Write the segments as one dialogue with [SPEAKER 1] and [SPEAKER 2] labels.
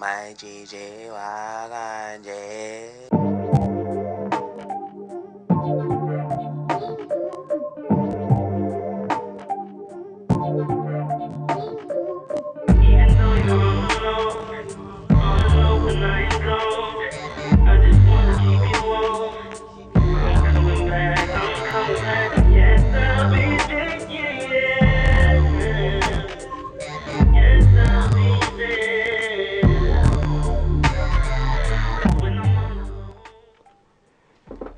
[SPEAKER 1] my Gigi Waganje.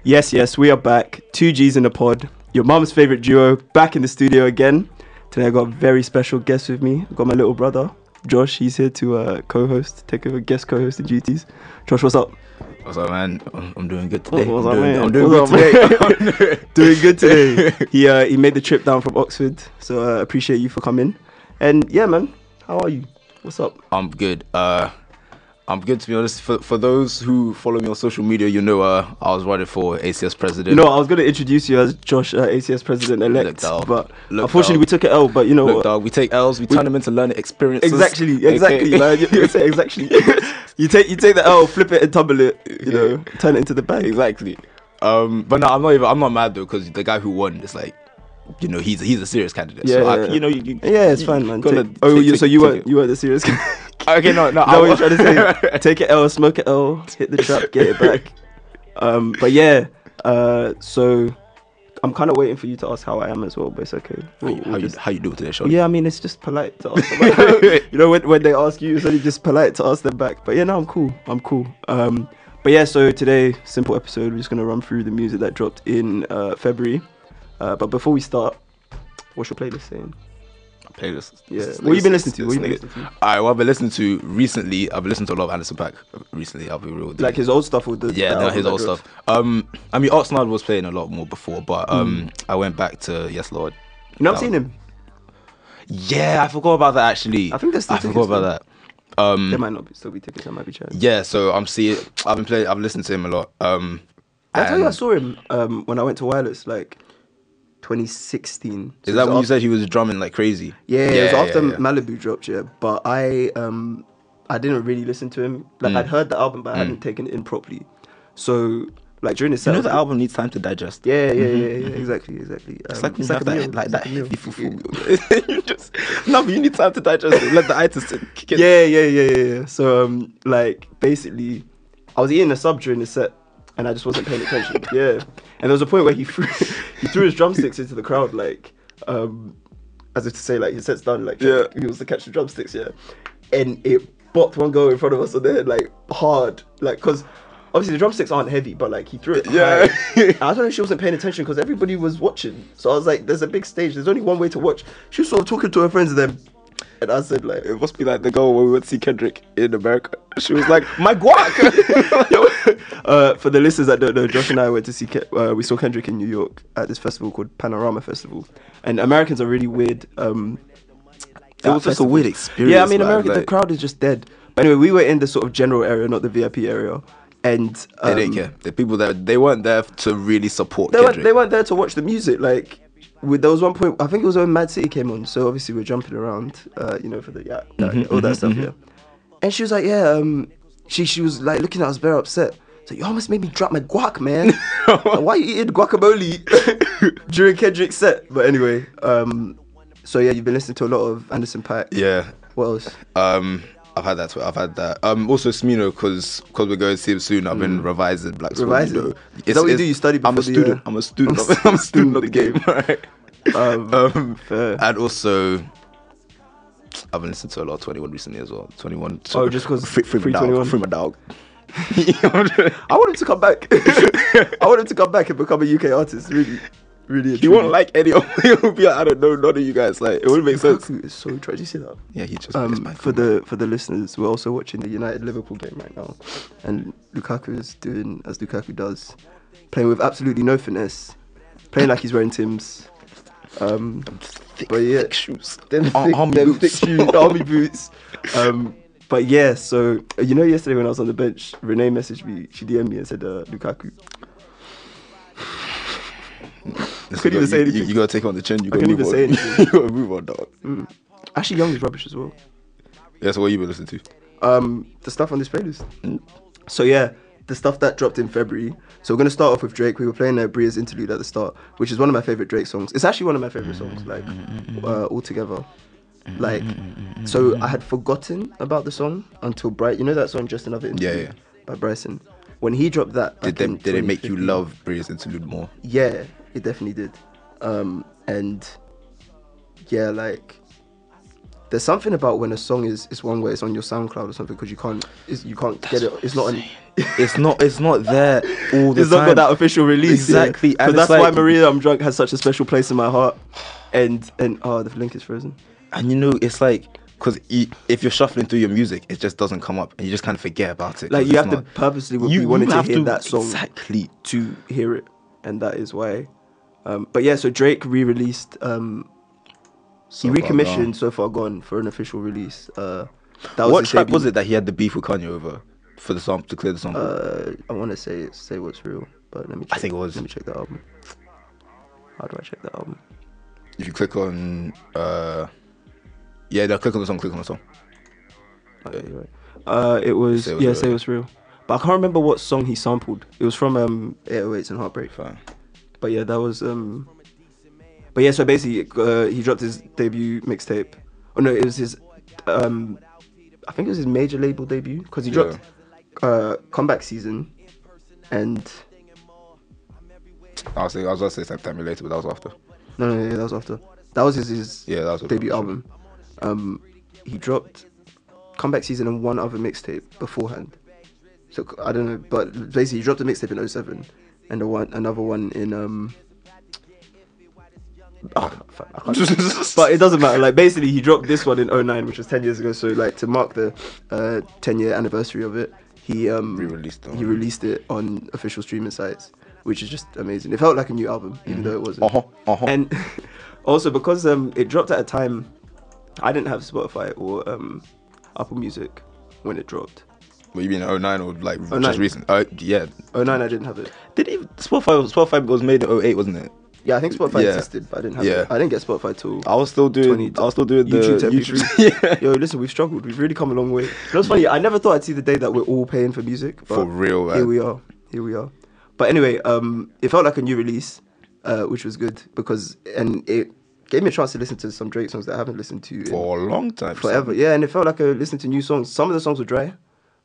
[SPEAKER 2] Yes, yes, we are back. Two G's in a pod. Your mum's favorite duo back in the studio again. Today I got a very special guest with me. I got my little brother, Josh. He's here to uh, co-host, take over guest co-hosting duties. Josh, what's up?
[SPEAKER 3] What's up, man? I'm, I'm doing good today.
[SPEAKER 2] what's up,
[SPEAKER 3] I'm, doing,
[SPEAKER 2] man?
[SPEAKER 3] I'm doing
[SPEAKER 2] What's
[SPEAKER 3] good
[SPEAKER 2] up,
[SPEAKER 3] today.
[SPEAKER 2] Doing good today. he uh, he made the trip down from Oxford, so uh, appreciate you for coming. And yeah, man, how are you? What's up?
[SPEAKER 3] I'm good. Uh, I'm good to be honest. For, for those who follow me on social media, you know uh, I was running for ACS president.
[SPEAKER 2] No, I was gonna introduce you as Josh, uh, ACS president
[SPEAKER 3] Look,
[SPEAKER 2] elect,
[SPEAKER 3] dog.
[SPEAKER 2] but
[SPEAKER 3] Look,
[SPEAKER 2] unfortunately
[SPEAKER 3] dog.
[SPEAKER 2] we took it L. But you know,
[SPEAKER 3] Look,
[SPEAKER 2] what?
[SPEAKER 3] dog, we take L's, we, turn them into learning experiences.
[SPEAKER 2] exactly,
[SPEAKER 3] Okay.
[SPEAKER 2] exactly, man. You, you say exactly. you take you take the L, flip it and tumble it. You know, turn it into the bag.
[SPEAKER 3] exactly. Um, but no, I'm not even. I'm not mad though, because the guy who won is like, you know, he's he's a serious candidate. so
[SPEAKER 2] Yeah,
[SPEAKER 3] I-
[SPEAKER 2] yeah, yeah.
[SPEAKER 3] you know, you, you-
[SPEAKER 2] Yeah, it's
[SPEAKER 3] you
[SPEAKER 2] fine, man.
[SPEAKER 3] gotta
[SPEAKER 2] Take- oh,
[SPEAKER 3] take-
[SPEAKER 2] you,
[SPEAKER 3] take-
[SPEAKER 2] so you
[SPEAKER 3] take
[SPEAKER 2] were
[SPEAKER 3] it.
[SPEAKER 2] you were the serious. guy.
[SPEAKER 3] okay? No, no,
[SPEAKER 2] Is that what you're trying to say? Take it L, smoke it L, hit the trap, get it back. Um, but yeah, uh, so I'm kind of waiting for you to ask how I am as well, but it's okay.
[SPEAKER 3] How
[SPEAKER 2] We'll-
[SPEAKER 3] you,
[SPEAKER 2] we'll
[SPEAKER 3] how you
[SPEAKER 2] just-
[SPEAKER 3] how you do it today, Sean?
[SPEAKER 2] yeah, I mean, it's just polite to ask them back. you know, when, when they ask you, it's only just polite to ask them back. But yeah, no, I'm cool. I'm cool. Um, but yeah, so today, simple episode. We're just going to run through the music that dropped in uh, February. Uh, but before we start, what's your playlist saying?
[SPEAKER 3] playlist.
[SPEAKER 2] Yeah.
[SPEAKER 3] This-
[SPEAKER 2] What you been
[SPEAKER 3] this-
[SPEAKER 2] listening to?
[SPEAKER 3] this
[SPEAKER 2] What you been
[SPEAKER 3] nigga.
[SPEAKER 2] listening to?
[SPEAKER 3] Alright, what I've been listening to recently, I've been listening to a lot of Anderson Pack recently. I'll be real. with you.
[SPEAKER 2] Like his old stuff with the
[SPEAKER 3] yeah,
[SPEAKER 2] the
[SPEAKER 3] no,
[SPEAKER 2] album
[SPEAKER 3] his
[SPEAKER 2] that
[SPEAKER 3] old
[SPEAKER 2] dropped?
[SPEAKER 3] stuff. Um, I mean, Arsenal was playing a lot more before, but um, I went back to Yes Lord.
[SPEAKER 2] Hmm. You never
[SPEAKER 3] That
[SPEAKER 2] seen
[SPEAKER 3] was-
[SPEAKER 2] him?
[SPEAKER 3] Yeah, I forgot about that actually.
[SPEAKER 2] I think there's still
[SPEAKER 3] I forgot
[SPEAKER 2] tickets,
[SPEAKER 3] about
[SPEAKER 2] man.
[SPEAKER 3] that. Um,
[SPEAKER 2] There might not be, still be tickets. I might be chatting.
[SPEAKER 3] yeah, so I'm seeing. I've been playing. I've listened to him a lot. Um,
[SPEAKER 2] Did I tell you I
[SPEAKER 3] and-
[SPEAKER 2] saw him um, when I went to Wireless, like 2016. So it
[SPEAKER 3] Is that
[SPEAKER 2] was
[SPEAKER 3] when you
[SPEAKER 2] after-
[SPEAKER 3] said he was drumming like crazy?
[SPEAKER 2] Yeah, it was after
[SPEAKER 3] yeah.
[SPEAKER 2] Malibu dropped, yeah. But I um I didn't really listen to him.
[SPEAKER 3] Mm.
[SPEAKER 2] Like I'd heard the album, but I hadn't taken it in properly. So like during the set,
[SPEAKER 3] You
[SPEAKER 2] I
[SPEAKER 3] know,
[SPEAKER 2] was
[SPEAKER 3] the
[SPEAKER 2] like,
[SPEAKER 3] album needs time to digest.
[SPEAKER 2] Yeah, yeah, yeah, yeah, yeah, exactly, exactly.
[SPEAKER 3] It's
[SPEAKER 2] Um,
[SPEAKER 3] like, when you have
[SPEAKER 2] a
[SPEAKER 3] that,
[SPEAKER 2] meal,
[SPEAKER 3] like
[SPEAKER 2] it's
[SPEAKER 3] that
[SPEAKER 2] a meal.
[SPEAKER 3] heavy fufu. you just, no, but you need time to digest it. Let the itis kick in.
[SPEAKER 2] Yeah, yeah, yeah, yeah, yeah. So um, like basically, I was eating a sub during the set, and I just wasn't paying attention. yeah, and there was a point where he threw he threw his drumsticks into the crowd, like um, as if to say like his set's done, like
[SPEAKER 3] Yeah.
[SPEAKER 2] he was to catch the drumsticks, yeah, and it bopped one girl in front of us on the head like hard, like because. Obviously the drumsticks aren't heavy, but like he threw it.
[SPEAKER 3] Yeah.
[SPEAKER 2] high. And I don't know if she wasn't paying attention because everybody was watching. So I was like, "There's a big stage. There's only one way to watch." She was sort of talking to her friends, and then, and I said, "Like,
[SPEAKER 3] It must be like the girl when we went to see Kendrick in America. She was like, "My guac."
[SPEAKER 2] Yo, uh, for the listeners that don't know, Josh and I went to see Ke- uh, we saw Kendrick in New York at this festival called Panorama Festival, and Americans are really weird. Um,
[SPEAKER 3] It
[SPEAKER 2] at
[SPEAKER 3] was just a
[SPEAKER 2] festivals.
[SPEAKER 3] weird experience,
[SPEAKER 2] Yeah, I mean,
[SPEAKER 3] man,
[SPEAKER 2] America, the
[SPEAKER 3] like-
[SPEAKER 2] crowd is just dead. But anyway, we were in the sort of general area, not the VIP area, and
[SPEAKER 3] they
[SPEAKER 2] um,
[SPEAKER 3] didn't care. The people that they weren't there to really support
[SPEAKER 2] They weren't,
[SPEAKER 3] Kendrick.
[SPEAKER 2] they weren't there to watch the music. Like, we, there was one point, I think it was when Mad City came on. So obviously we're jumping around, uh, you know, for the yeah, yeah,
[SPEAKER 3] Mm-hmm,
[SPEAKER 2] yeah, all that stuff. Yeah, and she was like, yeah, um, she she was like looking at us very upset. So you almost made me drop my guac, man. Like, Why you eating guacamole during Kendrick's set? But anyway, um, so yeah, you've been listening to a lot of Anderson Paak.
[SPEAKER 3] yeah.
[SPEAKER 2] What else?
[SPEAKER 3] Um, I've had that. I've had that. Um, also Smino, because because we're going to see him soon. I've been revising Black Swan.
[SPEAKER 2] Mm. Revising?
[SPEAKER 3] You know.
[SPEAKER 2] Is that what you do? You study
[SPEAKER 3] I'm a
[SPEAKER 2] before the, uh,
[SPEAKER 3] student. I'm a student.
[SPEAKER 2] I'm
[SPEAKER 3] of- I'm a student of the game. Right?
[SPEAKER 2] Um,
[SPEAKER 3] Um,
[SPEAKER 2] fair.
[SPEAKER 3] and also. I've been listening to a lot of 21 recently as well. 21.
[SPEAKER 2] Oh, just 'cause
[SPEAKER 3] free, free,
[SPEAKER 2] Free
[SPEAKER 3] my
[SPEAKER 2] 21.
[SPEAKER 3] dog. Free my dog. You know what I'm
[SPEAKER 2] I want him to come back. I want him to come back and become a UK artist. Really, really. and
[SPEAKER 3] You
[SPEAKER 2] truly.
[SPEAKER 3] won't like any of it. will be like, I don't know none of you guys. Like it wouldn't make sense.
[SPEAKER 2] Lukaku is so tragic. You see that?
[SPEAKER 3] Yeah, he just
[SPEAKER 2] Um, for the for the listeners, we're also watching the United Liverpool game right now, and Lukaku is doing as Lukaku does, playing with absolutely no finesse, playing like he's wearing Tim's. Um,
[SPEAKER 3] thick,
[SPEAKER 2] but yeah,
[SPEAKER 3] thick shoes.
[SPEAKER 2] them
[SPEAKER 3] Ar-
[SPEAKER 2] thick,
[SPEAKER 3] army
[SPEAKER 2] them
[SPEAKER 3] boots.
[SPEAKER 2] thick shoes, army boots. Um, but yeah, so you know, yesterday when I was on the bench, Renee messaged me. She DM'd me and said, uh, "Lukaku,
[SPEAKER 3] Listen,
[SPEAKER 2] couldn't
[SPEAKER 3] you
[SPEAKER 2] even
[SPEAKER 3] got-
[SPEAKER 2] say
[SPEAKER 3] you-
[SPEAKER 2] anything.
[SPEAKER 3] You, you gotta take on the chin. You
[SPEAKER 2] I
[SPEAKER 3] gotta
[SPEAKER 2] couldn't
[SPEAKER 3] move on.
[SPEAKER 2] even say anything. Mm.
[SPEAKER 3] you gotta move on, dog.
[SPEAKER 2] Ashley Young is rubbish as well."
[SPEAKER 3] That's what you been listening to.
[SPEAKER 2] um, the stuff on this playlist. So yeah, the stuff that dropped in February. So we're gonna start off with Drake. We were playing a Bria's interlude at the start, which is one of my favorite Drake songs. It's actually one of my favorite
[SPEAKER 3] Mm-hmm.
[SPEAKER 2] songs, like uh, altogether. Like,
[SPEAKER 3] Mm-hmm.
[SPEAKER 2] so I had forgotten about the song until Bright. You know that song, just another interlude,
[SPEAKER 3] Yeah, yeah.
[SPEAKER 2] by Bryson. When he dropped that,
[SPEAKER 3] Did
[SPEAKER 2] back
[SPEAKER 3] they,
[SPEAKER 2] in
[SPEAKER 3] did it make you
[SPEAKER 2] 2015
[SPEAKER 3] love Breeze Interlude more?
[SPEAKER 2] yeah it definitely did um and yeah like there's something about when a song is is one way it's on your soundcloud or something because you can't it's, you can't get it it's not an
[SPEAKER 3] It's not. It's not there all the
[SPEAKER 2] it's not
[SPEAKER 3] time.
[SPEAKER 2] got that official release
[SPEAKER 3] Exactly,
[SPEAKER 2] yeah. so
[SPEAKER 3] and it's
[SPEAKER 2] that's why
[SPEAKER 3] like-
[SPEAKER 2] maria i'm drunk has such a special place in my heart and and oh the link is frozen
[SPEAKER 3] and you know, it's like because you, if you're shuffling through your music, it just doesn't come up, and you just kind of forget about it. 'cause
[SPEAKER 2] like you
[SPEAKER 3] it's
[SPEAKER 2] have to
[SPEAKER 3] not-
[SPEAKER 2] purposely would be wanting to
[SPEAKER 3] have
[SPEAKER 2] hear that song
[SPEAKER 3] exactly.
[SPEAKER 2] to hear it and that is why um but yeah so drake re-released um he
[SPEAKER 3] So far gone.
[SPEAKER 2] recommissioned so far gone for an official release uh that
[SPEAKER 3] What
[SPEAKER 2] his
[SPEAKER 3] track
[SPEAKER 2] debut.
[SPEAKER 3] was it that he had the beef with Kanye over for the song to clear the song?
[SPEAKER 2] Uh, I want to say it's say what's real, but let me. Check,
[SPEAKER 3] I think it was-
[SPEAKER 2] Let me check the album. How do I check the album?
[SPEAKER 3] if you click on, uh, yeah, no, click on the song. Click on the song.
[SPEAKER 2] Okay, you're right. Uh, it was
[SPEAKER 3] Say What's
[SPEAKER 2] yeah,
[SPEAKER 3] Real,
[SPEAKER 2] say
[SPEAKER 3] yeah.
[SPEAKER 2] what's real, but I can't remember what song he sampled. It was from um 808s and Heartbreak.
[SPEAKER 3] Fine.
[SPEAKER 2] But yeah, that was um. But yeah, so basically, uh, he dropped his debut mixtape. Oh no, it was his um, I think it was his major label debut because he dropped uh comeback season, and
[SPEAKER 3] I was, saying, I was gonna say September later, but that was after.
[SPEAKER 2] no, no, no, yeah, that was after. That was his, his
[SPEAKER 3] Yeah, that was
[SPEAKER 2] debut album. Um, he dropped comeback season and one other mixtape beforehand. So c- I don't know, but basically he dropped a mixtape in 07 and a one another one in um. Oh, fuck, I can't- but it doesn't matter. Like basically, he dropped this one in 09, which was 10 years ago. So like to mark the uh, 10 year anniversary of it, he um
[SPEAKER 3] Re-released it.
[SPEAKER 2] He released it on official streaming sites, which is just amazing. It felt like a new album, even though it wasn't.
[SPEAKER 3] Uh-huh, uh-huh.
[SPEAKER 2] And also because um it dropped at a time I didn't have Spotify or um Apple Music when it dropped.
[SPEAKER 3] What you mean 09 or like
[SPEAKER 2] 09.
[SPEAKER 3] just recent? Uh, yeah.
[SPEAKER 2] Oh nine, I didn't have it.
[SPEAKER 3] Did he, Spotify Spotify was made in 08, wasn't it?
[SPEAKER 2] Yeah, I think Spotify
[SPEAKER 3] Yeah.
[SPEAKER 2] existed, but I didn't have
[SPEAKER 3] Yeah.
[SPEAKER 2] it. I didn't get Spotify till
[SPEAKER 3] I was still
[SPEAKER 2] 20
[SPEAKER 3] doing. I was still doing the
[SPEAKER 2] YouTube to
[SPEAKER 3] YouTube- Yeah.
[SPEAKER 2] MP3. Yo, listen, we've struggled. We've really come a long way. You know, it's funny. I never thought I'd see the day that we're all paying for music. But
[SPEAKER 3] For real, man.
[SPEAKER 2] Here we are. Here we are. But anyway, um, it felt like a new release, uh, which was good because and it gave me a chance to listen to some Drake songs that I haven't listened to in
[SPEAKER 3] for a long time.
[SPEAKER 2] forever. Yeah, and it felt like I listened to new songs. Some of the songs were dry.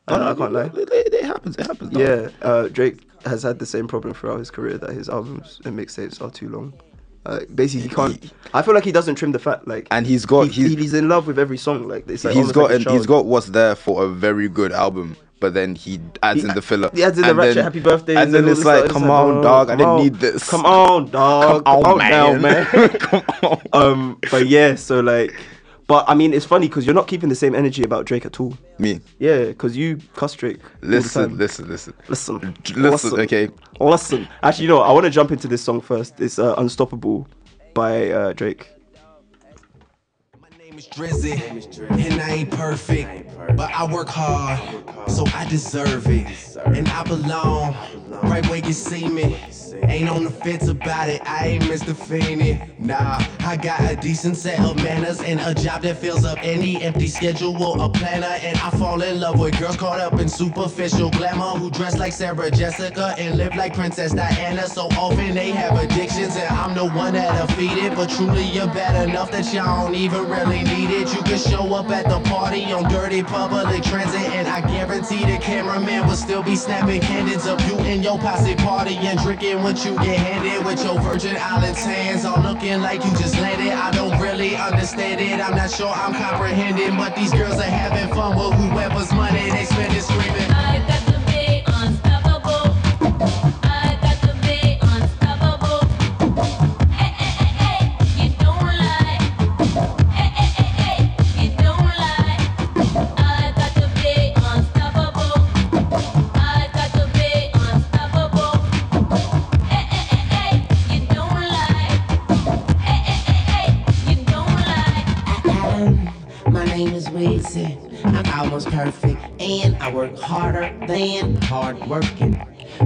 [SPEAKER 2] I, I can't lie.
[SPEAKER 3] It, it- it happens. It happens. dog.
[SPEAKER 2] Yeah, uh, Drake has had the same problem throughout his career that his albums and mixtapes are too long. Uh, basically, he can't. I feel like he doesn't trim the fat. Like,
[SPEAKER 3] And he's got-
[SPEAKER 2] He,
[SPEAKER 3] he's-
[SPEAKER 2] he's in love with every song. Like, it's like almost
[SPEAKER 3] he's got
[SPEAKER 2] like a
[SPEAKER 3] and he's
[SPEAKER 2] child.
[SPEAKER 3] got what's there for a very good album, but then he adds
[SPEAKER 2] He-
[SPEAKER 3] in the filler.
[SPEAKER 2] he adds in the
[SPEAKER 3] and
[SPEAKER 2] ratchet happy birthdays
[SPEAKER 3] and then
[SPEAKER 2] all
[SPEAKER 3] it's
[SPEAKER 2] this
[SPEAKER 3] like,
[SPEAKER 2] stuff.
[SPEAKER 3] come on,
[SPEAKER 2] oh,
[SPEAKER 3] dog, I
[SPEAKER 2] come
[SPEAKER 3] didn't
[SPEAKER 2] on.
[SPEAKER 3] need this.
[SPEAKER 2] Come on, dog.
[SPEAKER 3] Come on,
[SPEAKER 2] now,
[SPEAKER 3] man.
[SPEAKER 2] man.
[SPEAKER 3] come on.
[SPEAKER 2] um, but yeah, so like, but I mean, it's funny because you're not keeping the same energy about Drake at all.
[SPEAKER 3] Me,
[SPEAKER 2] Yeah, because you cuss Drake. all the time.
[SPEAKER 3] listen, listen, listen,
[SPEAKER 2] Listen,
[SPEAKER 3] J- listen, okay.
[SPEAKER 2] Listen. Actually, you know, what? I want to jump into this song first. It's uh, Unstoppable by uh, Drake.
[SPEAKER 4] My name is Drizzy, and I ain't perfect, but I work hard, so I deserve it, and I belong right where you see me. Ain't on the fence about it, I ain't Mr. Feeney. Nah, I got a decent set of manners and a job that fills up any empty schedule, a planner, and I fall in love with girls caught up in superficial glamour who dress like Sarah Jessica and live like Princess Diana. So often they have addictions, and I'm the one that feed it, but truly you're bad enough that y'all don't even really need it. You can show up at the party on dirty public transit, and I guarantee the cameraman will still be snapping candid's of you and your posse party and drinking what you get handed with your Virgin Islands hands all looking like you just landed. I don't really understand it. I'm not sure I'm comprehending, but these girls are having fun with whoever's money they spend it screaming.
[SPEAKER 5] I got to be unstoppable. I got to be unstoppable. Hey, hey, hey, hey, you don't lie. Hey, hey, hey, hey, you don't lie. I got to be unstoppable. I got to be unstoppable. Hey, hey, hey, hey, you don't lie. Hey, hey, hey, hey, you don't lie.
[SPEAKER 6] Um, my name is Winston. I'm almost perfect, and I work harder than hard working.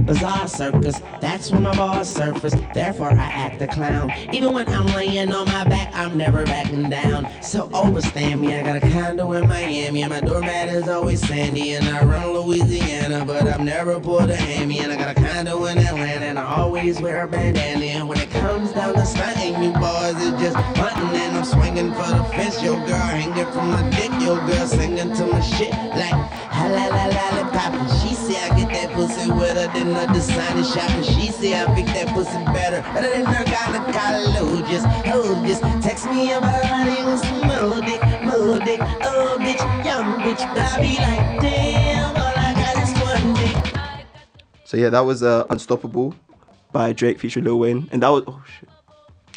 [SPEAKER 6] Bizarre circus, that's when my bars surface. Therefore, I act a clown. Even when I'm laying on my back, I'm never backing down. So overstand me, I got a condo in Miami, and my doormat is always sandy. And I run Louisiana, but I've never pulled a hammy. And I got a condo in Atlanta, and I always wear a bandana. And when it comes down to stunting, you boys is just hunting. And I'm swinging for the fence, yo girl, hanging from my dick, yo girl, singing to my shit like ha la la lollipop. And she say I get that pussy with her, then her designer shop. And she say I pick that pussy better, better than her gynecologist. Who just, who just Oh, text me about riding with some little dick, little dick, oh bitch, young bitch. I be like, damn, all I got is one dick.
[SPEAKER 2] So yeah, that was uh, Unstoppable by Drake featuring Lil Wayne, and that was oh shit.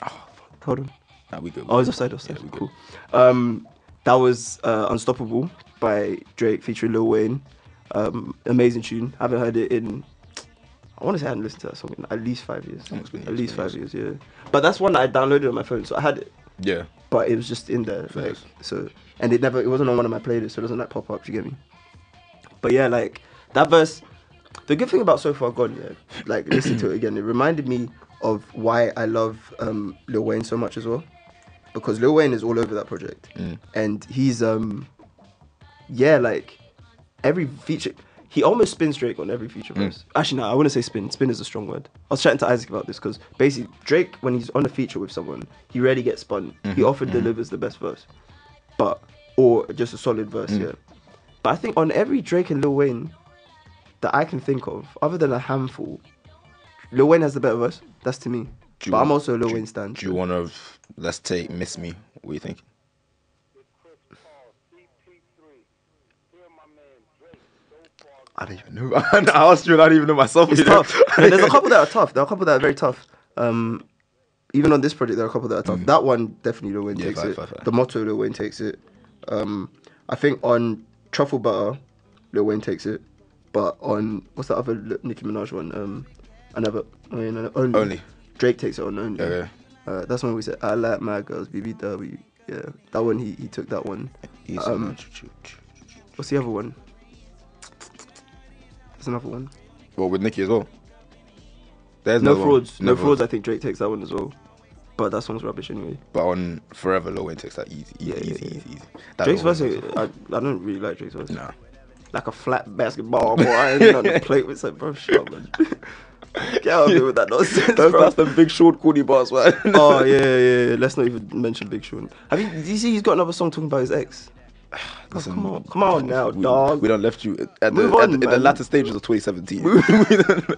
[SPEAKER 2] Oh, fuck. Hold on.
[SPEAKER 3] Nah, we good.
[SPEAKER 2] Oh, it's offside, offside. cool. Um, that was uh, Unstoppable by Drake featuring Lil Wayne. Um, amazing tune. haven't heard it in. I want to say I hadn't listened to that song in at least five years.
[SPEAKER 3] Almost been
[SPEAKER 2] At
[SPEAKER 3] years,
[SPEAKER 2] least
[SPEAKER 3] been
[SPEAKER 2] five years, yeah. But that's one that I downloaded on my phone, so I had it,
[SPEAKER 3] Yeah.
[SPEAKER 2] but it was just in there, like
[SPEAKER 3] Facts.
[SPEAKER 2] so. And it never, it wasn't on one of my playlists, so it doesn't like pop up. if You get me? But yeah, like that verse. The good thing about So Far Gone, yeah, like listen to it again. It reminded me of why I love um, Lil Wayne so much as well, because Lil Wayne is all over that project, and he's um, yeah, like every feature. He almost spins Drake on every feature verse. Actually, no, I wouldn't say spin. Spin is a strong word. I was chatting to Isaac about this because basically Drake, when he's on a feature with someone, he rarely gets spun. He often delivers the best verse, but or just a solid verse, yeah. But I think on every Drake and Lil Wayne, that I can think of, other than a handful, Lil Wayne has the better verse. That's to me.
[SPEAKER 3] Do you
[SPEAKER 2] but I'm
[SPEAKER 3] want-
[SPEAKER 2] also a Lil
[SPEAKER 3] do-
[SPEAKER 2] Wayne stan.
[SPEAKER 3] Do you want to? Let's take "Miss Me." What do you think? I don't even know. I asked you, and I don't even know myself.
[SPEAKER 2] It's tough. No, there's a couple that are tough. There are a couple that are very tough. Um, even on this project, there are a couple that are tough. That one definitely Lil Wayne
[SPEAKER 3] Mm. Yeah,
[SPEAKER 2] takes
[SPEAKER 3] fair,
[SPEAKER 2] it.
[SPEAKER 3] fair, fair.
[SPEAKER 2] The motto Lil Wayne takes it. Um, I think on Truffle Butter, Lil Wayne takes it. But on what's that other Lil- Nicki Minaj one? Um, another I mean, uh, only.
[SPEAKER 3] Only.
[SPEAKER 2] Drake takes it on only.
[SPEAKER 3] Okay.
[SPEAKER 2] Uh, that's when we said I like my girls BBW. Yeah, that one he, he took that one.
[SPEAKER 3] He's-
[SPEAKER 2] Um, What's the other one? There's another one.
[SPEAKER 3] well, with Nicki as well. There's
[SPEAKER 2] No
[SPEAKER 3] another one.
[SPEAKER 2] frauds. No
[SPEAKER 3] Another one.
[SPEAKER 2] frauds. I think Drake takes that one as well. But that song's rubbish anyway.
[SPEAKER 3] But on Forever, Lil Wayne takes that easy, easy,
[SPEAKER 2] Yeah, yeah,
[SPEAKER 3] easy,
[SPEAKER 2] yeah.
[SPEAKER 3] easy, easy. That
[SPEAKER 2] Drake's
[SPEAKER 3] Lil Wayne
[SPEAKER 2] verse, I, I don't really like Drake's verse.
[SPEAKER 3] Nah.
[SPEAKER 2] Like a flat basketball, boy. I ain't on the plate with some bro. Shut up, man. Get out of here with that nonsense,
[SPEAKER 3] That's,
[SPEAKER 2] bro.
[SPEAKER 3] that's the big short Courtney bars, man.
[SPEAKER 2] oh yeah, yeah, yeah. Let's not even mention Big Sean. Have you? Did you see he's got another song talking about his ex?
[SPEAKER 3] Listen,
[SPEAKER 2] come on- come on now,
[SPEAKER 3] we,
[SPEAKER 2] dog.
[SPEAKER 3] We done left you at- at the,
[SPEAKER 2] Move
[SPEAKER 3] at
[SPEAKER 2] on,
[SPEAKER 3] the- in the
[SPEAKER 2] man.
[SPEAKER 3] latter stages of 2017. We done-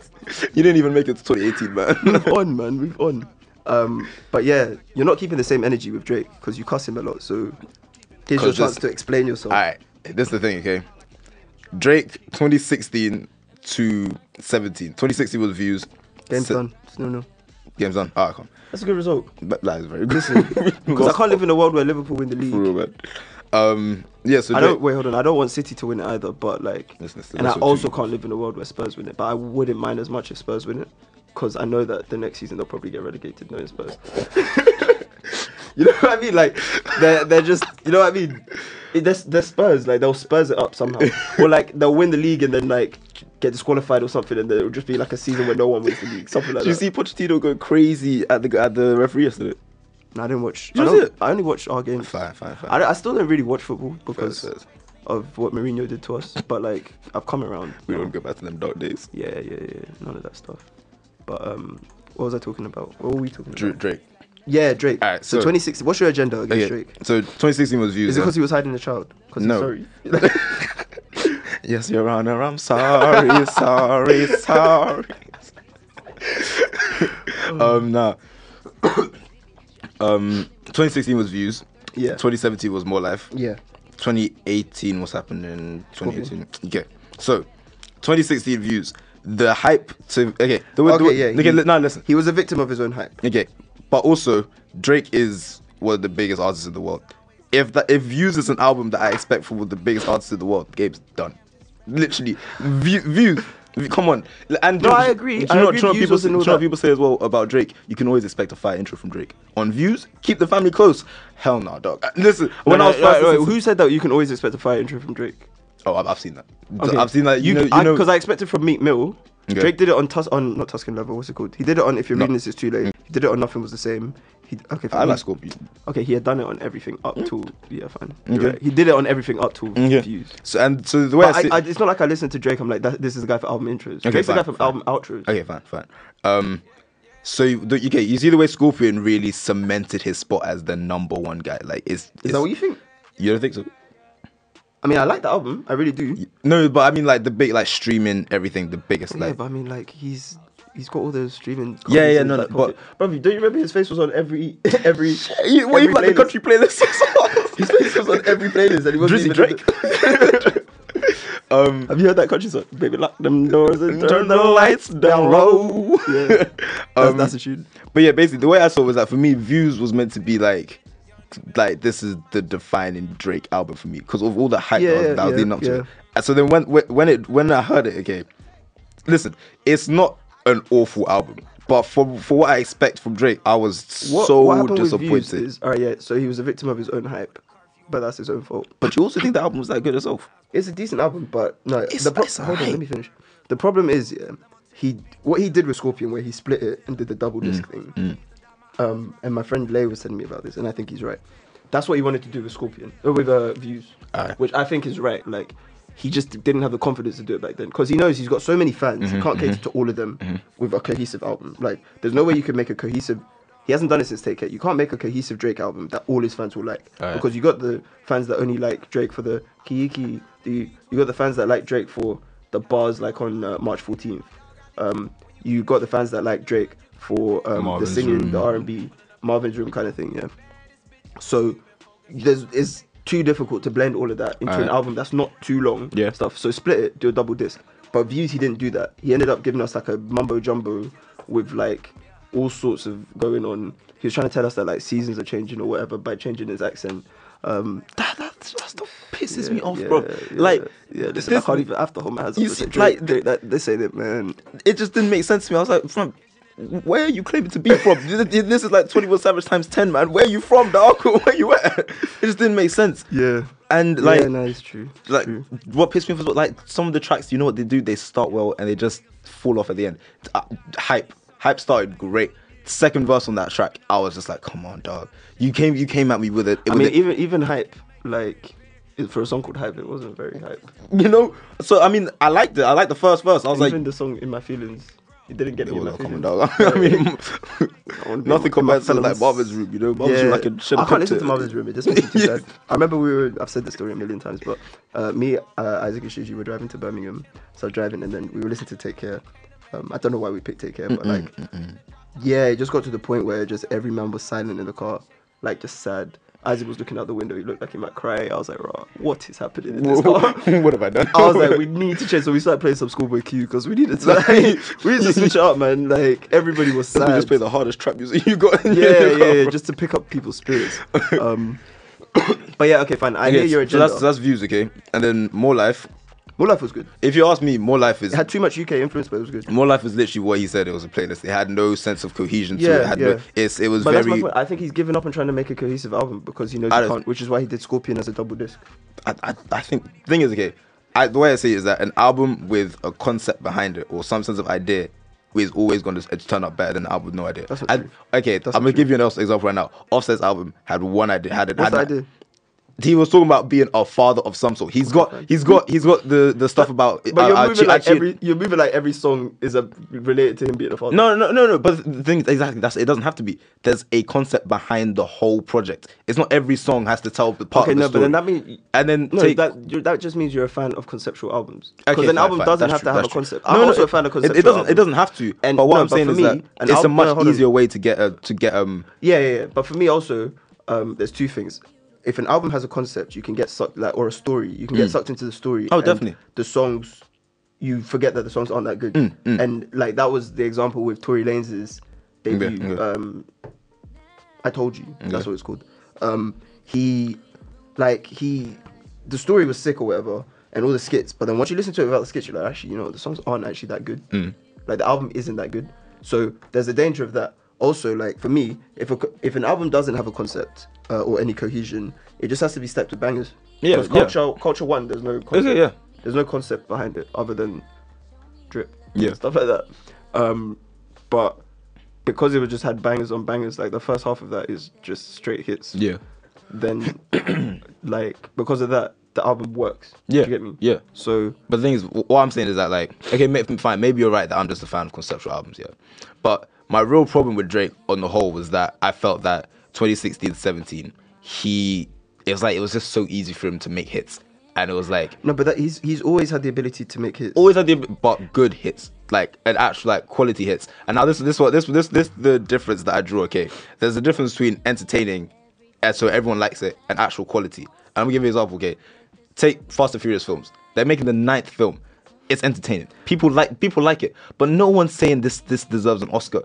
[SPEAKER 3] you didn't even make it to 2018, man.
[SPEAKER 2] Move on, man. Move on. Um, but yeah, you're not keeping the same energy with Drake because you cuss him a lot. So here's your
[SPEAKER 3] 'Cause
[SPEAKER 2] chance
[SPEAKER 3] this-
[SPEAKER 2] to explain yourself.
[SPEAKER 3] All right, this is the thing, okay? Drake 2016 to 17. 2016 was views.
[SPEAKER 2] Game's
[SPEAKER 3] Se-
[SPEAKER 2] done. It's No, no.
[SPEAKER 3] Game's done. All right, come.
[SPEAKER 2] That's a good result.
[SPEAKER 3] But that is very good.
[SPEAKER 2] Because I can't live in a world where Liverpool win the league.
[SPEAKER 3] For real, man. Um, yeah, so
[SPEAKER 2] I
[SPEAKER 3] Drake-
[SPEAKER 2] don't wait. Hold on. I don't want City to win it either. But like,
[SPEAKER 3] Listen, listen,
[SPEAKER 2] and I
[SPEAKER 3] that's what
[SPEAKER 2] also
[SPEAKER 3] you-
[SPEAKER 2] can't live in a world where Spurs win it. But I wouldn't mind as much if Spurs win it, because I know that the next season they'll probably get relegated. Knowing Spurs, you know what I mean? Like, they're they're just, you know what I mean? It, they're, they're Spurs. Like they'll Spurs it up somehow, or like they'll win the league and then like get disqualified or something, and then it'll just be like a season where no one wins the league, something like
[SPEAKER 3] Did you
[SPEAKER 2] that.
[SPEAKER 3] see Pochettino go crazy at the at the referee yesterday?
[SPEAKER 2] No, I didn't watch.
[SPEAKER 3] You
[SPEAKER 2] I,
[SPEAKER 3] was
[SPEAKER 2] don't-
[SPEAKER 3] it?
[SPEAKER 2] I only watched our game.
[SPEAKER 3] Fine, fine, fine.
[SPEAKER 2] I, don't- I still don't really watch football because
[SPEAKER 3] fairs.
[SPEAKER 2] of what Mourinho did to us. But like, I've come around.
[SPEAKER 3] we don't go back to them dark days.
[SPEAKER 2] Yeah, yeah, yeah. None of that stuff. But um, what was I talking about? What were we talking
[SPEAKER 3] Dra-
[SPEAKER 2] about?
[SPEAKER 3] Drake.
[SPEAKER 2] Yeah, Drake.
[SPEAKER 3] Alright,
[SPEAKER 2] so,
[SPEAKER 3] so-
[SPEAKER 2] 2016. What's your agenda against
[SPEAKER 3] Okay,
[SPEAKER 2] Drake?
[SPEAKER 3] so 2016 was views.
[SPEAKER 2] Is it
[SPEAKER 3] yeah?
[SPEAKER 2] because he was hiding a child? 'Cause he's
[SPEAKER 3] No.
[SPEAKER 2] sorry.
[SPEAKER 3] Yes, Your Honor, I'm sorry, sorry, sorry. um, nah. um, 2016 was views.
[SPEAKER 2] Yeah.
[SPEAKER 3] 2017 was more life.
[SPEAKER 2] yeah.
[SPEAKER 3] 2018 what's happened in 2018 okay so 2016 views the hype to okay the, way- the,
[SPEAKER 2] Okay,
[SPEAKER 3] way-
[SPEAKER 2] yeah,
[SPEAKER 3] okay
[SPEAKER 2] he-
[SPEAKER 3] li- now listen
[SPEAKER 2] He was a victim of his own hype.
[SPEAKER 3] okay but also drake is one of the biggest artists in the world if that if views is an album that i expect from one of the biggest artists in the world game's done literally View, views Come on, L- and
[SPEAKER 2] No,
[SPEAKER 3] do-
[SPEAKER 2] I agree.
[SPEAKER 3] Do you
[SPEAKER 2] I
[SPEAKER 3] know what-
[SPEAKER 2] agree,
[SPEAKER 3] do
[SPEAKER 2] views
[SPEAKER 3] you know what people, say,
[SPEAKER 2] wasn't
[SPEAKER 3] do
[SPEAKER 2] all
[SPEAKER 3] you know what
[SPEAKER 2] that.
[SPEAKER 3] people say as well about Drake? You can always expect a fire intro from Drake on views. Keep the family close. Hell no, dog. Uh, Listen, when I was first listening to-
[SPEAKER 2] who said that you can always expect a fire intro from Drake?
[SPEAKER 3] oh, I've, I've seen that. I've seen that. You, know, you
[SPEAKER 2] I-
[SPEAKER 3] know,
[SPEAKER 2] because I, expected from Meat Mill.
[SPEAKER 3] Okay.
[SPEAKER 2] Drake did it on Tus on not Tuscan Lover. What's it called? He did it on If You're
[SPEAKER 3] No.
[SPEAKER 2] Reading This, It's Too Late. He did it on Nothing Was the Same. He okay.
[SPEAKER 3] I
[SPEAKER 2] fine.
[SPEAKER 3] like Scorpion.
[SPEAKER 2] Okay, he had done it on everything up to yeah, fine. You're
[SPEAKER 3] Mm. Okay.
[SPEAKER 2] right. He did it on everything up to
[SPEAKER 3] Yeah.
[SPEAKER 2] views.
[SPEAKER 3] So and so the way
[SPEAKER 2] But
[SPEAKER 3] I, see,
[SPEAKER 2] I, I, it's not like I listen to Drake. I'm like, that, this is the guy for album intros.
[SPEAKER 3] Okay,
[SPEAKER 2] Drake's the
[SPEAKER 3] fine,
[SPEAKER 2] guy for
[SPEAKER 3] fine.
[SPEAKER 2] album outros.
[SPEAKER 3] Okay, fine, fine. Um, so you, the- okay, you see the way Scorpion really cemented his spot as the number one guy. Like, it's,
[SPEAKER 2] Is
[SPEAKER 3] it's-
[SPEAKER 2] that what you think?
[SPEAKER 3] You don't think so?
[SPEAKER 2] I mean, I like the album. I really do.
[SPEAKER 3] No, but I mean, like the big, like streaming everything, the biggest,
[SPEAKER 2] yeah,
[SPEAKER 3] like.
[SPEAKER 2] but I mean, like he's he's got all those streaming.
[SPEAKER 3] Yeah,
[SPEAKER 2] companies
[SPEAKER 3] yeah,
[SPEAKER 2] in
[SPEAKER 3] no,
[SPEAKER 2] his
[SPEAKER 3] no,
[SPEAKER 2] back pocket. Bruv, don't you remember his face was on every every?
[SPEAKER 3] You- what
[SPEAKER 2] every
[SPEAKER 3] you got the
[SPEAKER 2] playlist?
[SPEAKER 3] country playlist?
[SPEAKER 2] His face was on every playlist, and he wasn't
[SPEAKER 3] Drizzy
[SPEAKER 2] even
[SPEAKER 3] Drake. um,
[SPEAKER 2] Have you heard that country song? Baby, lock them doors and turn,
[SPEAKER 3] Turn
[SPEAKER 2] the
[SPEAKER 3] the
[SPEAKER 2] lights
[SPEAKER 3] lights
[SPEAKER 2] down
[SPEAKER 3] down
[SPEAKER 2] low.
[SPEAKER 3] low.
[SPEAKER 2] Yeah, that's,
[SPEAKER 3] Um,
[SPEAKER 2] that's a tune.
[SPEAKER 3] But yeah, basically the way I saw it was that for me, Views was meant to be like, like this is the defining Drake album for me because of all the hype
[SPEAKER 2] Yeah,
[SPEAKER 3] that was, that was
[SPEAKER 2] yeah,
[SPEAKER 3] leading up to
[SPEAKER 2] yeah.
[SPEAKER 3] it. And so then when when- when it when I heard it, okay, listen, it's not an awful album, but for for what I expect from Drake, I was so
[SPEAKER 2] happened with
[SPEAKER 3] disappointed.
[SPEAKER 2] Views is- all right, yeah. So he was a victim of his own hype, but that's his own fault.
[SPEAKER 3] but you also think the album was that good itself?
[SPEAKER 2] It's a decent album, but no. the pro-
[SPEAKER 3] it's
[SPEAKER 2] hold on, let
[SPEAKER 3] alright.
[SPEAKER 2] me finish. The problem is, yeah, he what he did with Scorpion, where he split it and did the double disc
[SPEAKER 3] Mm,
[SPEAKER 2] thing. Um, and my friend Lay was telling me about this, and I think he's right. That's what he wanted to do with Scorpion, uh, with uh, Views,
[SPEAKER 3] Alright.
[SPEAKER 2] which I think is right. Like, he just didn't have the confidence to do it back then because he knows he's got so many fans. he can't cater to all of them with a cohesive album. Like, there's no way you can make a cohesive. He hasn't done it since Take Care. You can't make a cohesive Drake album that all his fans will like
[SPEAKER 3] Alright.
[SPEAKER 2] because you got the fans that only like Drake for the Kiki. The you got the fans that like Drake for the bars like on uh, March 14th. Um, you got the fans that like Drake for um, the
[SPEAKER 3] Marvin's
[SPEAKER 2] singing,
[SPEAKER 3] Room.
[SPEAKER 2] the R&B, Marvin's Room kind of thing. Yeah. So there's it's too difficult to blend all of that into an
[SPEAKER 3] Alright.
[SPEAKER 2] album that's not too long.
[SPEAKER 3] Yeah.
[SPEAKER 2] Stuff. So split it, do a double disc. But views, he didn't do that. He ended up giving us like a mumbo jumbo with like all sorts of going on. He was trying to tell us that like seasons are changing or whatever by changing his accent. Um,
[SPEAKER 3] That that stuff pisses
[SPEAKER 2] yeah,
[SPEAKER 3] me off,
[SPEAKER 2] yeah,
[SPEAKER 3] bro.
[SPEAKER 2] yeah,
[SPEAKER 3] like,
[SPEAKER 2] yeah, listen, I
[SPEAKER 3] this-
[SPEAKER 2] can't even after home has
[SPEAKER 3] you see, like, the-
[SPEAKER 2] that, this ain't it, man.
[SPEAKER 3] e-, it just didn't make sense to me. I was like, from where are you claiming to be from? this this is like 21 Savage times 10, man. Where are you from, dog? Where you at? It just didn't make sense.
[SPEAKER 2] Yeah,
[SPEAKER 3] And like,
[SPEAKER 2] yeah, no, it's true. It's
[SPEAKER 3] like
[SPEAKER 2] true.
[SPEAKER 3] what pissed me off was like some of the tracks, you know what they do? They start well and they just fall off at the end. Uh, hype, hype started great. Second verse on that track, I was just like, come on, dog. You came, you came at me with it.
[SPEAKER 2] I
[SPEAKER 3] with
[SPEAKER 2] mean,
[SPEAKER 3] it-
[SPEAKER 2] even even hype like it- for a song called hype, it wasn't very hype.
[SPEAKER 3] you know. So I mean, I liked it. I liked the first verse. I was like,
[SPEAKER 2] even the song in my feelings, it didn't get
[SPEAKER 3] It
[SPEAKER 2] me. In my
[SPEAKER 3] wasn't
[SPEAKER 2] feelings.
[SPEAKER 3] common dog. I mean,
[SPEAKER 2] wouldn't be
[SPEAKER 3] nothing
[SPEAKER 2] in my
[SPEAKER 3] compared to like
[SPEAKER 2] feelings.
[SPEAKER 3] Marvin's room, you know. Marvin's room, I can shit
[SPEAKER 2] I can't listen to Marvin's Room. It just makes me too sad. I remember we were. I've said this story a million times, but uh, me, uh, Isaac, and Shuji were driving to Birmingham. So driving, and then we were listening to Take Care. Um, I don't know why we picked Take Care, but like, yeah, it just got to the point where just every man was silent in the car, like just sad. Isaac was looking out the window. He looked like he might cry. I was like, "Raw, what is happening in this car?"
[SPEAKER 3] what have I done?
[SPEAKER 2] I was like, we need to change. So we started playing some Schoolboy Q because we needed to, like, we needed to switch it up, man. Like everybody was
[SPEAKER 3] We
[SPEAKER 2] sad.
[SPEAKER 3] just play the hardest trap music you got. in
[SPEAKER 2] yeah,
[SPEAKER 3] your
[SPEAKER 2] yeah,
[SPEAKER 3] car,
[SPEAKER 2] yeah,
[SPEAKER 3] bro.
[SPEAKER 2] just to pick up people's spirits. Um, but yeah, okay, fine. I hear
[SPEAKER 3] Okay,
[SPEAKER 2] your
[SPEAKER 3] so
[SPEAKER 2] agenda.
[SPEAKER 3] that's that's views, okay. And then more life.
[SPEAKER 2] More Life was good.
[SPEAKER 3] If you ask me, more life is
[SPEAKER 2] It had too much UK influence, but it was good.
[SPEAKER 3] more life is literally what he said. It was a playlist. It had no sense of cohesion to it.
[SPEAKER 2] Yeah,
[SPEAKER 3] it had
[SPEAKER 2] yeah.
[SPEAKER 3] no, it's it was
[SPEAKER 2] But that's my
[SPEAKER 3] very.
[SPEAKER 2] point. I think he's given up on trying to make a cohesive album because he knows
[SPEAKER 3] I
[SPEAKER 2] he
[SPEAKER 3] don't-
[SPEAKER 2] can't, which is why he did Scorpion as a double disc.
[SPEAKER 3] I, I, I think thing is okay. I, the way I see it is that an album with a concept behind it or some sense of idea is always going to turn out better than an album with no idea.
[SPEAKER 2] That's not
[SPEAKER 3] I-
[SPEAKER 2] true.
[SPEAKER 3] okay,
[SPEAKER 2] That's
[SPEAKER 3] I'm
[SPEAKER 2] not
[SPEAKER 3] gonna give you an else- example right now. Offset's album had one idea. Had it.
[SPEAKER 2] What's
[SPEAKER 3] had
[SPEAKER 2] the
[SPEAKER 3] an-
[SPEAKER 2] idea?
[SPEAKER 3] He was talking about being a father of some sort. He's got, he's got, he's got the the stuff about. uh,
[SPEAKER 2] But you're moving like
[SPEAKER 3] achieve-
[SPEAKER 2] every you're moving like every song is a, related to him being a father.
[SPEAKER 3] No, no, no, no. But the thing is, exactly, that's it. Doesn't have to be. There's a concept behind the whole project. It's not every song has to tell the part.
[SPEAKER 2] Okay,
[SPEAKER 3] of the
[SPEAKER 2] no, but then that
[SPEAKER 3] story.
[SPEAKER 2] means
[SPEAKER 3] And then
[SPEAKER 2] no,
[SPEAKER 3] take,
[SPEAKER 2] that you- that just means you're a fan of conceptual albums. Because
[SPEAKER 3] Okay,
[SPEAKER 2] an
[SPEAKER 3] fine,
[SPEAKER 2] album
[SPEAKER 3] fine.
[SPEAKER 2] doesn't
[SPEAKER 3] That's
[SPEAKER 2] have
[SPEAKER 3] true,
[SPEAKER 2] to have a
[SPEAKER 3] that's true.
[SPEAKER 2] concept.
[SPEAKER 3] No,
[SPEAKER 2] I'm
[SPEAKER 3] no,
[SPEAKER 2] also
[SPEAKER 3] it-
[SPEAKER 2] a fan of
[SPEAKER 3] it-
[SPEAKER 2] conceptual.
[SPEAKER 3] It, doesn't.
[SPEAKER 2] albums.
[SPEAKER 3] It doesn't have to.
[SPEAKER 2] And-
[SPEAKER 3] but what
[SPEAKER 2] no,
[SPEAKER 3] I'm
[SPEAKER 2] but
[SPEAKER 3] saying
[SPEAKER 2] for
[SPEAKER 3] is
[SPEAKER 2] me,
[SPEAKER 3] that
[SPEAKER 2] an
[SPEAKER 3] it's a
[SPEAKER 2] album- no,
[SPEAKER 3] much
[SPEAKER 2] hold on.
[SPEAKER 3] easier way to get a to get um.
[SPEAKER 2] Yeah, yeah, yeah. But for me also, um, there's two things. If an album has a concept, you can get sucked like or a story, you can get sucked into the story.
[SPEAKER 3] Oh,
[SPEAKER 2] and
[SPEAKER 3] definitely. Mm,
[SPEAKER 2] The songs, you forget that the songs aren't that good. And like that was the example with Tory Lanez's debut.
[SPEAKER 3] yeah.
[SPEAKER 2] Um, I told you. That's what it's called. Um, he, like he, the story was sick or whatever. and all the skits. But then once you listen to it without the skits, you're like, actually, you know, the songs aren't actually that good.
[SPEAKER 3] Mm.
[SPEAKER 2] Like the album isn't that good. So there's a danger of that. Also, like for me, if a, co- if an album doesn't have a concept uh, or any cohesion, it just has to be stepped with bangers.
[SPEAKER 3] Yeah,
[SPEAKER 2] 'Cause
[SPEAKER 3] yeah.
[SPEAKER 2] culture culture one, there's no concept.
[SPEAKER 3] yeah.
[SPEAKER 2] There's no concept behind it other than drip,
[SPEAKER 3] Yeah.
[SPEAKER 2] stuff like that. Um, but because it was just had bangers on bangers, like the first half of that is just straight hits.
[SPEAKER 3] Yeah.
[SPEAKER 2] Then, like because of that, the album works. Do
[SPEAKER 3] Yeah,
[SPEAKER 2] you get me?
[SPEAKER 3] yeah.
[SPEAKER 2] So
[SPEAKER 3] But the thing is, wh- what I'm saying is that like, okay, ma- fine, maybe you're right that I'm just a fan of conceptual albums, yeah. But my real problem with Drake on the whole was that I felt that 2016, 17, he it was like it was just so easy for him to make hits, and it was like
[SPEAKER 2] no, but that he's he's always had the ability to make hits.
[SPEAKER 3] always had the ab- but good hits, like an actual like quality hits. And now this this what this this this the difference that I drew. Okay, there's a difference between entertaining, and so everyone likes it, and actual quality. And I'm gonna give you an example. Okay, take Fast and Furious films. They're making the ninth film. It's entertaining. People like people like it, but no one's saying this this deserves an Oscar.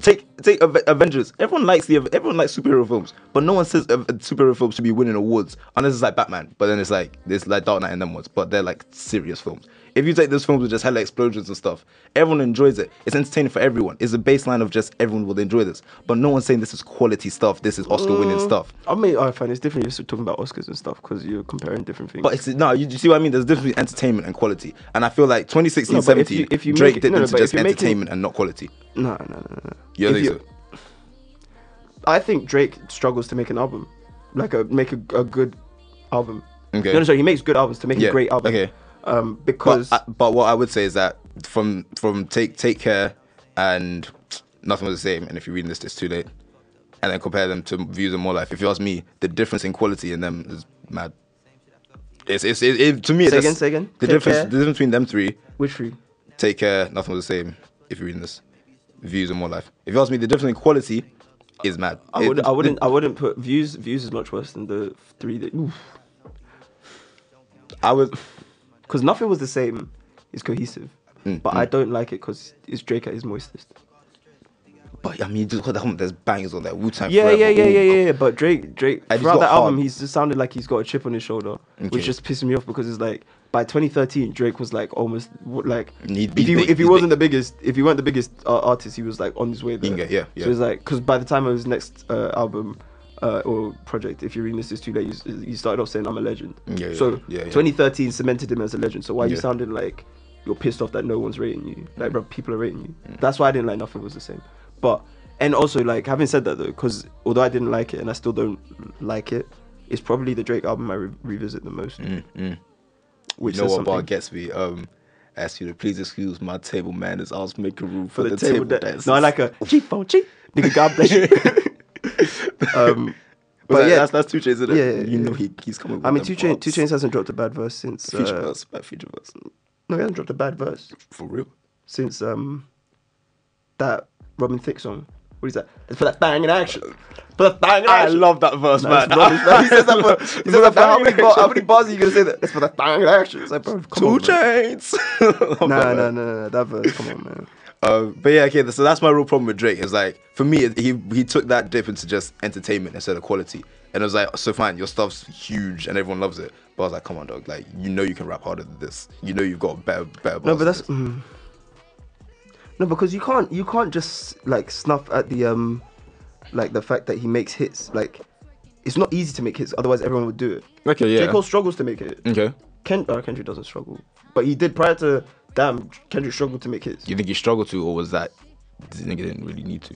[SPEAKER 3] Take take Ave- Avengers. Everyone likes the everyone likes superhero films, but no one says uh, superhero films should be winning awards unless it's like Batman. But then it's like there's like Dark Knight and them ones, but they're like serious films. If you take those films with just hella explosions and stuff, everyone enjoys it. It's entertaining for everyone. It's a baseline of just everyone will enjoy this, but no one's saying this is quality stuff. This is Oscar winning
[SPEAKER 2] Mm.
[SPEAKER 3] stuff.
[SPEAKER 2] I mean, I find it's different. You're still talking about Oscars and stuff because you're comparing different things.
[SPEAKER 3] But it's no, you, you see what I mean? There's a difference between entertainment and quality. And I feel like 2016,
[SPEAKER 2] No, but if
[SPEAKER 3] 17,
[SPEAKER 2] you- if you
[SPEAKER 3] Drake
[SPEAKER 2] make it-
[SPEAKER 3] did
[SPEAKER 2] no, no,
[SPEAKER 3] into
[SPEAKER 2] but if
[SPEAKER 3] just
[SPEAKER 2] you make it-
[SPEAKER 3] entertainment and not quality.
[SPEAKER 2] no, no, no, no.
[SPEAKER 3] You
[SPEAKER 2] If
[SPEAKER 3] think
[SPEAKER 2] you-
[SPEAKER 3] so?
[SPEAKER 2] I think Drake struggles to make an album, like a make a, a good album.
[SPEAKER 3] Okay.
[SPEAKER 2] No, no, sorry, he makes good albums to make
[SPEAKER 3] Yeah,
[SPEAKER 2] a great album.
[SPEAKER 3] okay.
[SPEAKER 2] Um,
[SPEAKER 3] But,
[SPEAKER 2] because
[SPEAKER 3] I, but what I would say is that from from take take care and nothing was the same. And if you're reading this, it's too late. And then compare them to views and more life. If you ask me, the difference in quality in them is mad. It's, it's it, it- to me. It's
[SPEAKER 2] Say
[SPEAKER 3] just-
[SPEAKER 2] again, say again.
[SPEAKER 3] The
[SPEAKER 2] Take
[SPEAKER 3] difference
[SPEAKER 2] Care.
[SPEAKER 3] the difference between them three
[SPEAKER 2] which three?
[SPEAKER 3] Take care. Nothing was the same. If you're reading this, views and more life. If you ask me, the difference in quality is mad.
[SPEAKER 2] I
[SPEAKER 3] It-
[SPEAKER 2] would, I wouldn't, I wouldn't put views. Views is much worse than the three that.
[SPEAKER 3] I would.
[SPEAKER 2] Because nothing was the same. It's cohesive,
[SPEAKER 3] Mm,
[SPEAKER 2] but I don't like it because it's Drake at his moistest.
[SPEAKER 3] But I mean, just, there's bangers on there. Wu Tang.
[SPEAKER 2] Yeah,
[SPEAKER 3] Forever.
[SPEAKER 2] yeah, yeah,
[SPEAKER 3] Ooh,
[SPEAKER 2] yeah, yeah, yeah. But Drake, Drake,
[SPEAKER 3] And he's
[SPEAKER 2] throughout
[SPEAKER 3] got
[SPEAKER 2] that album,
[SPEAKER 3] hard-
[SPEAKER 2] he's just sounded like he's got a chip on his shoulder,
[SPEAKER 3] Okay.
[SPEAKER 2] which just pissed me off because it's like by 2013, Drake was like almost w- like
[SPEAKER 3] He'd
[SPEAKER 2] if
[SPEAKER 3] be
[SPEAKER 2] he
[SPEAKER 3] big,
[SPEAKER 2] if he
[SPEAKER 3] he's
[SPEAKER 2] wasn't
[SPEAKER 3] big.
[SPEAKER 2] the biggest, if he weren't the biggest uh, artist, he was like on his way there.
[SPEAKER 3] Inga, yeah, yeah.
[SPEAKER 2] So it's like because by the time of his next uh, album. Uh, or project. If you're reading this, is too late. You, you started off saying I'm a legend.
[SPEAKER 3] Yeah, yeah,
[SPEAKER 2] so
[SPEAKER 3] yeah, yeah.
[SPEAKER 2] 2013 cemented him as a legend. So why you
[SPEAKER 3] Yeah.
[SPEAKER 2] sounding like you're pissed off that no one's rating you? Like, bro, people are rating you.
[SPEAKER 3] Mm.
[SPEAKER 2] That's why I didn't like nothing was the same. But and also like having said that though, because although I didn't like it and I still don't like it, it's probably the Drake album I re- revisit the most.
[SPEAKER 3] Mm.
[SPEAKER 2] Which
[SPEAKER 3] you know
[SPEAKER 2] says
[SPEAKER 3] what bar
[SPEAKER 2] something.
[SPEAKER 3] gets me? Um, ask you to please excuse my table manners. I was making room
[SPEAKER 2] for
[SPEAKER 3] for,
[SPEAKER 2] the, table,
[SPEAKER 3] dance.
[SPEAKER 2] dance. No, I like a cheap phone cheap. Nigga, God bless you. um,
[SPEAKER 3] But
[SPEAKER 2] but
[SPEAKER 3] yeah,
[SPEAKER 2] yeah,
[SPEAKER 3] that's that's two chains, isn't it?
[SPEAKER 2] Yeah, yeah, yeah.
[SPEAKER 3] you know he, he's coming.
[SPEAKER 2] I
[SPEAKER 3] with
[SPEAKER 2] mean,
[SPEAKER 3] them
[SPEAKER 2] two chain, two
[SPEAKER 3] bars.
[SPEAKER 2] chains hasn't dropped a bad verse since. Uh,
[SPEAKER 3] Future verse, bad future verse.
[SPEAKER 2] No, he hasn't dropped a bad verse.
[SPEAKER 3] For real.
[SPEAKER 2] since um that Robin Thicke song. What is that? Let's put that bang in action. Put that bang in
[SPEAKER 3] I
[SPEAKER 2] action.
[SPEAKER 3] love that verse,
[SPEAKER 2] That's
[SPEAKER 3] man.
[SPEAKER 2] rubbish, man. He says that for, he says that for how, many
[SPEAKER 3] bars?
[SPEAKER 2] bars, how many bars are you gonna say that? Let's put that bang in action. It's like, bro, come
[SPEAKER 3] Two
[SPEAKER 2] on, bro.
[SPEAKER 3] chains. Love that
[SPEAKER 2] Nah,
[SPEAKER 3] verse.
[SPEAKER 2] nah, nah, nah, that verse. Come on, man.
[SPEAKER 3] Uh, but yeah, okay. So that's my real problem with Drake. Is like for me, it- he he took that dip into just entertainment instead of quality, and I was like, so fine, your stuff's huge and everyone loves it. But I was like, come on, dog. Like you know you can rap harder than this. You know you've got better better.
[SPEAKER 2] No, but
[SPEAKER 3] bars than
[SPEAKER 2] that's
[SPEAKER 3] this.
[SPEAKER 2] mm. no because you can't you can't just like snuff at the um like the fact that he makes hits. Like it's not easy to make hits. Otherwise, everyone would do it.
[SPEAKER 3] Okay, yeah.
[SPEAKER 2] J Cole struggles to make it.
[SPEAKER 3] okay.
[SPEAKER 2] Ken- uh, Kendrick doesn't struggle, but he did prior to. Damn, Kendrick struggled to make hits.
[SPEAKER 3] You think he struggled to, or was that this nigga didn't really need to?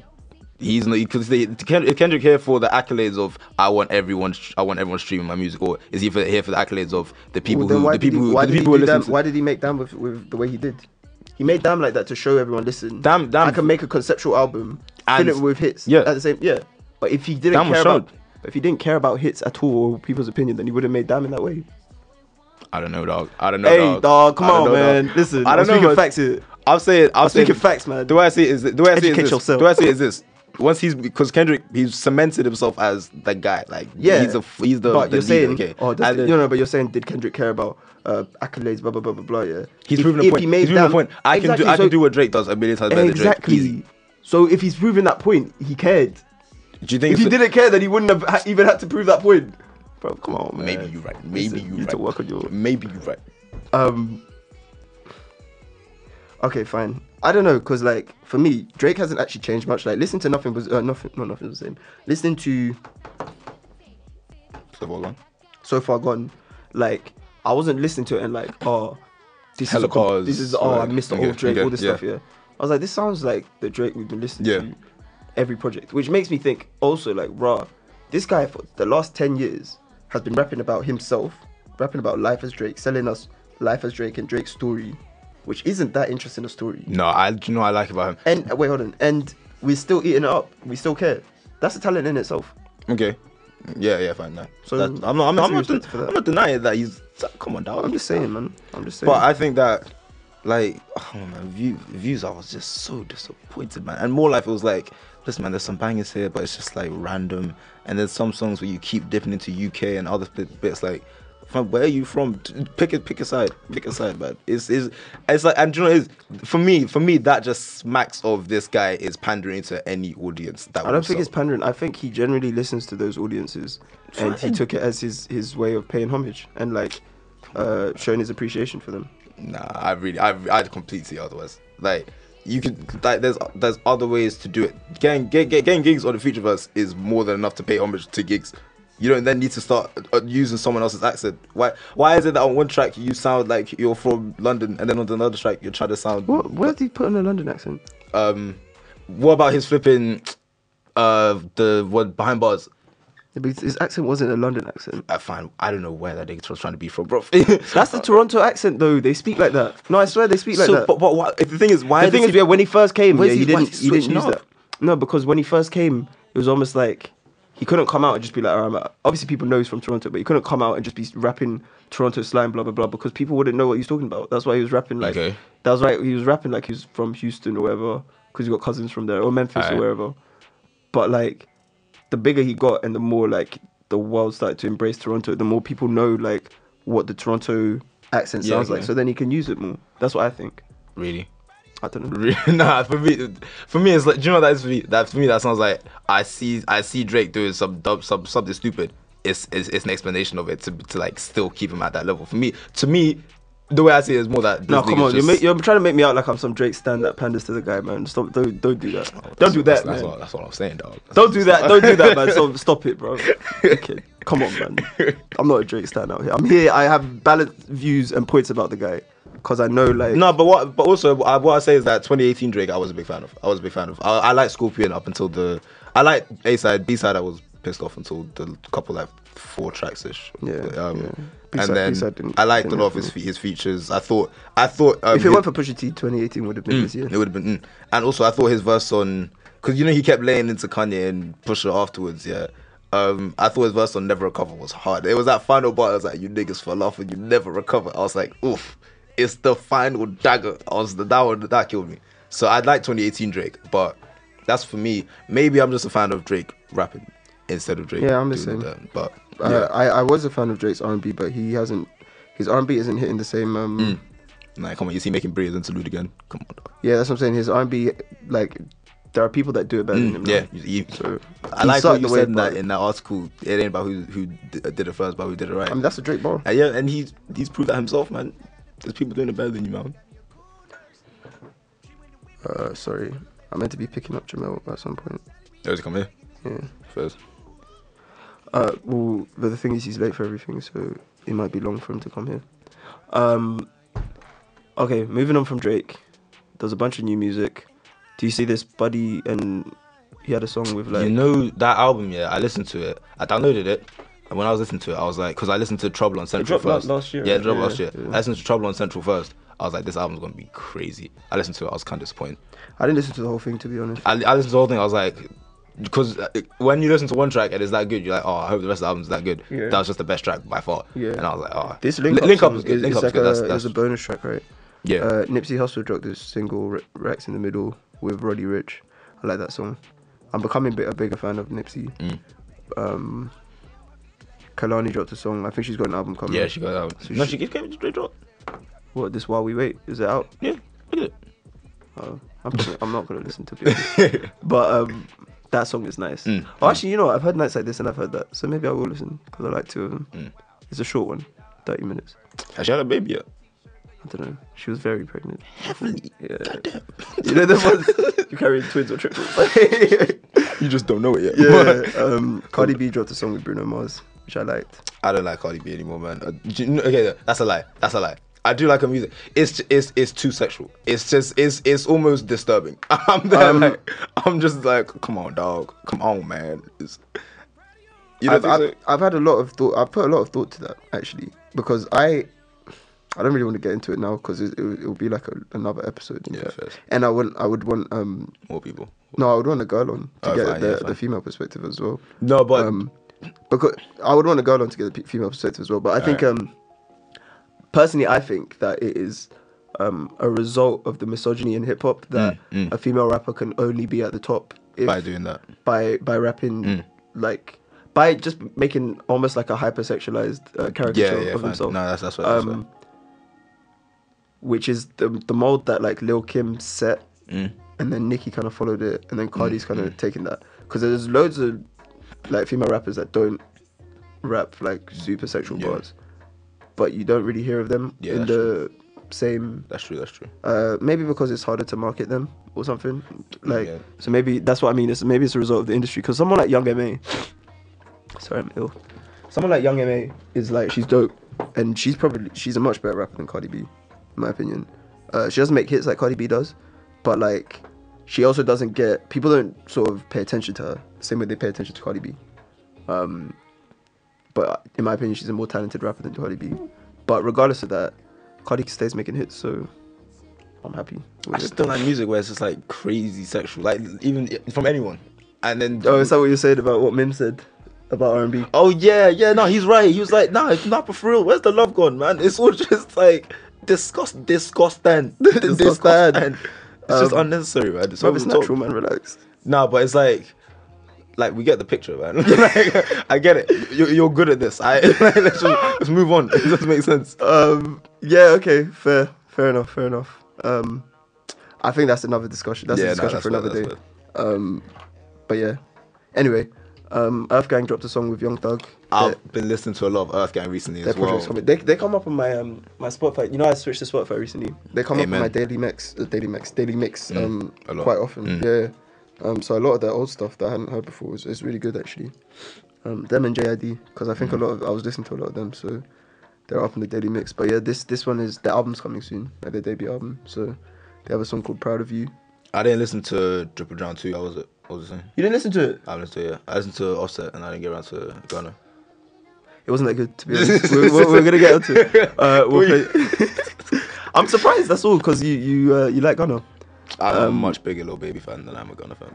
[SPEAKER 3] He's not because Kendrick here for the accolades of I want everyone I want everyone streaming my music, or is he for, here for the accolades of the people
[SPEAKER 2] Well, then
[SPEAKER 3] who
[SPEAKER 2] why
[SPEAKER 3] the
[SPEAKER 2] did
[SPEAKER 3] people
[SPEAKER 2] he,
[SPEAKER 3] who
[SPEAKER 2] why
[SPEAKER 3] the
[SPEAKER 2] did
[SPEAKER 3] people
[SPEAKER 2] he
[SPEAKER 3] who
[SPEAKER 2] do
[SPEAKER 3] listen?
[SPEAKER 2] damn,
[SPEAKER 3] to-
[SPEAKER 2] why did he make damn with, with the way he did? He made damn like that to show everyone, listen,
[SPEAKER 3] Damn- Damn-
[SPEAKER 2] I can make a conceptual album,
[SPEAKER 3] And-
[SPEAKER 2] fill it with hits.
[SPEAKER 3] yeah.
[SPEAKER 2] at the same, yeah. But if he didn't
[SPEAKER 3] Damn was
[SPEAKER 2] care about,
[SPEAKER 3] showed.
[SPEAKER 2] but if he didn't care about hits at all or people's opinion, then he would have made damn in that way.
[SPEAKER 3] I don't know, dog. I don't know.
[SPEAKER 2] Hey,
[SPEAKER 3] dog.
[SPEAKER 2] dog, come
[SPEAKER 3] I don't
[SPEAKER 2] on, man.
[SPEAKER 3] dog.
[SPEAKER 2] Listen, I'm speaking
[SPEAKER 3] man.
[SPEAKER 2] facts here.
[SPEAKER 3] I'm saying, I'm, saying
[SPEAKER 2] speaking facts, man.
[SPEAKER 3] The way I see it is, th- the way I see it
[SPEAKER 2] Educate
[SPEAKER 3] is this.
[SPEAKER 2] yourself.
[SPEAKER 3] The way I see it is this. Once he's because Kendrick, he's cemented himself as the guy. Like,
[SPEAKER 2] Yeah,
[SPEAKER 3] he's the f- he's the.
[SPEAKER 2] But
[SPEAKER 3] the
[SPEAKER 2] you're
[SPEAKER 3] leader,
[SPEAKER 2] saying,
[SPEAKER 3] okay.
[SPEAKER 2] oh, does,
[SPEAKER 3] And
[SPEAKER 2] no,
[SPEAKER 3] then-
[SPEAKER 2] no, but you're saying, did Kendrick care about uh, accolades, blah blah blah blah blah? Yeah,
[SPEAKER 3] He's
[SPEAKER 2] If-
[SPEAKER 3] proven
[SPEAKER 2] if
[SPEAKER 3] a point.
[SPEAKER 2] He made
[SPEAKER 3] He's proven a
[SPEAKER 2] damn-
[SPEAKER 3] point. I can
[SPEAKER 2] Exactly,
[SPEAKER 3] do. I
[SPEAKER 2] so-
[SPEAKER 3] can do what Drake does a million times better
[SPEAKER 2] Exactly.
[SPEAKER 3] than Drake. Easy.
[SPEAKER 2] So if he's proven that point, he cared.
[SPEAKER 3] Do you think
[SPEAKER 2] if he
[SPEAKER 3] so-
[SPEAKER 2] didn't care, then he wouldn't have ha- even had to prove that point. Bro, come on, man.
[SPEAKER 3] Maybe you're right. Maybe
[SPEAKER 2] Listen,
[SPEAKER 3] you're
[SPEAKER 2] need
[SPEAKER 3] right.
[SPEAKER 2] to work on your.
[SPEAKER 3] Maybe you're right.
[SPEAKER 2] Um. Okay, fine. I don't know, cause like for me, Drake hasn't actually changed much. Like, listen to nothing was uh, nothing, not nothing was the same. Listen to
[SPEAKER 3] So hold on.
[SPEAKER 2] so far gone. Like, I wasn't listening to it and like, oh, this is
[SPEAKER 3] Hella
[SPEAKER 2] a com-
[SPEAKER 3] bars,
[SPEAKER 2] this is oh,
[SPEAKER 3] like,
[SPEAKER 2] I missed the
[SPEAKER 3] okay,
[SPEAKER 2] old Drake,
[SPEAKER 3] okay,
[SPEAKER 2] all this
[SPEAKER 3] yeah.
[SPEAKER 2] stuff. Yeah, I was like, this sounds like the Drake we've been listening
[SPEAKER 3] Yeah.
[SPEAKER 2] to every project, which makes me think also like, rah, this guy for the last ten years has been rapping about himself, rapping about life as Drake, selling us life as Drake and Drake's story, which isn't that interesting a story.
[SPEAKER 3] No, I do you know what I like about him.
[SPEAKER 2] And uh, wait, hold on, and we're still eating it up. We still care. That's a talent in itself.
[SPEAKER 3] Okay. Yeah, yeah, fine. No.
[SPEAKER 2] So,
[SPEAKER 3] So I'm not. I'm,
[SPEAKER 2] that's
[SPEAKER 3] I'm, not
[SPEAKER 2] respect for that.
[SPEAKER 3] I'm not denying that he's. Come on, dog.
[SPEAKER 2] I'm just saying, man. I'm just saying.
[SPEAKER 3] But I think that, like, oh man, view, views, I was just so disappointed, man. And more life, it was like, listen, man, there's some bangers here, but it's just like random. And there's some songs where you keep dipping into UK and other bit- bits, like, fam, where are you from? D- Pick it, pick a side, pick a side, man. It's it's it's like, and do you know, it's, for me, for me, that just smacks of this guy is pandering to any audience. That
[SPEAKER 2] I don't think it's pandering. I think he generally listens to those audiences, and he
[SPEAKER 3] Fine.
[SPEAKER 2] took it as his his way of paying homage and like uh, showing his appreciation for them.
[SPEAKER 3] Nah, I really, I, I'd completely see otherwise. Like, you could, like, there's, there's other ways to do it. Getting, get, get, getting gigs on the Futureverse is more than enough to pay homage to gigs. You don't then need to start uh, using someone else's accent. Why, why is it that on one track you sound like you're from London, and then on another track you're trying to sound?
[SPEAKER 2] What? Where did he put on a London accent?
[SPEAKER 3] Um, what about his flipping, uh, the what behind bars?
[SPEAKER 2] Yeah, because His accent wasn't a London accent.
[SPEAKER 3] I find I don't know where that nigga was trying to be from, bro.
[SPEAKER 2] That's the Toronto accent, though. They speak like that. No, I swear they speak like
[SPEAKER 3] so,
[SPEAKER 2] that.
[SPEAKER 3] but, but why, if the thing is, why?
[SPEAKER 2] the thing
[SPEAKER 3] does
[SPEAKER 2] is,
[SPEAKER 3] he-
[SPEAKER 2] yeah, when he first came,
[SPEAKER 3] Where's
[SPEAKER 2] yeah, he,
[SPEAKER 3] he- why
[SPEAKER 2] didn't
[SPEAKER 3] is he
[SPEAKER 2] he didn't
[SPEAKER 3] switching
[SPEAKER 2] use
[SPEAKER 3] up?
[SPEAKER 2] that. No, because when he first came, it was almost like he couldn't come out and just be like, "Alright, I'm- obviously people know he's from Toronto, but he couldn't come out and just be rapping Toronto slang, blah blah blah, because people wouldn't know what he's talking about. That's why he was rapping like
[SPEAKER 3] Okay.
[SPEAKER 2] that was right. He was rapping like he was from Houston or wherever, because he got cousins from there or Memphis or
[SPEAKER 3] Alright.
[SPEAKER 2] wherever. But like, the bigger he got and the more like the world started to embrace Toronto, the more people know like what the Toronto accent
[SPEAKER 3] Yeah,
[SPEAKER 2] sounds like.
[SPEAKER 3] okay.
[SPEAKER 2] So then he can use it more. That's what I think.
[SPEAKER 3] really?
[SPEAKER 2] I don't know.
[SPEAKER 3] Re- nah, for me, for me, it's like, do you know what that is for me? That for me, that sounds like I see, I see Drake doing some dub, some something stupid. It's, it's, it's an explanation of it to, to like still keep him at that level. For me, to me, the way I see it is more that. this
[SPEAKER 2] No, come
[SPEAKER 3] nigga's
[SPEAKER 2] on. You're,
[SPEAKER 3] just-
[SPEAKER 2] ma- you're trying to make me out like I'm some Drake stand that panders to the guy, man. Stop. Don't, don't do that. don't do
[SPEAKER 3] That's-
[SPEAKER 2] that,
[SPEAKER 3] That's,
[SPEAKER 2] man.
[SPEAKER 3] what, that's what I'm saying, dog.
[SPEAKER 2] Don't do that. Don't do that, man. So, stop it, bro. Okay. Come on, man. I'm not a Drake stand out here. I'm here. I have balanced views and points about the guy because I know, like,
[SPEAKER 3] No, but what? But also, what I, what I say is that 2018 Drake, I was a big fan of. I was a big fan of. I, I like Scorpion up until the. I like A side, B side. I was pissed off until the couple like four tracks ish.
[SPEAKER 2] Yeah,
[SPEAKER 3] Um,
[SPEAKER 2] yeah. B-side-
[SPEAKER 3] And then
[SPEAKER 2] B-side didn't-
[SPEAKER 3] I liked a
[SPEAKER 2] didn't
[SPEAKER 3] lot of
[SPEAKER 2] have
[SPEAKER 3] his,
[SPEAKER 2] me.
[SPEAKER 3] fe- his features. I thought. I thought. Um,
[SPEAKER 2] if it
[SPEAKER 3] his-
[SPEAKER 2] weren't for Pusha T, 2018 would have been this year.
[SPEAKER 3] it would have been. Mm. And also, I thought his verse on because you know he kept laying into Kanye and Pusha afterwards. Yeah. Um, I thought his verse on Never Recover was hard. It was that final part. I was like, "You niggas fell off and you never recover." I was like, "Oof, it's the final dagger." I was the that one that killed me. So I'd like 2018 Drake, but that's for me. Maybe I'm just a fan of Drake rapping instead of Drake.
[SPEAKER 2] Yeah, I'm the
[SPEAKER 3] doing
[SPEAKER 2] same.
[SPEAKER 3] that. But
[SPEAKER 2] Uh, I, I was a fan of Drake's R&B, but he hasn't. His R&B isn't hitting the same. Um,
[SPEAKER 3] nah, come on, you see making Breeze interlude again? Come on. dog.
[SPEAKER 2] Yeah, that's what I'm saying. His R&B, like, there are people that do it better than him. now.
[SPEAKER 3] Mm, Yeah, you- you-
[SPEAKER 2] So,
[SPEAKER 3] I
[SPEAKER 2] he
[SPEAKER 3] like
[SPEAKER 2] started
[SPEAKER 3] what you
[SPEAKER 2] the wave,
[SPEAKER 3] said in that
[SPEAKER 2] but-
[SPEAKER 3] in that article. It ain't about who who d- did it first, but who did it right.
[SPEAKER 2] I mean, that's a Drake bar.
[SPEAKER 3] And yeah, and he's he's proved that himself, man. There's people doing it better than you, man.
[SPEAKER 2] Uh, sorry, I meant to be picking up Jamel at some point.
[SPEAKER 3] There's come here
[SPEAKER 2] Yeah.
[SPEAKER 3] first.
[SPEAKER 2] Uh, well, but the thing is, he's late for everything, so it might be long for him to come here. Um, okay, moving on from Drake. There's a bunch of new music. Do you see this Buddy and he had a song with like
[SPEAKER 3] you know that album, yeah. I listened to it. I downloaded it. And when I was listening to it, I was like, because I listened to Trouble on Central
[SPEAKER 2] dropped la-
[SPEAKER 3] first.
[SPEAKER 2] last year,
[SPEAKER 3] Yeah,
[SPEAKER 2] right?
[SPEAKER 3] it dropped
[SPEAKER 2] Yeah,
[SPEAKER 3] last year.
[SPEAKER 2] yeah.
[SPEAKER 3] I listened to Trouble on Central first. I was like, this album's gonna be crazy. I listened to it. I was kind of disappointed.
[SPEAKER 2] I didn't listen to the whole thing to be honest.
[SPEAKER 3] I, I listened to the whole thing. I was like, because when you listen to one track and it's that good, you're like, oh, I hope the rest of the album's that good.
[SPEAKER 2] Yeah.
[SPEAKER 3] That was just the best track by far.
[SPEAKER 2] Yeah.
[SPEAKER 3] And I was like, oh,
[SPEAKER 2] This link,
[SPEAKER 3] Li- link up
[SPEAKER 2] song
[SPEAKER 3] is good.
[SPEAKER 2] is-
[SPEAKER 3] Link
[SPEAKER 2] it's
[SPEAKER 3] up is
[SPEAKER 2] like
[SPEAKER 3] good.
[SPEAKER 2] a,
[SPEAKER 3] That's,
[SPEAKER 2] it was
[SPEAKER 3] that's
[SPEAKER 2] a bonus track, right?
[SPEAKER 3] yeah.
[SPEAKER 2] Uh, Nipsey Hussle dropped this single Re- Rex in the Middle with Roddy Rich. I like that song. I'm becoming a, bit, a bigger fan of Nipsey.
[SPEAKER 3] Mm.
[SPEAKER 2] Um, Kalani dropped a song. I think she's got an album coming.
[SPEAKER 3] yeah, she got that.
[SPEAKER 2] So
[SPEAKER 3] no,
[SPEAKER 2] she-
[SPEAKER 3] she gave it straight drop.
[SPEAKER 2] What this while we wait is it out?
[SPEAKER 3] Yeah, look at it.
[SPEAKER 2] Oh, I'm, probably- I'm not gonna listen to it. but um, that song is nice.
[SPEAKER 3] Mm,
[SPEAKER 2] Oh, actually, you know, what? I've heard nights like this and I've heard that, so
[SPEAKER 3] Mm.
[SPEAKER 2] maybe I will listen because I like two of them. It's a short one, 30 minutes.
[SPEAKER 3] Has she had a baby yet?
[SPEAKER 2] don't know. She was very pregnant.
[SPEAKER 3] Heavily.
[SPEAKER 2] Yeah.
[SPEAKER 3] Goddamn.
[SPEAKER 2] You know the ones you carry twins or triplets.
[SPEAKER 3] You just don't know it yet.
[SPEAKER 2] yeah. Um, Cardi B dropped a song with Bruno Mars, which I liked.
[SPEAKER 3] I don't like Cardi B anymore, man. Uh, do you- no, okay, no, that's a lie. That's a lie. I do like her music. It's it's it's too sexual. It's just it's it's almost disturbing. I'm there,
[SPEAKER 2] Um,
[SPEAKER 3] like, I'm just like, come on, dog. Come on, man. It's, you know,
[SPEAKER 2] I've, I've, I've had a lot of thought. I put a lot of thought to that actually because I, I don't really want to get into it now because it, it, will- it will be like a, another episode. in
[SPEAKER 3] Yeah,
[SPEAKER 2] fact.
[SPEAKER 3] fair.
[SPEAKER 2] And I would I would want um
[SPEAKER 3] more people.
[SPEAKER 2] no I would want a girl on to
[SPEAKER 3] Oh,
[SPEAKER 2] get
[SPEAKER 3] fine,
[SPEAKER 2] the,
[SPEAKER 3] yeah,
[SPEAKER 2] the
[SPEAKER 3] fine.
[SPEAKER 2] female perspective as well.
[SPEAKER 3] No, but
[SPEAKER 2] um, because I would want to go along to get the pe- female perspective as well. But I think,
[SPEAKER 3] Alright.
[SPEAKER 2] um, personally, I think that it is um, a result of the misogyny in hip hop that a female rapper can only be at the top if,
[SPEAKER 3] Mm, by doing that,
[SPEAKER 2] by by rapping
[SPEAKER 3] Mm.
[SPEAKER 2] like by just making almost like a hypersexualized uh,
[SPEAKER 3] yeah,
[SPEAKER 2] caricature
[SPEAKER 3] yeah,
[SPEAKER 2] of
[SPEAKER 3] fine.
[SPEAKER 2] themselves.
[SPEAKER 3] No, that's that's what. That's
[SPEAKER 2] um, which is the the mold that like Lil Kim set,
[SPEAKER 3] Mm,
[SPEAKER 2] and then Nicki kind of followed it, and then Cardi's kind of taking that because there's loads of like female rappers that don't rap like super sexual
[SPEAKER 3] Yeah.
[SPEAKER 2] bars, but you don't really hear of them
[SPEAKER 3] Yeah,
[SPEAKER 2] in
[SPEAKER 3] that's
[SPEAKER 2] the same.
[SPEAKER 3] that's true. That's true.
[SPEAKER 2] Uh, maybe because it's harder to market them or something. Like
[SPEAKER 3] Yeah.
[SPEAKER 2] so, maybe that's what I mean. It's maybe it's a result of the industry because someone like Young Ma, sorry I'm ill. Someone like Young Ma is like she's dope, and she's probably she's a much better rapper than Cardi B, in my opinion. Uh, she doesn't make hits like Cardi B does, but like she also doesn't get people don't sort of pay attention to her same way they pay attention to Cardi B. Um, but in my opinion, she's a more talented rapper than Cardi B. But regardless of that, Cardi stays making hits, so I'm happy. with
[SPEAKER 3] I
[SPEAKER 2] it.
[SPEAKER 3] just don't like music where it's just like crazy sexual, like even from anyone. And then
[SPEAKER 2] oh, is that what you said about what Mim said about R&B?
[SPEAKER 3] Oh yeah, yeah, no, he's right. He was like, nah, it's not for real. Where's the love gone, man? It's all just like disgust, disgusting, disgusting. It's just
[SPEAKER 2] Um,
[SPEAKER 3] unnecessary, man. It's
[SPEAKER 2] Bro, it's
[SPEAKER 3] overtalked.
[SPEAKER 2] natural, man. Relax.
[SPEAKER 3] Nah, but it's like, like we get the picture, man. like, I get it. You're, you're good at this. I let's, just, let's move on. It doesn't make sense.
[SPEAKER 2] Um, yeah, okay, fair, fair enough, fair enough. Um, I think that's another discussion. That's
[SPEAKER 3] Yeah,
[SPEAKER 2] a
[SPEAKER 3] nah,
[SPEAKER 2] discussion
[SPEAKER 3] that's
[SPEAKER 2] for
[SPEAKER 3] fair,
[SPEAKER 2] another
[SPEAKER 3] that's
[SPEAKER 2] day. Um, but yeah. Anyway, um, Earth Gang dropped a song with Young Thug.
[SPEAKER 3] I've
[SPEAKER 2] Their-
[SPEAKER 3] been listening to a lot of Earth Gang recently
[SPEAKER 2] their
[SPEAKER 3] as well.
[SPEAKER 2] project's coming. They, they come up on my um my Spotify. You know I switched to Spotify recently. They come
[SPEAKER 3] Amen. Mm,
[SPEAKER 2] up on my daily mix, uh, daily mix, daily mix. um,
[SPEAKER 3] a lot. Mm.
[SPEAKER 2] quite often. Yeah. Um, so a lot of their old stuff that I hadn't heard before is, is really good actually. Um, them and JID because I think
[SPEAKER 3] Mm.
[SPEAKER 2] a lot of I was listening to a lot of them, so they're up on the daily mix. But yeah, this this one is the album's coming soon, like their debut album. So they have a song called Proud of You.
[SPEAKER 3] I didn't listen to Triple Drown too. I was it. What was it saying?
[SPEAKER 2] You didn't listen to it?
[SPEAKER 3] I listened to yeah. I listened to Offset and I didn't get around to Ghana.
[SPEAKER 2] It wasn't that good to be honest. we're, we're, we're gonna get onto it. Uh, we'll play- I'm surprised. That's all because you you uh, you like Ghana.
[SPEAKER 3] I'm a much bigger little baby fan than I'm a Gunner fan.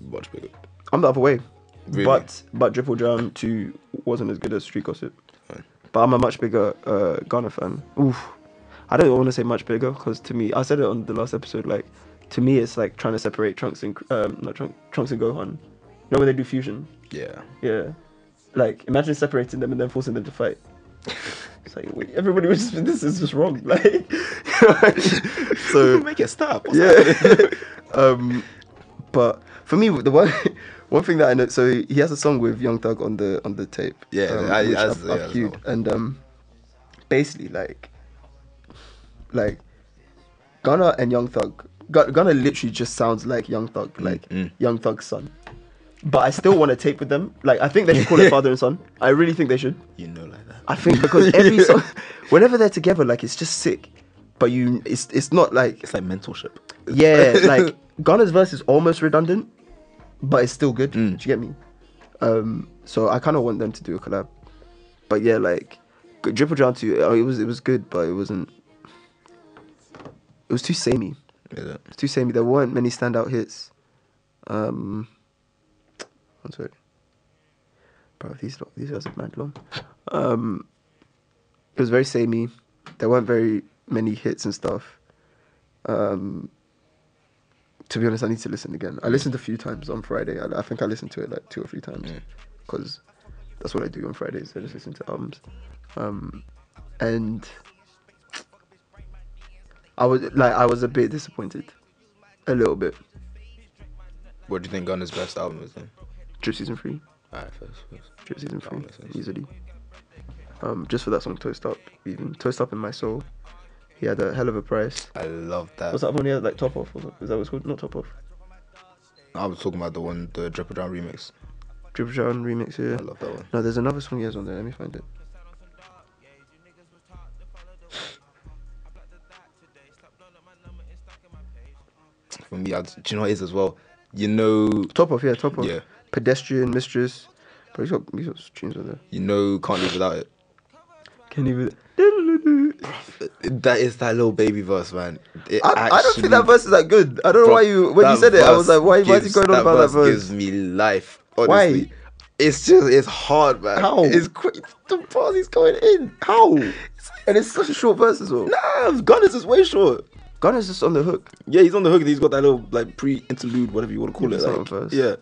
[SPEAKER 3] Much bigger.
[SPEAKER 2] I'm the other way.
[SPEAKER 3] Really?
[SPEAKER 2] But but Triple Jam 2 wasn't as good as Street Gossip. But I'm a much bigger uh, Ghana fan. Oof. I don't want to say much bigger because to me, I said it on the last episode. Like, to me, it's like trying to separate Trunks and um, not Trunks, Trunks and Gohan. You know when they do fusion?
[SPEAKER 3] Yeah.
[SPEAKER 2] Yeah. Like, imagine separating them and then forcing them to fight. It's like wait, everybody was just this is just wrong. Like, so
[SPEAKER 3] make it stop.
[SPEAKER 2] yeah. um, but for me, the one one thing that I know, so he has a song with Young Thug on the on the tape.
[SPEAKER 3] Yeah,
[SPEAKER 2] um,
[SPEAKER 3] I-
[SPEAKER 2] which
[SPEAKER 3] I-
[SPEAKER 2] I've,
[SPEAKER 3] yeah,
[SPEAKER 2] I've
[SPEAKER 3] I know.
[SPEAKER 2] queued, and um, basically like, like, Gunna and Young Thug. Gun- Gunna literally just sounds like Young Thug, like Young Thug's son. But I still want to tape with them. Like I think they should call it father and son. I really think they should.
[SPEAKER 3] You know like that.
[SPEAKER 2] I think because every
[SPEAKER 3] Yeah.
[SPEAKER 2] song, whenever they're together, like it's just sick. But you, it's it's not like
[SPEAKER 3] It's like mentorship.
[SPEAKER 2] yeah, like Ghana's verse is almost redundant, but it's still good. Do you get me? Um, so I kind of want them to do a collab. But yeah, like g- Triple Drown Two, uh, it was it was good, but it wasn't. It was too samey.
[SPEAKER 3] Is it?
[SPEAKER 2] It's too samey. There weren't many standout hits. Um, one second. Bro, these lo- these guys are mad long. Um, it was very samey. There weren't very many hits and stuff. Um, to be honest, I need to listen again. I listened a few times on Friday. I, I think I listened to it like two or three times because that's what I do on Fridays. I just listen to albums. Um, and I was like, I was a bit disappointed, a little bit.
[SPEAKER 3] What do you think Gunner's best album is then?
[SPEAKER 2] Drip season three,
[SPEAKER 3] Alright, first, first.
[SPEAKER 2] drip season three,
[SPEAKER 3] makes sense.
[SPEAKER 2] easily. Um, just for that song, toast up, even toast up in my soul, He had a hell of a price.
[SPEAKER 3] I love that.
[SPEAKER 2] What's that one he had? Like Top Off? Or something? Is that what it's called? Not Top Off.
[SPEAKER 3] I was talking about the one, the Dripper Down remix.
[SPEAKER 2] Drip John remix, yeah.
[SPEAKER 3] I love that one.
[SPEAKER 2] No, there's another song he has on there. Let me find it.
[SPEAKER 3] For me, I, do you know what it is as well? You know,
[SPEAKER 2] Top Off, yeah, Top Off.
[SPEAKER 3] Yeah.
[SPEAKER 2] Pedestrian, Mistress. But he's got, he's got tunes on there.
[SPEAKER 3] you know, can't live without it.
[SPEAKER 2] Can't even.
[SPEAKER 3] That is that little baby verse, man. It
[SPEAKER 2] I, I don't think that
[SPEAKER 3] actually-
[SPEAKER 2] verse is that good. I don't know
[SPEAKER 3] Bro,
[SPEAKER 2] why you when you
[SPEAKER 3] that
[SPEAKER 2] said it. I was
[SPEAKER 3] verse
[SPEAKER 2] like, why, why is he
[SPEAKER 3] gives-
[SPEAKER 2] going on about that verse?
[SPEAKER 3] Gives me life. Honestly.
[SPEAKER 2] Why?
[SPEAKER 3] It's just it's hard, man.
[SPEAKER 2] How?
[SPEAKER 3] It's quick. The bars he's going in. How?
[SPEAKER 2] And it's such a short verse as well.
[SPEAKER 3] Nah, Gunners is way short.
[SPEAKER 2] Gunner's just on the hook.
[SPEAKER 3] Yeah, he's on the hook and he's got that little like pre interlude, whatever you want to call it.
[SPEAKER 2] It's not
[SPEAKER 3] Like,
[SPEAKER 2] a verse.
[SPEAKER 3] Yeah,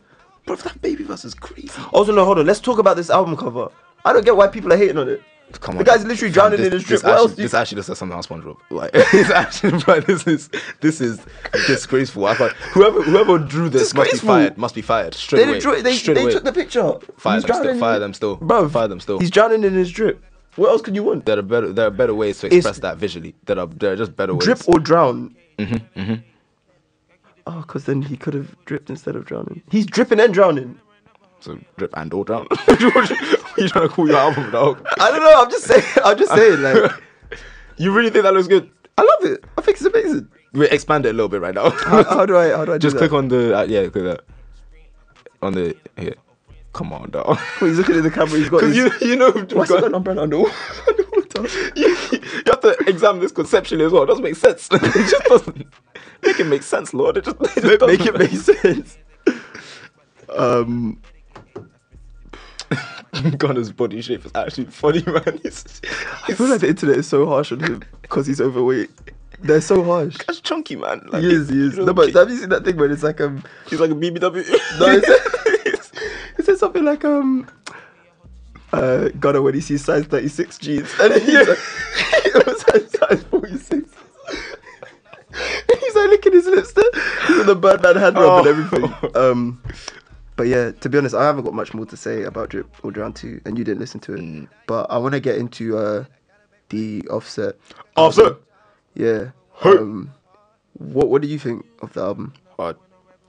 [SPEAKER 3] bro, that baby verse is crazy.
[SPEAKER 2] Also, no, hold on. Let's talk about this album cover. I don't get why people are hating on it.
[SPEAKER 3] Come
[SPEAKER 2] the guy's literally drowning
[SPEAKER 3] This-
[SPEAKER 2] in his drip.
[SPEAKER 3] this
[SPEAKER 2] What
[SPEAKER 3] actually-
[SPEAKER 2] else do you-
[SPEAKER 3] This actually looks like something else, SpongeBob. Like, it's actually, bro, this is this is disgraceful. I thought whoever whoever drew this must be
[SPEAKER 2] Disgraceful.
[SPEAKER 3] fired. Must be fired straight
[SPEAKER 2] They
[SPEAKER 3] away.
[SPEAKER 2] didn't draw it. They,
[SPEAKER 3] straight
[SPEAKER 2] they
[SPEAKER 3] away.
[SPEAKER 2] took the picture.
[SPEAKER 3] Fire
[SPEAKER 2] He's
[SPEAKER 3] them still,
[SPEAKER 2] drowning in
[SPEAKER 3] fire
[SPEAKER 2] it.
[SPEAKER 3] them still,
[SPEAKER 2] Bruv,
[SPEAKER 3] fire them still.
[SPEAKER 2] He's drowning in his drip. What else could you want?
[SPEAKER 3] there are better there are better ways to
[SPEAKER 2] It's-
[SPEAKER 3] express that visually. There are there are just better ways.
[SPEAKER 2] Drip or drown. Mm-hmm, Oh, because then he could have dripped instead of drowning. He's dripping and drowning.
[SPEAKER 3] so drip and or down. what you trying to call your album, dog?
[SPEAKER 2] I don't know. I'm just saying. I'm just saying. Like,
[SPEAKER 3] You really think that looks good?
[SPEAKER 2] I love it. I think it's amazing.
[SPEAKER 3] We expand it a little bit right now.
[SPEAKER 2] How, how do I? How do I?
[SPEAKER 3] just
[SPEAKER 2] do
[SPEAKER 3] click
[SPEAKER 2] that?
[SPEAKER 3] on the uh, yeah, click that on the here. Come on, dog.
[SPEAKER 2] Wait, he's looking at the camera. He's got.
[SPEAKER 3] Because
[SPEAKER 2] His,
[SPEAKER 3] you you know
[SPEAKER 2] why's he
[SPEAKER 3] God-
[SPEAKER 2] got an umbrella under? underwater?
[SPEAKER 3] you, you have to examine this conceptually as well. It doesn't make sense. it just doesn't. Make it make sense, Lord. It just, it just doesn't
[SPEAKER 2] Make it make sense. Um,
[SPEAKER 3] Gunner's body shape is actually funny, man. It's,
[SPEAKER 2] I feel like the internet is so harsh on him because he's overweight. They're so harsh.
[SPEAKER 3] that's chunky, man. Like,
[SPEAKER 2] He is, he is.
[SPEAKER 3] you know,
[SPEAKER 2] No, but
[SPEAKER 3] ki-
[SPEAKER 2] have you seen that thing where it's like um,
[SPEAKER 3] he's like a BBW.
[SPEAKER 2] no,
[SPEAKER 3] Oh,
[SPEAKER 2] it's, it says something like um, uh, Gunner when he sees size thirty six jeans, and then he's like, it was like size forty six. he's like licking his lips there, he's got the Birdman hand rub and
[SPEAKER 3] Oh.
[SPEAKER 2] everything. Um, but yeah, to be honest, I haven't got much more to say about Drip or Drown Two, and you didn't listen to it. But I want to get into uh, the Offset.
[SPEAKER 3] Offset.
[SPEAKER 2] Yeah.
[SPEAKER 3] Hey.
[SPEAKER 2] Um, what What do you think of the album?
[SPEAKER 3] Oh,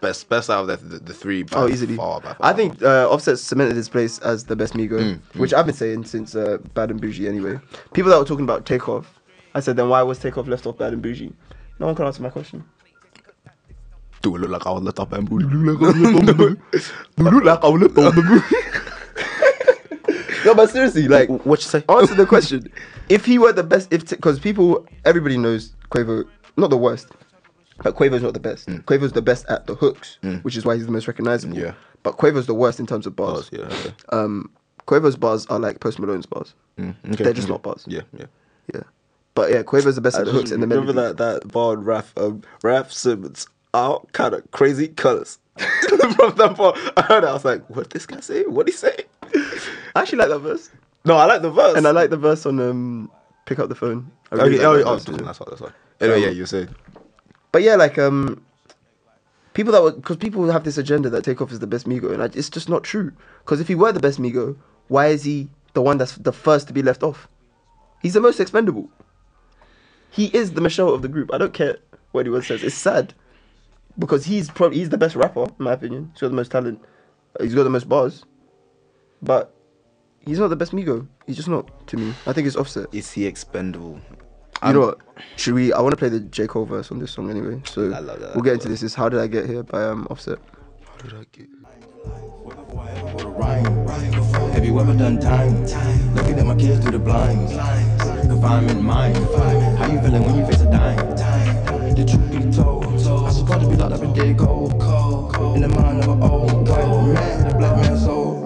[SPEAKER 3] best, best out of the, the, the three. By
[SPEAKER 2] Oh, easily.
[SPEAKER 3] Far, by far. Mm,
[SPEAKER 2] I think uh, Offset cemented his place as the best Migo, which I've been saying since uh, Bad and Bougie anyway. People that were talking about Takeoff, I said, then why was Takeoff left off Bad and Bougie? No one can answer my question.
[SPEAKER 3] Do it look like I was let up and booty? Do it look like I was let up and booty?
[SPEAKER 2] No, but seriously, like,
[SPEAKER 3] What you say?
[SPEAKER 2] answer the question. If he were the best, if because people, everybody knows Quavo, not the worst, but Quavo's not the best. Quavo's the best at the hooks, which is why he's the most recognizable.
[SPEAKER 3] Mm. Yeah.
[SPEAKER 2] But Quavo's the worst in terms of bars.
[SPEAKER 3] Yeah, Oh, okay.
[SPEAKER 2] Um, Quavo's bars are like Post Malone's bars.
[SPEAKER 3] Mm, Okay,
[SPEAKER 2] They're just
[SPEAKER 3] okay.
[SPEAKER 2] not bars.
[SPEAKER 3] Yeah, yeah.
[SPEAKER 2] Yeah. But yeah, Quavo's the best at the hooks and the
[SPEAKER 3] remember
[SPEAKER 2] melody.
[SPEAKER 3] that that bar on Raf um, Raf Simmons all kind of crazy colors from that bar. I heard it, I was like, what did this guy say? What did he say?
[SPEAKER 2] I actually like that verse.
[SPEAKER 3] No, I like the verse.
[SPEAKER 2] And I like the verse on um Pick Up the Phone. I
[SPEAKER 3] Okay,
[SPEAKER 2] really
[SPEAKER 3] oh,
[SPEAKER 2] like that
[SPEAKER 3] oh,
[SPEAKER 2] verse, yeah.
[SPEAKER 3] that's fine, that's fine, that's fine. Anyway,
[SPEAKER 2] Um,
[SPEAKER 3] yeah, you say.
[SPEAKER 2] But yeah, like um people that were because people have this agenda that Takeoff is the best Migo, and I, it's just not true. Because if he were the best Migo, why is he the one that's the first to be left off? He's the most expendable. He is the Michelle of the group. I don't care what anyone says. It's sad because he's probably he's the best rapper in my opinion. He's got the most talent. Uh, He's got the most bars, but he's not the best Migo. He's just not to me. I think it's Offset.
[SPEAKER 3] Is he expendable? Um,
[SPEAKER 2] You know what? Should we? I want to play the J Cole verse on this song anyway. So
[SPEAKER 3] I love that.
[SPEAKER 2] we'll get into this. Is how did I get here by um Offset?
[SPEAKER 7] Have you ever done time? Looking at my kids through the blinds. Confinement mind. How you feeling when you face a dime? The truth be told, I supposed to be locked up in dead cold. In the mind of an old black man, a black man's soul.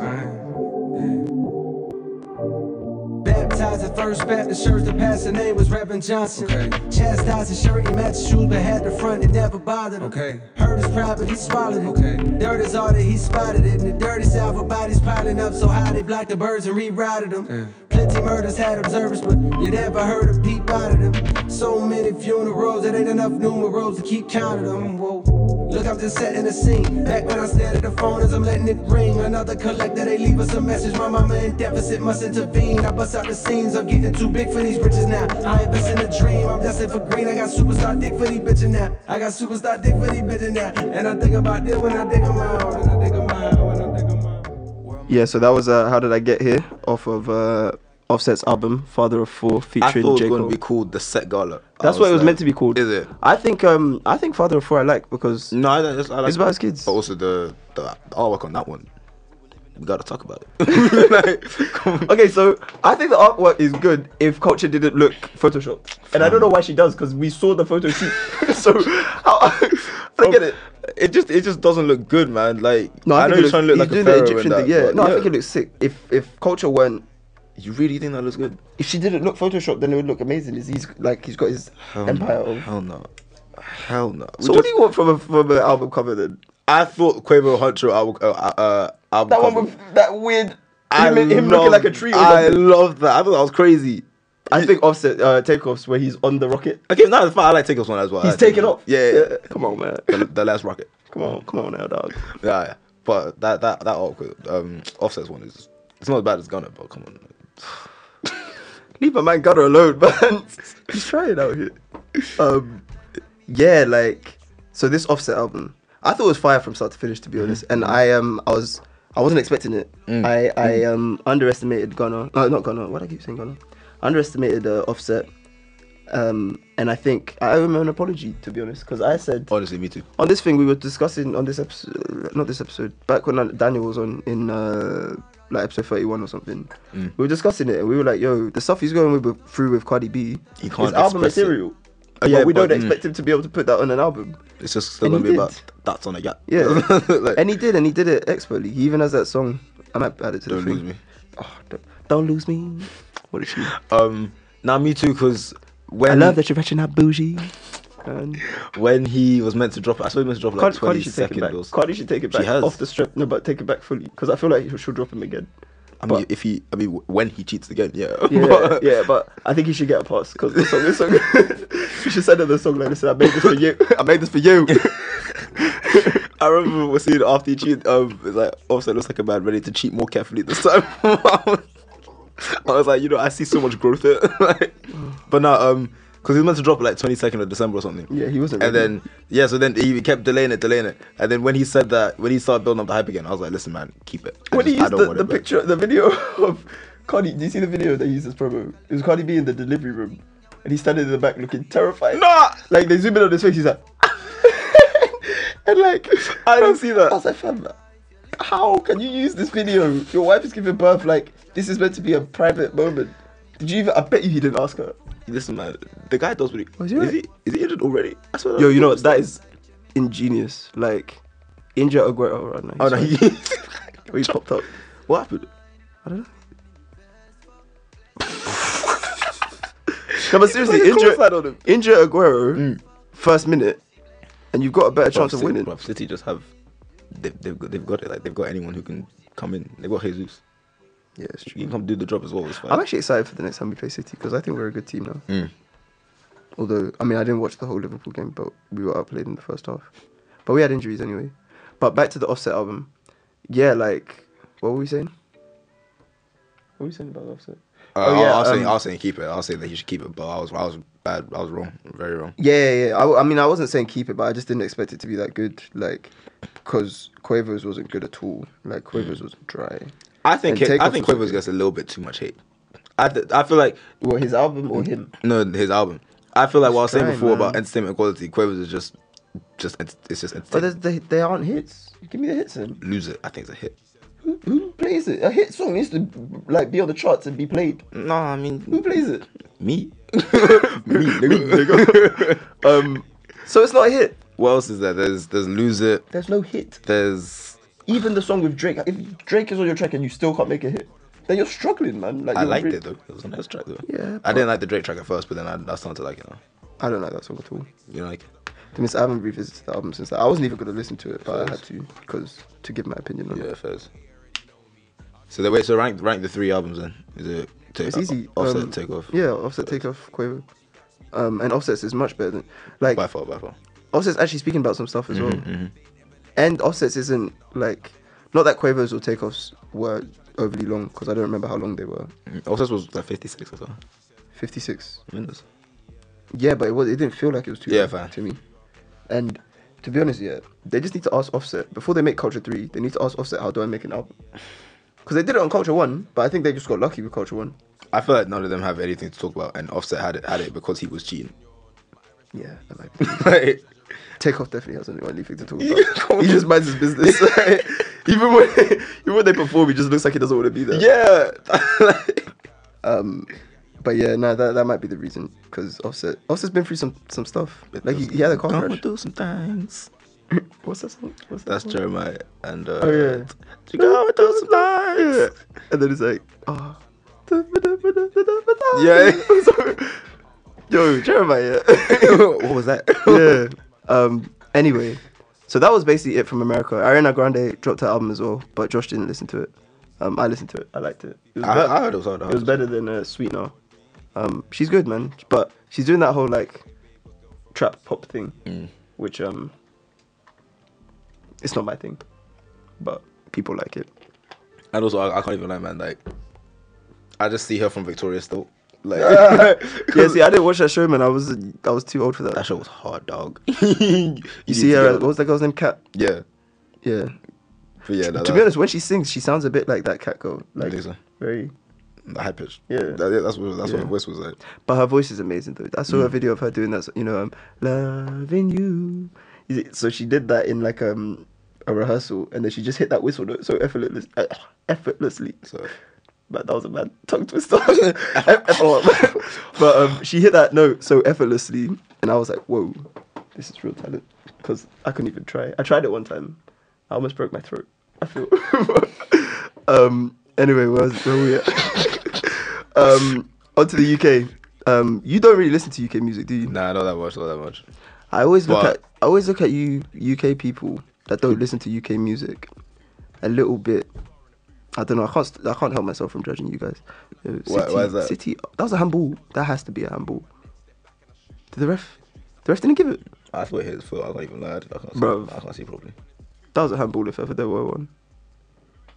[SPEAKER 7] Baptized at First Baptist Church, the pastor name was Reverend Johnson. Chastised his shirt, he matched his shoes, but had the front that never bothered him. Okay. Hurt is pride, but he swallowed it. Okay. Dirt is all that he spotted it. And the dirty south of bodies piling up so high they blocked the birds and rerouted them. Plenty murders had observers, but you never heard a peep out of them. So many funerals, it ain't enough numerals to keep count of them. Whoa. Look, I'm just setting the scene. Back when I stared at the phone as I'm letting it ring. Another collector, they leave us a message. My mama in deficit must intervene. I bust out the scenes, I'm getting too big for these riches now. I invest in a dream, I'm destined for green. I got superstar dick for these bitches now. I got superstar dick for these bitches now. And I think about it when I dig 'em out. When I dig 'em out, when I dig 'em out.
[SPEAKER 2] Yeah, so that was uh, How Did I Get Here off of uh, Offset's album, Father of Four,
[SPEAKER 3] I
[SPEAKER 2] featuring
[SPEAKER 3] thought it
[SPEAKER 2] J. Cole.
[SPEAKER 3] was going to be called the Set Gala. I
[SPEAKER 2] That's what it was
[SPEAKER 3] like-
[SPEAKER 2] meant to be called.
[SPEAKER 3] Is it?
[SPEAKER 2] I think um I think Father of Four I like because
[SPEAKER 3] No, I, don't- I like
[SPEAKER 2] It's about his kids.
[SPEAKER 3] But also the the the artwork on that one. We gotta talk about it. like, come on.
[SPEAKER 2] Okay, so I think the artwork is good if culture didn't look photoshopped. And I don't know why she does because we saw the photo shoot. so how
[SPEAKER 3] Forget it. It just it just doesn't look good, man. Like
[SPEAKER 2] No, I,
[SPEAKER 3] I,
[SPEAKER 2] think it
[SPEAKER 3] know you're
[SPEAKER 2] looks-
[SPEAKER 3] trying to
[SPEAKER 2] he's
[SPEAKER 3] look like a
[SPEAKER 2] doing
[SPEAKER 3] pharaoh
[SPEAKER 2] the Egyptian
[SPEAKER 3] and that,
[SPEAKER 2] thing. Yeah,
[SPEAKER 3] but
[SPEAKER 2] no, I
[SPEAKER 3] yeah.
[SPEAKER 2] think it looks sick. If if culture weren't
[SPEAKER 3] You really think that looks good?
[SPEAKER 2] if she didn't look photoshopped, then it would look amazing. He's, he's like he's got his
[SPEAKER 3] Hell
[SPEAKER 2] empire.
[SPEAKER 3] no.
[SPEAKER 2] Of,
[SPEAKER 3] Hell no. Hell no. We
[SPEAKER 2] so what
[SPEAKER 3] just-
[SPEAKER 2] do you want from a from an album cover then?
[SPEAKER 3] I thought Quavo Hunter uh, uh, album
[SPEAKER 2] That one
[SPEAKER 3] cover-
[SPEAKER 2] with that weird
[SPEAKER 3] I
[SPEAKER 2] him, him looking
[SPEAKER 3] love-
[SPEAKER 2] like a tree. Or
[SPEAKER 3] I
[SPEAKER 2] something.
[SPEAKER 3] love that. I thought that was crazy.
[SPEAKER 2] I think Offset uh, takeoffs where he's on the rocket.
[SPEAKER 3] Okay, no, it's fine. I like Takeoff's one as well.
[SPEAKER 2] He's
[SPEAKER 3] I like
[SPEAKER 2] taking off.
[SPEAKER 3] Yeah, yeah.
[SPEAKER 2] Come on, man.
[SPEAKER 3] the, the last rocket.
[SPEAKER 2] Come on, come on now, dog.
[SPEAKER 3] Yeah, yeah. but that that that awkward um, Offset's one is it's not as bad as Gunner, but come on.
[SPEAKER 2] Leave my man Gunner alone, man. He's trying out here. Um, yeah, like so this Offset album, I thought it was fire from start to finish, to be honest. And I um, I was, I wasn't expecting it. I I um underestimated Gunner. No, not Gunner. Why do I keep saying Gunner? Underestimated uh, Offset. Um, and I think I owe him an apology, to be honest, because I said
[SPEAKER 3] Honestly, me too.
[SPEAKER 2] on this thing we were discussing on this episode, not this episode, back when Daniel was on in uh, like episode thirty-one or something.
[SPEAKER 3] Mm.
[SPEAKER 2] We were discussing it, and we were like, "Yo, the stuff he's going with, through with Cardi B,
[SPEAKER 3] He can't
[SPEAKER 2] his album
[SPEAKER 3] express it.
[SPEAKER 2] material.
[SPEAKER 3] Uh,
[SPEAKER 2] but
[SPEAKER 3] yeah,
[SPEAKER 2] we
[SPEAKER 3] but-
[SPEAKER 2] don't
[SPEAKER 3] mm.
[SPEAKER 2] expect him to be able to put that on an album.
[SPEAKER 3] It's just still
[SPEAKER 2] And
[SPEAKER 3] gonna
[SPEAKER 2] he
[SPEAKER 3] be about
[SPEAKER 2] did.
[SPEAKER 3] that's on a yacht.
[SPEAKER 2] Yeah,
[SPEAKER 3] like,
[SPEAKER 2] and he did, and he did it expertly. He even has that song. I might add it to
[SPEAKER 3] Don't
[SPEAKER 2] the
[SPEAKER 3] lose
[SPEAKER 2] thing.
[SPEAKER 3] me.
[SPEAKER 2] Oh, don't, don't lose me. What is she?
[SPEAKER 3] um, now me too, because when
[SPEAKER 2] I love that you're fetching that bougie. And
[SPEAKER 3] when he was meant to drop it, I saw he was meant to drop it like
[SPEAKER 2] Cardi,
[SPEAKER 3] twenty
[SPEAKER 2] Cardi should take it
[SPEAKER 3] second.
[SPEAKER 2] back.
[SPEAKER 3] or s-
[SPEAKER 2] Cardi should take it back
[SPEAKER 3] She has.
[SPEAKER 2] off the strip. No, but take it back fully because I feel like she'll drop him again.
[SPEAKER 3] I
[SPEAKER 2] but-
[SPEAKER 3] mean, if he, I mean, w- when he cheats again, yeah,
[SPEAKER 2] Yeah,
[SPEAKER 3] But-
[SPEAKER 2] yeah, but I think he should get a pass because the song is so good. you should send her the song like, listen, I made this for you. I made this for you.
[SPEAKER 3] I remember we seeing after he cheated, um, it's like Offset looks like a man ready to cheat more carefully this time. I, was, I was like, you know, I see so much growth here. like, but now, um, because he was meant to drop it like 22nd of December or something.
[SPEAKER 2] Yeah, he wasn't
[SPEAKER 3] And
[SPEAKER 2] ready.
[SPEAKER 3] then yeah, so then he kept delaying it, delaying it, and then when he said that, when he started building up the hype again, I was like, listen, man, keep it. I
[SPEAKER 2] when he
[SPEAKER 3] just- I
[SPEAKER 2] used
[SPEAKER 3] don't
[SPEAKER 2] the,
[SPEAKER 3] want
[SPEAKER 2] the
[SPEAKER 3] it back.
[SPEAKER 2] picture, the video of Cardi, do you see the video that he used as promo? It was Cardi B in the delivery room and he's standing in the back looking terrified.
[SPEAKER 3] Nah!
[SPEAKER 2] Like they zoom in on his face, he's like, and like,
[SPEAKER 3] I didn't see that.
[SPEAKER 2] I was like, fam, how can you use this video? Your wife is giving birth, like, this is meant to be a private moment. Did you even, I bet you he didn't ask her.
[SPEAKER 3] Listen, man, the guy does what he.
[SPEAKER 2] Oh, is
[SPEAKER 3] is,
[SPEAKER 2] he right?
[SPEAKER 3] he is he injured already? I swear
[SPEAKER 2] Yo,
[SPEAKER 3] that-
[SPEAKER 2] you know what? That is ingenious. Like, India Aguero right now.
[SPEAKER 3] Oh no,
[SPEAKER 2] he,
[SPEAKER 3] he,
[SPEAKER 2] he popped up.
[SPEAKER 3] what happened?
[SPEAKER 2] I don't know. no, but seriously,
[SPEAKER 3] Like a
[SPEAKER 2] India,
[SPEAKER 3] call sign on him.
[SPEAKER 2] India Aguero, first minute, and you've got a better chance of
[SPEAKER 3] City-
[SPEAKER 2] winning.
[SPEAKER 3] bruv, City just have they've, they've got they've got it like they've got anyone who can come in. They've got Jesus.
[SPEAKER 2] Yeah, it's true.
[SPEAKER 3] You can come do the job as well. It's fine.
[SPEAKER 2] I'm actually excited for the next time we play City because I think we're a good team now. Although, I mean, I didn't watch the whole Liverpool game, but we were outplayed in the first half. But we had injuries anyway. But back to the offset album. Yeah, like, what were we saying? What were we saying about the offset?
[SPEAKER 3] Uh, I- I, was saying I
[SPEAKER 2] um,
[SPEAKER 3] was saying keep it. I was saying that he should keep it, but I was I was bad. I was wrong. Very wrong.
[SPEAKER 2] yeah, yeah, yeah. I, w- I mean, I wasn't saying keep it, but I just didn't expect it to be that good. Like, because Quavers wasn't good at all. Like, Quavers was dry.
[SPEAKER 3] I think
[SPEAKER 2] And
[SPEAKER 3] Qua- I
[SPEAKER 2] Takeoff
[SPEAKER 3] think
[SPEAKER 2] was
[SPEAKER 3] Quavers
[SPEAKER 2] good.
[SPEAKER 3] gets a little bit too much hate. I th- I feel like
[SPEAKER 2] What, his album or him?
[SPEAKER 3] no his album. I feel like what I was saying
[SPEAKER 2] trying,
[SPEAKER 3] before about
[SPEAKER 2] man.
[SPEAKER 3] entertainment quality. Quavers is just just ent- it's just
[SPEAKER 2] But
[SPEAKER 3] entertainment.
[SPEAKER 2] there's- they, they aren't hits. Give me the hits then.
[SPEAKER 3] Lose it. I think it's a hit.
[SPEAKER 2] Who, who plays it? A hit song needs to like be on the charts and be played.
[SPEAKER 3] No, I mean
[SPEAKER 2] Who plays it?
[SPEAKER 3] me. me, nigga.
[SPEAKER 2] Um, so it's not a hit.
[SPEAKER 3] what else is there? There's there's lose it.
[SPEAKER 2] There's no hit.
[SPEAKER 3] There's
[SPEAKER 2] Even the song with Drake. If Drake is on your track and you still can't make a hit, then you're struggling, man. Like
[SPEAKER 3] I
[SPEAKER 2] you're
[SPEAKER 3] liked
[SPEAKER 2] really-
[SPEAKER 3] it though. It was a nice track though.
[SPEAKER 2] Yeah,
[SPEAKER 3] I didn't like the Drake track at first, but then I, I started to like it now.
[SPEAKER 2] I don't like that song at all.
[SPEAKER 3] You know, like
[SPEAKER 2] To miss, I haven't revisited the album since that. I wasn't even gonna listen to it, but I had to because to give my opinion on
[SPEAKER 3] yeah,
[SPEAKER 2] it.
[SPEAKER 3] first. So the way so rank rank the three albums then. Is it take, uh,
[SPEAKER 2] It's easy.
[SPEAKER 3] Offset
[SPEAKER 2] um,
[SPEAKER 3] take off.
[SPEAKER 2] Yeah, offset take off Quavo. Um, and offsets is much better than like
[SPEAKER 3] By far, by far.
[SPEAKER 2] Offset's actually speaking about some stuff as well. And Offset's isn't like not that Quavo's or Takeoff's were overly long because I don't remember how long they were.
[SPEAKER 3] Offset was like 56 or something.
[SPEAKER 2] Fifty six.
[SPEAKER 3] Windows.
[SPEAKER 2] Yeah, but it was it didn't feel like it was too
[SPEAKER 3] Yeah,
[SPEAKER 2] long
[SPEAKER 3] fair.
[SPEAKER 2] to me. And to be honest, yeah, they just need to ask Offset before they make Culture Three. They need to ask Offset how do I make an album? Because they did it on Culture One, but I think they just got lucky with Culture One.
[SPEAKER 3] I feel like none of them have anything to talk about, and Offset had it had it because he was cheating.
[SPEAKER 2] Yeah, I like
[SPEAKER 3] Like,
[SPEAKER 2] Takeoff definitely hasn't got anything to talk about. he just minds his business. even when even when they perform, he just looks like he doesn't want to be there. Um,
[SPEAKER 3] yeah,
[SPEAKER 2] But yeah, no, that, that might be the reason because Offset Offset's been through some some stuff. Like he, he had a car
[SPEAKER 3] Gonna
[SPEAKER 2] crash.
[SPEAKER 3] do some things.
[SPEAKER 2] What's that song? What's that
[SPEAKER 3] That's
[SPEAKER 2] song?
[SPEAKER 3] Jeremiah and uh,
[SPEAKER 2] Mm. Oh, yeah.
[SPEAKER 3] you gonna do some things.
[SPEAKER 2] And then it's like, oh.
[SPEAKER 3] Yeah.
[SPEAKER 2] Yo, Jeremiah.
[SPEAKER 3] what was that?
[SPEAKER 2] yeah. Um. Anyway, so that was basically it from America. Ariana Grande dropped her album as well, but Josh didn't listen to it. Um, I listened to it. I liked it. It was,
[SPEAKER 3] I,
[SPEAKER 2] better-
[SPEAKER 3] heard- I heard it was hard. I
[SPEAKER 2] it was better than uh, Sweetener. Um, she's good, man. But she's doing that whole like trap pop thing,
[SPEAKER 3] Mm.
[SPEAKER 2] which um, it's not my thing, but people like it.
[SPEAKER 3] And also, I, I can't even lie, man. Like, I just see her from Victoria still. Like,
[SPEAKER 2] Yeah, see, I didn't watch that show, man. I was I was too old for that.
[SPEAKER 3] that show was hard, dog. you
[SPEAKER 2] you see her? What was that girl's name? Cat.
[SPEAKER 3] Yeah.
[SPEAKER 2] Yeah.
[SPEAKER 3] But yeah, no,
[SPEAKER 2] to be honest, when she sings, she sounds a bit like that cat girl. Like
[SPEAKER 3] think so?
[SPEAKER 2] very.
[SPEAKER 3] high pitch.
[SPEAKER 2] Yeah.
[SPEAKER 3] That- that's what that's what
[SPEAKER 2] Yeah.
[SPEAKER 3] her voice was like.
[SPEAKER 2] But her voice is amazing though. I saw a video of her doing that. so- You know, um, loving you. Is it- So she did that in like um a rehearsal, and then she just hit that whistle note so effortless, uh, effortlessly.
[SPEAKER 3] So
[SPEAKER 2] But that was a bad tongue twister. but um, she hit that note so effortlessly, and I was like, whoa, this is real talent. Because I couldn't even try. I tried it one time. I almost broke my throat. I feel. um. Anyway, where, was, where were we at? um. Onto the UK. Um. You don't really listen to UK music, do you?
[SPEAKER 3] nah, not that much, not that much.
[SPEAKER 2] I always look
[SPEAKER 3] But-
[SPEAKER 2] at I always look at you UK people that don't listen to UK music a little bit. I don't know. I can't. St- I can't help myself from judging you guys. Uh, City,
[SPEAKER 3] Why- why is that?
[SPEAKER 2] City. That was a handball. That has to be a handball. Did the ref? The ref didn't give it.
[SPEAKER 3] I thought his foot. I can't even lie. I can't see.
[SPEAKER 2] Bruv.
[SPEAKER 3] I can't see properly.
[SPEAKER 2] That was a handball if ever there were one.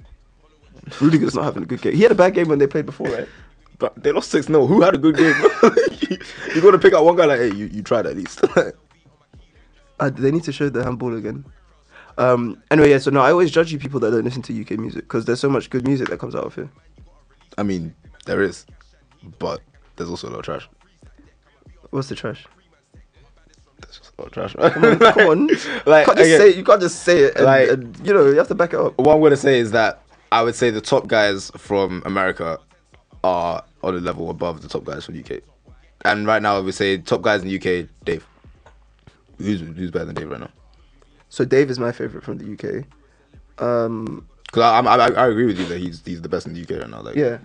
[SPEAKER 2] Rudiger's not having a good game. He had a bad game when they played before, right?
[SPEAKER 3] But they lost six. No, who had a good game? you got to pick out one guy. Like, hey, you, you tried at least.
[SPEAKER 2] Uh, they need to show the handball again. Um. Anyway, yeah. So no, I always judge you people that don't listen to UK music because there's so much good music that comes out of here.
[SPEAKER 3] I mean, there is, but there's also a lot of trash.
[SPEAKER 2] What's the trash?
[SPEAKER 3] There's just a lot of trash.
[SPEAKER 2] come on.
[SPEAKER 3] Like,
[SPEAKER 2] you can't just
[SPEAKER 3] okay.
[SPEAKER 2] say you can't just say it. And,
[SPEAKER 3] Like-
[SPEAKER 2] and, you know, you have to back it up.
[SPEAKER 3] what I'm gonna say is that I would say the top guys from America are on a level above the top guys from UK. And right now, I would say top guys in UK, Dave. Who's who's better than Dave right now?
[SPEAKER 2] So Dave is my favorite from the UK. Um,
[SPEAKER 3] Because I, I'm- I I agree with you that he's he's the best in the UK right now. Like
[SPEAKER 2] yeah,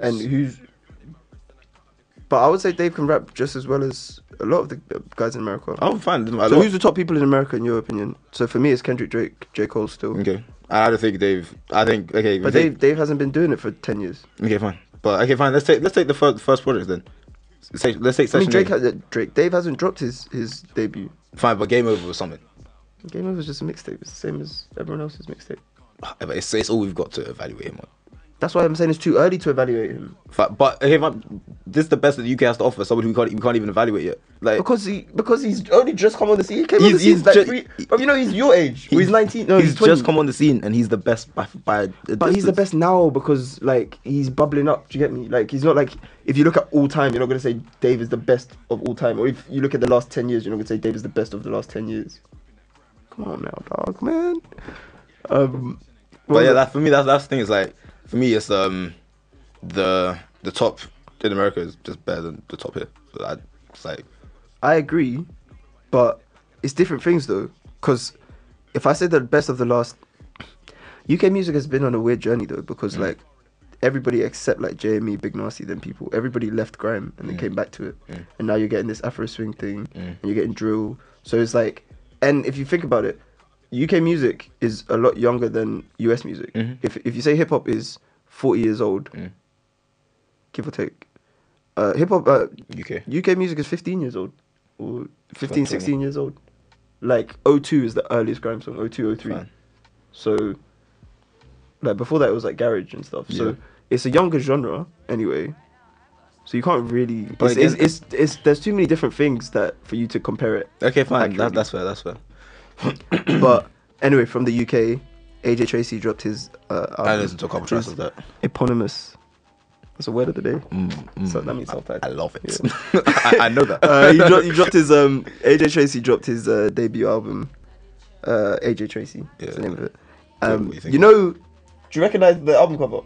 [SPEAKER 2] and who's? But I would say Dave can rap just as well as a lot of the guys in America.
[SPEAKER 3] I'm fine. I
[SPEAKER 2] so
[SPEAKER 3] don't-
[SPEAKER 2] who's the top people in America in your opinion? So for me, it's Kendrick, Drake, J Cole still.
[SPEAKER 3] okay? I don't think Dave. I think okay.
[SPEAKER 2] But
[SPEAKER 3] okay,
[SPEAKER 2] Dave, Dave hasn't been doing it for ten years.
[SPEAKER 3] Okay, fine. But okay, fine. Let's take let's take the first first project then. Let's take, let's take
[SPEAKER 2] I
[SPEAKER 3] session.
[SPEAKER 2] mean, Drake,
[SPEAKER 3] A.
[SPEAKER 2] has, uh, Drake, Dave hasn't dropped his his debut.
[SPEAKER 3] Fine, but Game Over was something.
[SPEAKER 2] Game Over is just a mixtape. It's the same as everyone else's mixtape.
[SPEAKER 3] But It's, it's all we've got to evaluate him on.
[SPEAKER 2] That's why I'm saying it's too early to evaluate him.
[SPEAKER 3] But, but okay, fine. this is the best that the UK has to offer. Someone who can't we can't even evaluate yet. Like
[SPEAKER 2] Because he because he's only just come on the scene. He came on
[SPEAKER 3] He's-
[SPEAKER 2] the scene
[SPEAKER 3] he's
[SPEAKER 2] like
[SPEAKER 3] ju-
[SPEAKER 2] three, but you know he's your age. He's, he's nineteen. No, he's,
[SPEAKER 3] he's,
[SPEAKER 2] 20.
[SPEAKER 3] just come on the scene and he's the best by by. a
[SPEAKER 2] But he's the
[SPEAKER 3] distance.
[SPEAKER 2] best now because like he's bubbling up. Do you get me? Like he's not like if you look at all time, you're not gonna say Dave is the best of all time. Or if you look at the last ten years, you're not gonna say Dave is the best of the last ten years. Come on now, dog, man. Um,
[SPEAKER 3] But yeah, that for me, that's that's the thing. Is like for me, it's um the the top in America is just better than the top here. So I, it's like
[SPEAKER 2] I agree, but it's different things though. Because if I say the best of the last, UK music has been on a weird journey though. Because like everybody except like JME, Big Nasty, then people, everybody left grime and then came back to it, and now you're getting this Afro swing thing, and you're getting drill. So it's like, and if you think about it, UK music is a lot younger than US music. If if you say hip hop is 40 years old, give or take. Uh, hip hop, uh,
[SPEAKER 3] UK.
[SPEAKER 2] UK music is 15 years old, or 15, 16 years old. like 02 is the earliest grime song, 02, 03.
[SPEAKER 3] Fine.
[SPEAKER 2] So, like before that, it was like garage and stuff.
[SPEAKER 3] Yeah.
[SPEAKER 2] So it's a younger genre anyway. So you can't really.
[SPEAKER 3] But
[SPEAKER 2] It's, it's,
[SPEAKER 3] again-
[SPEAKER 2] it's, it's- there's too many different things that for you to compare it.
[SPEAKER 3] Okay, fine. That,
[SPEAKER 2] accurately.
[SPEAKER 3] that's fair. That's fair.
[SPEAKER 2] but anyway, from the UK, AJ Tracy dropped his. Uh,
[SPEAKER 3] I
[SPEAKER 2] album,
[SPEAKER 3] listened to a couple
[SPEAKER 2] which
[SPEAKER 3] tracks
[SPEAKER 2] is
[SPEAKER 3] of that. Mm,
[SPEAKER 2] Eponymous. That's a word of the day. So that means self-titled.
[SPEAKER 3] I love it. I, I know that.
[SPEAKER 2] uh, he, dropped, he dropped his um AJ Tracy dropped his uh, debut album. Uh, AJ Tracy. Yeah. the
[SPEAKER 3] Yeah.
[SPEAKER 2] name of it.
[SPEAKER 3] Yeah,
[SPEAKER 2] Um,
[SPEAKER 3] what do you
[SPEAKER 2] you,
[SPEAKER 3] think?
[SPEAKER 2] know, do you recognize the album cover?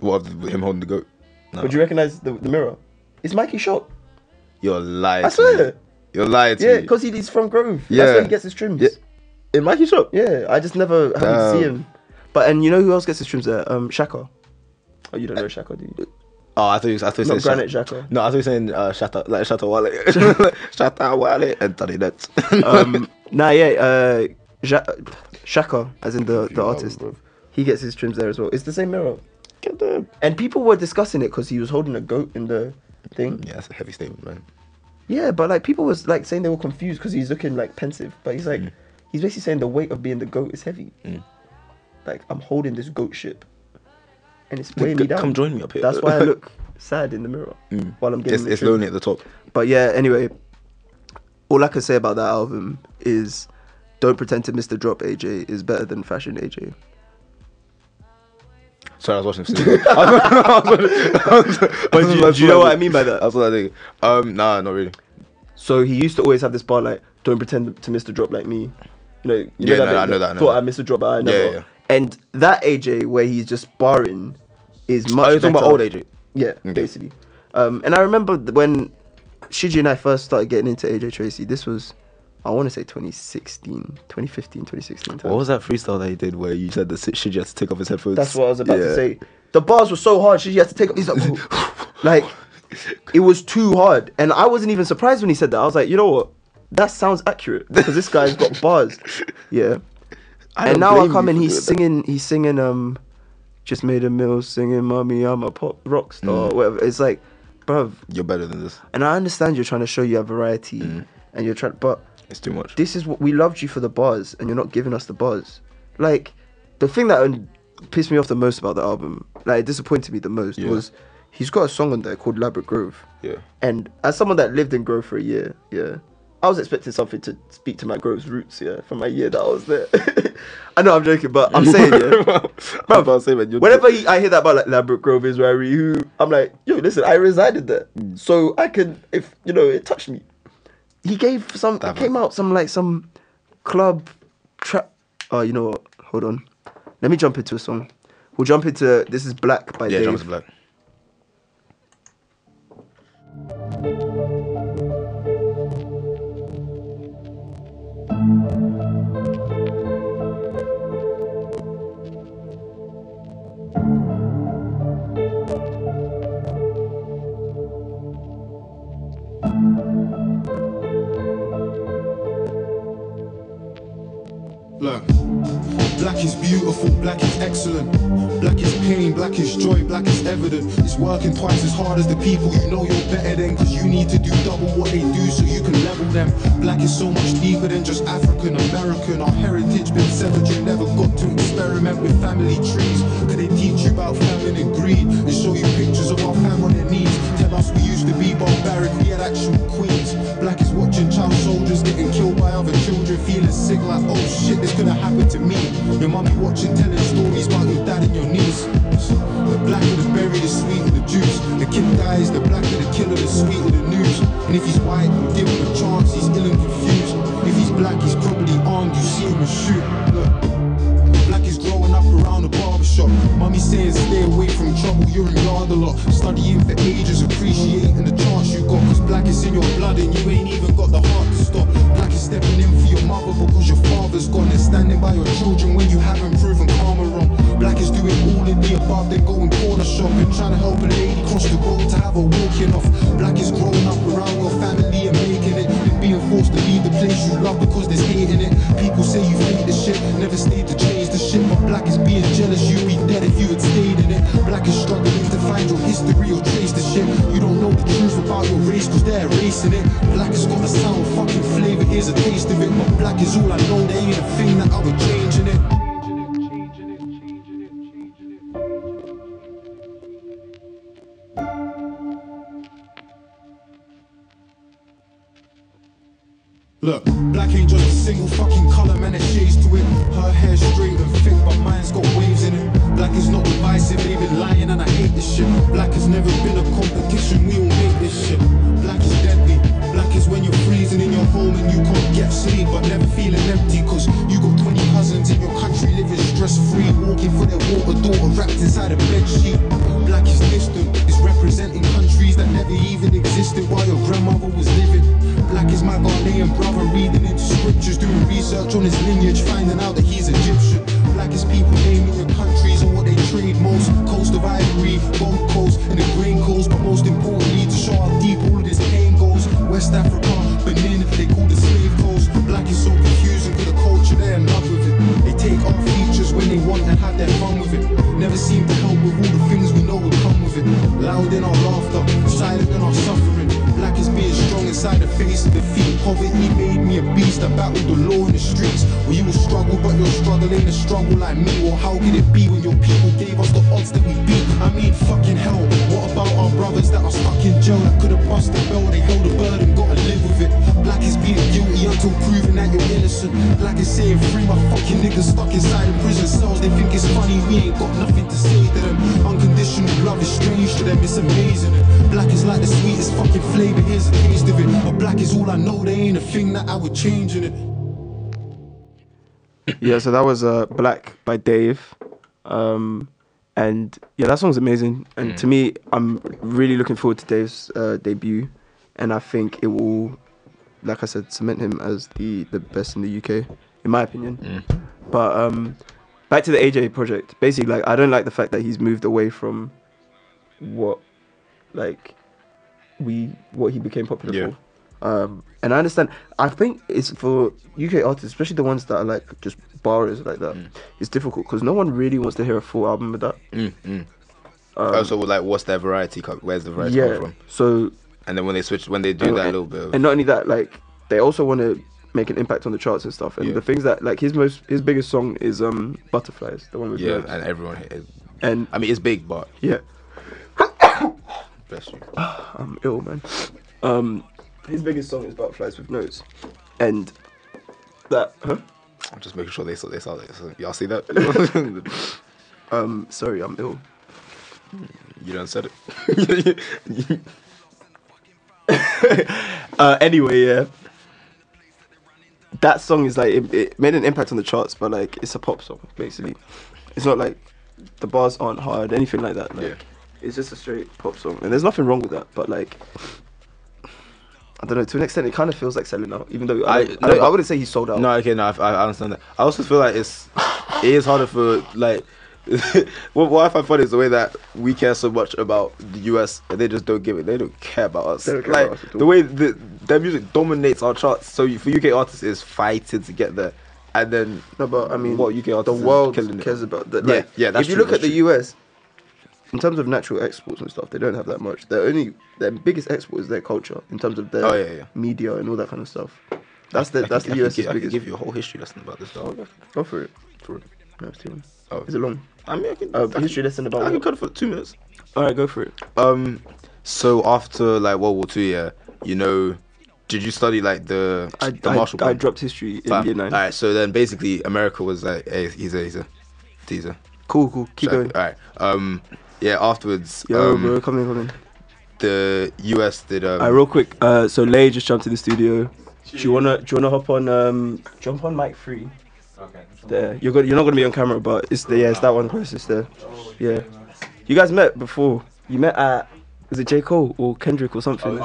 [SPEAKER 3] what him holding the goat? No.
[SPEAKER 2] Or do you recognize the, the mirror? It's Mikey Shop.
[SPEAKER 3] You're lying.
[SPEAKER 2] I
[SPEAKER 3] to
[SPEAKER 2] swear.
[SPEAKER 3] me. You're lying to
[SPEAKER 2] Yeah,
[SPEAKER 3] me.
[SPEAKER 2] because he, he's from Grove.
[SPEAKER 3] Yeah.
[SPEAKER 2] That's where he gets his trims.
[SPEAKER 3] Yeah. in Mikey shop.
[SPEAKER 2] Yeah, I just never happened to see
[SPEAKER 3] Damn.
[SPEAKER 2] him. But and you know who else gets his trims there? Um, Shaka. Oh, you don't
[SPEAKER 3] Uh,
[SPEAKER 2] know Shaka, do you?
[SPEAKER 3] Oh, I thought you. I thought you
[SPEAKER 2] Not
[SPEAKER 3] said
[SPEAKER 2] Granite
[SPEAKER 3] Shat-
[SPEAKER 2] Xhaka.
[SPEAKER 3] No, I thought you saying uh, shatter like shatter wallet, shatter wallet, and Tony Nets.
[SPEAKER 2] Um, nah, yeah. Uh, Ja- Shaka, as in the the artist, he gets his trims there as well. It's the same mirror.
[SPEAKER 3] Get them.
[SPEAKER 2] And people were discussing it because he was holding a goat in the thing.
[SPEAKER 3] Yeah, that's a heavy statement, man.
[SPEAKER 2] Yeah, but like people was like saying they were confused because he's looking like pensive, but he's like,
[SPEAKER 3] Mm.
[SPEAKER 2] he's basically saying the weight of being the goat is heavy. Like I'm holding this goat ship, and it's weighing me down.
[SPEAKER 3] Come join me up here. Mm.
[SPEAKER 2] That's why I look sad in the mirror while I'm getting.
[SPEAKER 3] It's,
[SPEAKER 2] the
[SPEAKER 3] it's
[SPEAKER 2] trim.
[SPEAKER 3] lonely at the top.
[SPEAKER 2] But yeah, anyway, all I can say about that album is, don't pretend to miss the drop. AJ is better than fashion. AJ.
[SPEAKER 3] Sorry, I was watching. Sleep. but
[SPEAKER 2] do you- do you know what I mean by that?
[SPEAKER 3] That's what I think. Um, nah, not really.
[SPEAKER 2] So he used to always have this bar like, "Don't pretend to miss the drop like me." You know, you bit,
[SPEAKER 3] Yeah, no, no, I
[SPEAKER 2] the,
[SPEAKER 3] know that, I know
[SPEAKER 2] thought
[SPEAKER 3] that.
[SPEAKER 2] I missed a drop, but I
[SPEAKER 3] Yeah,
[SPEAKER 2] never.
[SPEAKER 3] yeah.
[SPEAKER 2] And that AJ where he's just barring is much.
[SPEAKER 3] Oh, you're talking about
[SPEAKER 2] better.
[SPEAKER 3] old AJ?
[SPEAKER 2] Yeah, basically. Um, and I remember th- when Shiji and I first started getting into AJ Tracy. This was, I want to say 2016, 2015, 2016. time.
[SPEAKER 3] What was that freestyle that he did where you said that shit you had to take off his headphones?
[SPEAKER 2] That's what I was about
[SPEAKER 3] Yeah.
[SPEAKER 2] to say. The bars were so hard. She had to take. He's like, like, it was too hard, and I wasn't even surprised when he said that. I was like, you know what? That sounds accurate because this guy's got bars. Yeah.
[SPEAKER 3] I
[SPEAKER 2] and
[SPEAKER 3] don't
[SPEAKER 2] now I
[SPEAKER 3] blame
[SPEAKER 2] come
[SPEAKER 3] you
[SPEAKER 2] and
[SPEAKER 3] for
[SPEAKER 2] he's
[SPEAKER 3] doing that.
[SPEAKER 2] singing. He's singing. Um, just made a meal singing, "Mommy, I'm a pop rock star."
[SPEAKER 3] Mm.
[SPEAKER 2] Or whatever. It's like, bruv.
[SPEAKER 3] You're better than this.
[SPEAKER 2] And I understand you're trying to show you have variety,
[SPEAKER 3] Mm.
[SPEAKER 2] and you're trying, but
[SPEAKER 3] It's too much.
[SPEAKER 2] this is what we loved you for the bars and you're not giving us the bars like the thing that um, pissed me off the most about the album like it disappointed me the most
[SPEAKER 3] Yeah.
[SPEAKER 2] was he's got a song on there called labrador grove
[SPEAKER 3] Yeah.
[SPEAKER 2] and as someone that lived in grove for a year yeah i was expecting something to speak to my grove's roots yeah from my year that i was there i know i'm joking but i'm saying yeah
[SPEAKER 3] I'm about to say, man, you're-
[SPEAKER 2] Whenever he, I hear that about like Labrador Grove is where I re- who I'm like, yo, listen, I resided there,
[SPEAKER 3] Hmm.
[SPEAKER 2] so I can, if you know, it touched me. He gave some, it
[SPEAKER 3] That
[SPEAKER 2] came
[SPEAKER 3] man.
[SPEAKER 2] out some like some club trap. Oh, you know what? Hold on, let me jump into a song. We'll jump into this is Black by
[SPEAKER 3] yeah,
[SPEAKER 2] Dave.
[SPEAKER 3] drums are black.
[SPEAKER 8] Black. Black is beautiful, black is excellent. Black is pain, black is joy, black is evident. It's working twice as hard as the people you know you're better than. Cause you need to do double what they do so you can level them. Black is so much deeper than just African American. Our heritage been severed, you never got to experiment with family trees. Could they teach you about famine and greed? And show you pictures of our fam on their knees. Tell us we used to be barbaric, we had actual queens. Black is watching child soldiers getting killed by other children, feeling sick like, oh shit, this could have happened to me. Your mummy watching, telling stories about your dad and your niece. The blacker the berry, the sweeter the juice. The kid dies, the blacker the killer, the sweeter the news. And if he's white, we'll give him a chance, he's ill and confused. If he's black, he's probably armed, you see him and shoot. Look. Black is growing up around the barbershop. Mummy saying stay away from trouble, you're in yard a lot. Studying for ages, appreciating the chance you got. Cause black is in your blood and you ain't even got the heart to stop. Black is stepping in for your mother because your father's gone and standing by your children when you haven't proven karma wrong. Black is doing all of the above, then going corner shopping, trying to help a lady cross the road to have a walking off. Black is growing up around your family and making it. And being forced to leave the place you love because there's hate in it. People say you hate the shit, never stayed to change the shit. But black is being jealous, you'd be dead if you had stayed in it. Black is struggling to find your history or trace the shit. You don't know the truth about your race because they're erasing it. Black has got a sound fucking flavor here's a taste of it. But black is all I know, there ain't a thing that I would change in it. Look, black ain't just a single fucking colour, man, it shades to it. Her hair straight and thick, but mine's got waves in it. Black is not divisive, they've been lying and I hate this shit. Black has never been a competition, we all make this shit. Black is deadly. Black is when you're freezing in your home and you can't get sleep, but never feeling empty, cause you got 20 cousins in your country living stress free, walking for their water daughter wrapped inside a bed sheet. Black is distant, is representing countries that never even existed while your grandmother was living. Black is my Ghanaian brother reading into scriptures, doing research on his lineage, finding out that he's Egyptian. Black is people naming your countries and what they trade most. Coast of Ivory, Gold Coast, and the Grain Coast, but most importantly, to show how deep all of this pain goes. West Africa, Benin, they call the slave coast. Black is so confusing to the culture, they're in love with it. They take our features when they want and have their fun with it. Never seem to help with all the things we know would come with it. Loud in our laughter, silent in our suffering. Black is being strong inside the face of defeat. Poverty made me a beast. I battled the law in the streets. Well, you will struggle, but your struggle ain't a struggle like me. Well, how could it be when your people gave us the odds that we beat? I mean, fucking hell. What about our brothers that are stuck in jail that could have bust the bell? They held a burden, gotta live with it. Black is being guilty until proven that you're innocent. Black is saying free my fucking niggas stuck inside the prison cells. They think it's funny, we ain't got nothing to say to them. Unconditional love is strange to them, it's amazing. Black is like the sweetest fucking flavor, here's a taste of it. But black is all I know, there ain't a thing that I would change in it.
[SPEAKER 2] yeah, so that was uh, Black by Dave. Um, and yeah, that song's amazing. And
[SPEAKER 3] Hmm.
[SPEAKER 2] to me, I'm really looking forward to Dave's uh, debut. And I think it will, like I said, cement him as the, the best in the UK, in my opinion.
[SPEAKER 3] Mm.
[SPEAKER 2] But um, back to the AJ project. Basically, like I don't like the fact that he's moved away from what, like, we what he became popular
[SPEAKER 3] Yeah.
[SPEAKER 2] for. Um, and I understand. I think it's for UK artists, especially the ones that are like just borrowers like that.
[SPEAKER 3] Mm.
[SPEAKER 2] It's difficult because no one really wants to hear a full album of that.
[SPEAKER 3] also, Oh, like, what's their variety? co- Where's the variety
[SPEAKER 2] yeah.
[SPEAKER 3] come from?
[SPEAKER 2] So
[SPEAKER 3] And then when they switch, when they do that little bit, of,
[SPEAKER 2] and not only that, like they also want to make an impact on the charts and stuff. And
[SPEAKER 3] Yeah.
[SPEAKER 2] the things that like his most his biggest song is um Butterflies, the one with
[SPEAKER 3] yeah,
[SPEAKER 2] Murs.
[SPEAKER 3] and everyone. hit it.
[SPEAKER 2] and
[SPEAKER 3] I mean, it's big, but
[SPEAKER 2] yeah,
[SPEAKER 3] bless you.
[SPEAKER 2] I'm ill, man. Um, his biggest song is Butterflies with Notes, and that huh?
[SPEAKER 3] I'm just making sure they saw they saw this. Y'all see that?
[SPEAKER 2] Um, sorry, I'm ill.
[SPEAKER 3] you done said it.
[SPEAKER 2] Uh, anyway, yeah. That song is like it, it made an impact on the charts, but like it's a pop song basically. It's not like the bars aren't hard, anything like that. Like
[SPEAKER 3] Yeah.
[SPEAKER 2] it's just a straight pop song, and there's nothing wrong with that. But like, I don't know. To an extent, it kind of feels like selling out, even though I
[SPEAKER 3] I-
[SPEAKER 2] I, don't-
[SPEAKER 3] no,
[SPEAKER 2] I
[SPEAKER 3] but-
[SPEAKER 2] wouldn't say he sold out.
[SPEAKER 3] No, okay, no, I, I understand that. I also feel like it's it is harder for like what, what I find funny is the way that we care so much about the US and they just don't give it. They don't care about us.
[SPEAKER 2] They don't care
[SPEAKER 3] like
[SPEAKER 2] about us at all.
[SPEAKER 3] the way the, their music dominates our charts. So you- for UK artists, is fighting to get there, and then
[SPEAKER 2] No, but I mean,
[SPEAKER 3] what UK
[SPEAKER 2] the
[SPEAKER 3] artists is
[SPEAKER 2] world
[SPEAKER 3] killing it.
[SPEAKER 2] cares about that.
[SPEAKER 3] Yeah,
[SPEAKER 2] Like,
[SPEAKER 3] yeah, that's
[SPEAKER 2] If you
[SPEAKER 3] true,
[SPEAKER 2] look at
[SPEAKER 3] that's
[SPEAKER 2] the
[SPEAKER 3] true.
[SPEAKER 2] US, in terms of natural exports and stuff, they don't have that much. Their only, their biggest export is their culture in terms of their
[SPEAKER 3] Oh, yeah, yeah.
[SPEAKER 2] media and all that kind of stuff. That's the
[SPEAKER 3] I
[SPEAKER 2] that's
[SPEAKER 3] can,
[SPEAKER 2] the
[SPEAKER 3] I
[SPEAKER 2] US's
[SPEAKER 3] can, gi- I can
[SPEAKER 2] biggest.
[SPEAKER 3] give you a whole history lesson about this dog.
[SPEAKER 2] Go for it.
[SPEAKER 3] For-
[SPEAKER 2] No, it's too long.
[SPEAKER 3] Oh.
[SPEAKER 2] Is it long?
[SPEAKER 3] I mean, I can.
[SPEAKER 2] Uh,
[SPEAKER 3] I can-
[SPEAKER 2] history lesson about
[SPEAKER 3] I can
[SPEAKER 2] what?
[SPEAKER 3] cut it for two minutes.
[SPEAKER 2] All right, go for it.
[SPEAKER 3] Um, so after like World War Two, yeah, you know, did you study like the
[SPEAKER 2] I,
[SPEAKER 3] the
[SPEAKER 2] I,
[SPEAKER 3] Marshall
[SPEAKER 2] I
[SPEAKER 3] Plan?
[SPEAKER 2] dropped history in
[SPEAKER 3] Fam.
[SPEAKER 2] year nine.
[SPEAKER 3] All right, so then basically America was like, hey, he's a, he's a, he's a.
[SPEAKER 2] Cool, cool. Keep
[SPEAKER 3] All
[SPEAKER 2] going.
[SPEAKER 3] right. Um, yeah. Afterwards,
[SPEAKER 2] Yo,
[SPEAKER 3] um,
[SPEAKER 2] bro, come in, come in.
[SPEAKER 3] the U.S. did. Um,
[SPEAKER 2] All right, real quick. Uh, so Lay just jumped to the studio. Do you wanna do you wanna hop on um jump on mic three? Okay. There. You're good. You're not gonna be on camera, but it's the yeah, it's that one closest there. Yeah. You guys met before. You met at was it J Cole or Kendrick or
[SPEAKER 9] Oh,
[SPEAKER 2] something?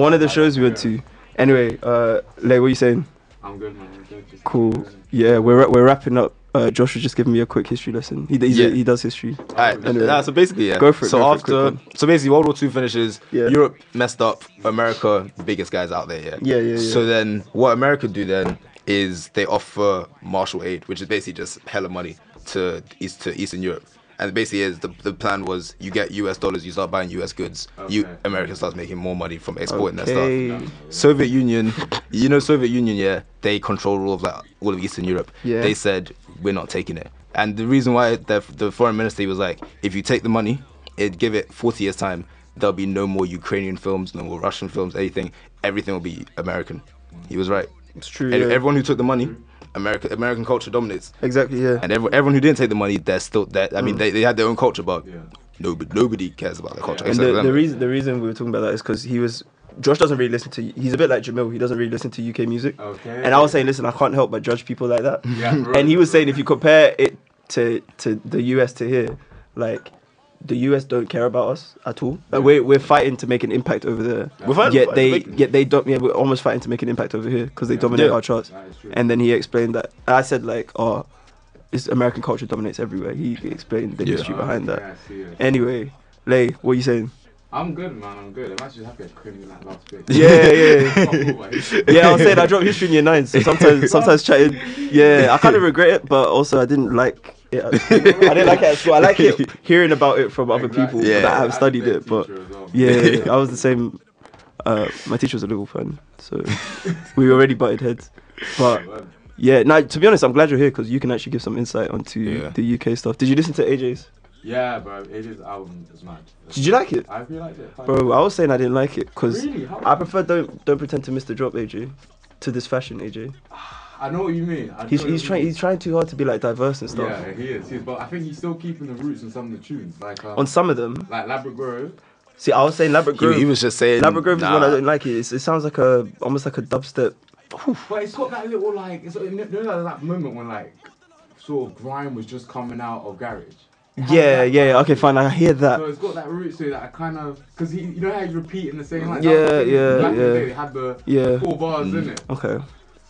[SPEAKER 2] One of the shows we went to. Anyway, uh, Lay, what are you saying?
[SPEAKER 9] I'm good, man. I'm good. Just
[SPEAKER 2] Cool. Yeah, we're ra- we're wrapping up. Uh, Josh was just giving me a quick history lesson. He d- he's a-
[SPEAKER 3] Yeah.
[SPEAKER 2] he does history.
[SPEAKER 3] all right,
[SPEAKER 2] anyway.
[SPEAKER 3] nah, so basically, yeah.
[SPEAKER 2] Go for it,
[SPEAKER 3] So
[SPEAKER 2] go for it, quick
[SPEAKER 3] after,
[SPEAKER 2] one.
[SPEAKER 3] so basically, World War Two finishes.
[SPEAKER 2] Yeah.
[SPEAKER 3] Europe messed up. America, biggest guys out there. Yeah.
[SPEAKER 2] Yeah, yeah, yeah.
[SPEAKER 3] So then, what America do then is they offer martial aid, which is basically just hella money to East to Eastern Europe, And basically, is the, the plan was you get US dollars, you start buying US goods, you
[SPEAKER 9] Okay.
[SPEAKER 3] America starts making more money from exporting
[SPEAKER 2] Okay.
[SPEAKER 3] that stuff. Soviet Union, you know, Soviet Union, yeah, they control all of like all of Eastern Europe.
[SPEAKER 2] Yeah.
[SPEAKER 3] They said we're not taking it, and the reason why the the foreign ministry was like, if you take the money, it give it 40 years time, there'll be no more Ukrainian films, no more Russian films, anything, everything will be American. He was right.
[SPEAKER 2] It's true,
[SPEAKER 3] And
[SPEAKER 2] yeah.
[SPEAKER 3] Everyone who took the money, America, American culture dominates.
[SPEAKER 2] Exactly. Yeah.
[SPEAKER 3] And everyone, everyone who didn't take the money, they're still there. I
[SPEAKER 2] Mm.
[SPEAKER 3] mean, they, they had their own culture, but
[SPEAKER 9] Yeah.
[SPEAKER 3] nobody, nobody cares about the culture.
[SPEAKER 2] And
[SPEAKER 3] except
[SPEAKER 2] the,
[SPEAKER 3] them.
[SPEAKER 2] the reason the reason we were talking about that is because he was Josh doesn't really listen to he's a bit like Jamil he doesn't really listen to UK music.
[SPEAKER 9] Okay.
[SPEAKER 2] And I was saying, listen, I can't help but judge people like that.
[SPEAKER 9] Yeah, right,
[SPEAKER 2] and he was saying,
[SPEAKER 9] right.
[SPEAKER 2] if you compare it to to the US to here, like the US don't care about us at all. Like we're we're fighting to make an impact over there.
[SPEAKER 3] We're fighting-
[SPEAKER 2] yet
[SPEAKER 3] fighting to
[SPEAKER 2] they
[SPEAKER 3] make-
[SPEAKER 2] yet they don't. Yeah, we're almost fighting to make an impact over here because they dominate
[SPEAKER 3] Yeah.
[SPEAKER 2] our charts.
[SPEAKER 9] That is true.
[SPEAKER 2] And then he explained that I said like, oh, it's American culture dominates everywhere. He explained the
[SPEAKER 3] Yeah.
[SPEAKER 2] history behind
[SPEAKER 9] Okay,
[SPEAKER 2] that.
[SPEAKER 9] I see it.
[SPEAKER 2] Anyway, Lay, what are you saying?
[SPEAKER 9] I'm good, man. I'm good. I'm actually happy I couldn't do that last bit.
[SPEAKER 2] Yeah, yeah,
[SPEAKER 9] Fuck all my history.
[SPEAKER 2] yeah. I was saying I dropped history in year nine, so sometimes, sometimes chatting. Yeah, I kind of regret it, but also I didn't like it. At school. I didn't like it at school. I like it hearing about it from other
[SPEAKER 9] Exactly.
[SPEAKER 2] people
[SPEAKER 3] Yeah.
[SPEAKER 2] that have
[SPEAKER 9] As
[SPEAKER 2] studied
[SPEAKER 9] their
[SPEAKER 2] it. But
[SPEAKER 9] teacher as well.
[SPEAKER 2] yeah, I was the same. Uh, my teacher was a Liverpool fan, so we already butted heads. But yeah, now to be honest, I'm glad you're here because you can actually give some insight onto
[SPEAKER 3] Yeah.
[SPEAKER 2] the UK stuff. Did you listen to AJ's?
[SPEAKER 9] Yeah, bro. Age's album is mad.
[SPEAKER 2] Did you like it?
[SPEAKER 9] I really liked it.
[SPEAKER 2] Bro, I was saying I didn't like it because
[SPEAKER 9] Really? How-
[SPEAKER 2] I prefer don't don't pretend to miss the drop, AJ. To this fashion, AJ.
[SPEAKER 9] I know what you mean. I
[SPEAKER 2] He's,
[SPEAKER 9] know what
[SPEAKER 2] he's
[SPEAKER 9] you
[SPEAKER 2] trying
[SPEAKER 9] mean.
[SPEAKER 2] he's trying too hard to be like diverse and stuff.
[SPEAKER 9] Yeah, he is. He's, but I think he's still keeping the roots in some of the tunes, like um,
[SPEAKER 2] On some of them,
[SPEAKER 9] like Labrador.
[SPEAKER 2] see, I was saying Labrador
[SPEAKER 3] he,
[SPEAKER 2] Grove.
[SPEAKER 3] he was just saying.
[SPEAKER 2] Labrador Grove
[SPEAKER 3] nah.
[SPEAKER 2] is one I don't like. It it's, it sounds like a almost like a dubstep.
[SPEAKER 9] But it's got that little like, it's, you know that, that moment when like sort of grime was just coming out of garage. It has
[SPEAKER 2] Yeah,
[SPEAKER 9] that
[SPEAKER 2] yeah. Okay, fine. I hear
[SPEAKER 9] So
[SPEAKER 2] that.
[SPEAKER 9] it's got that root to it that I kind of because he, you know how he's repeating the same like
[SPEAKER 2] Yeah,
[SPEAKER 9] that was the thing,
[SPEAKER 2] yeah,
[SPEAKER 9] back in the
[SPEAKER 2] yeah.
[SPEAKER 9] day, They had the
[SPEAKER 2] Yeah.
[SPEAKER 9] four bars in it.
[SPEAKER 2] Okay,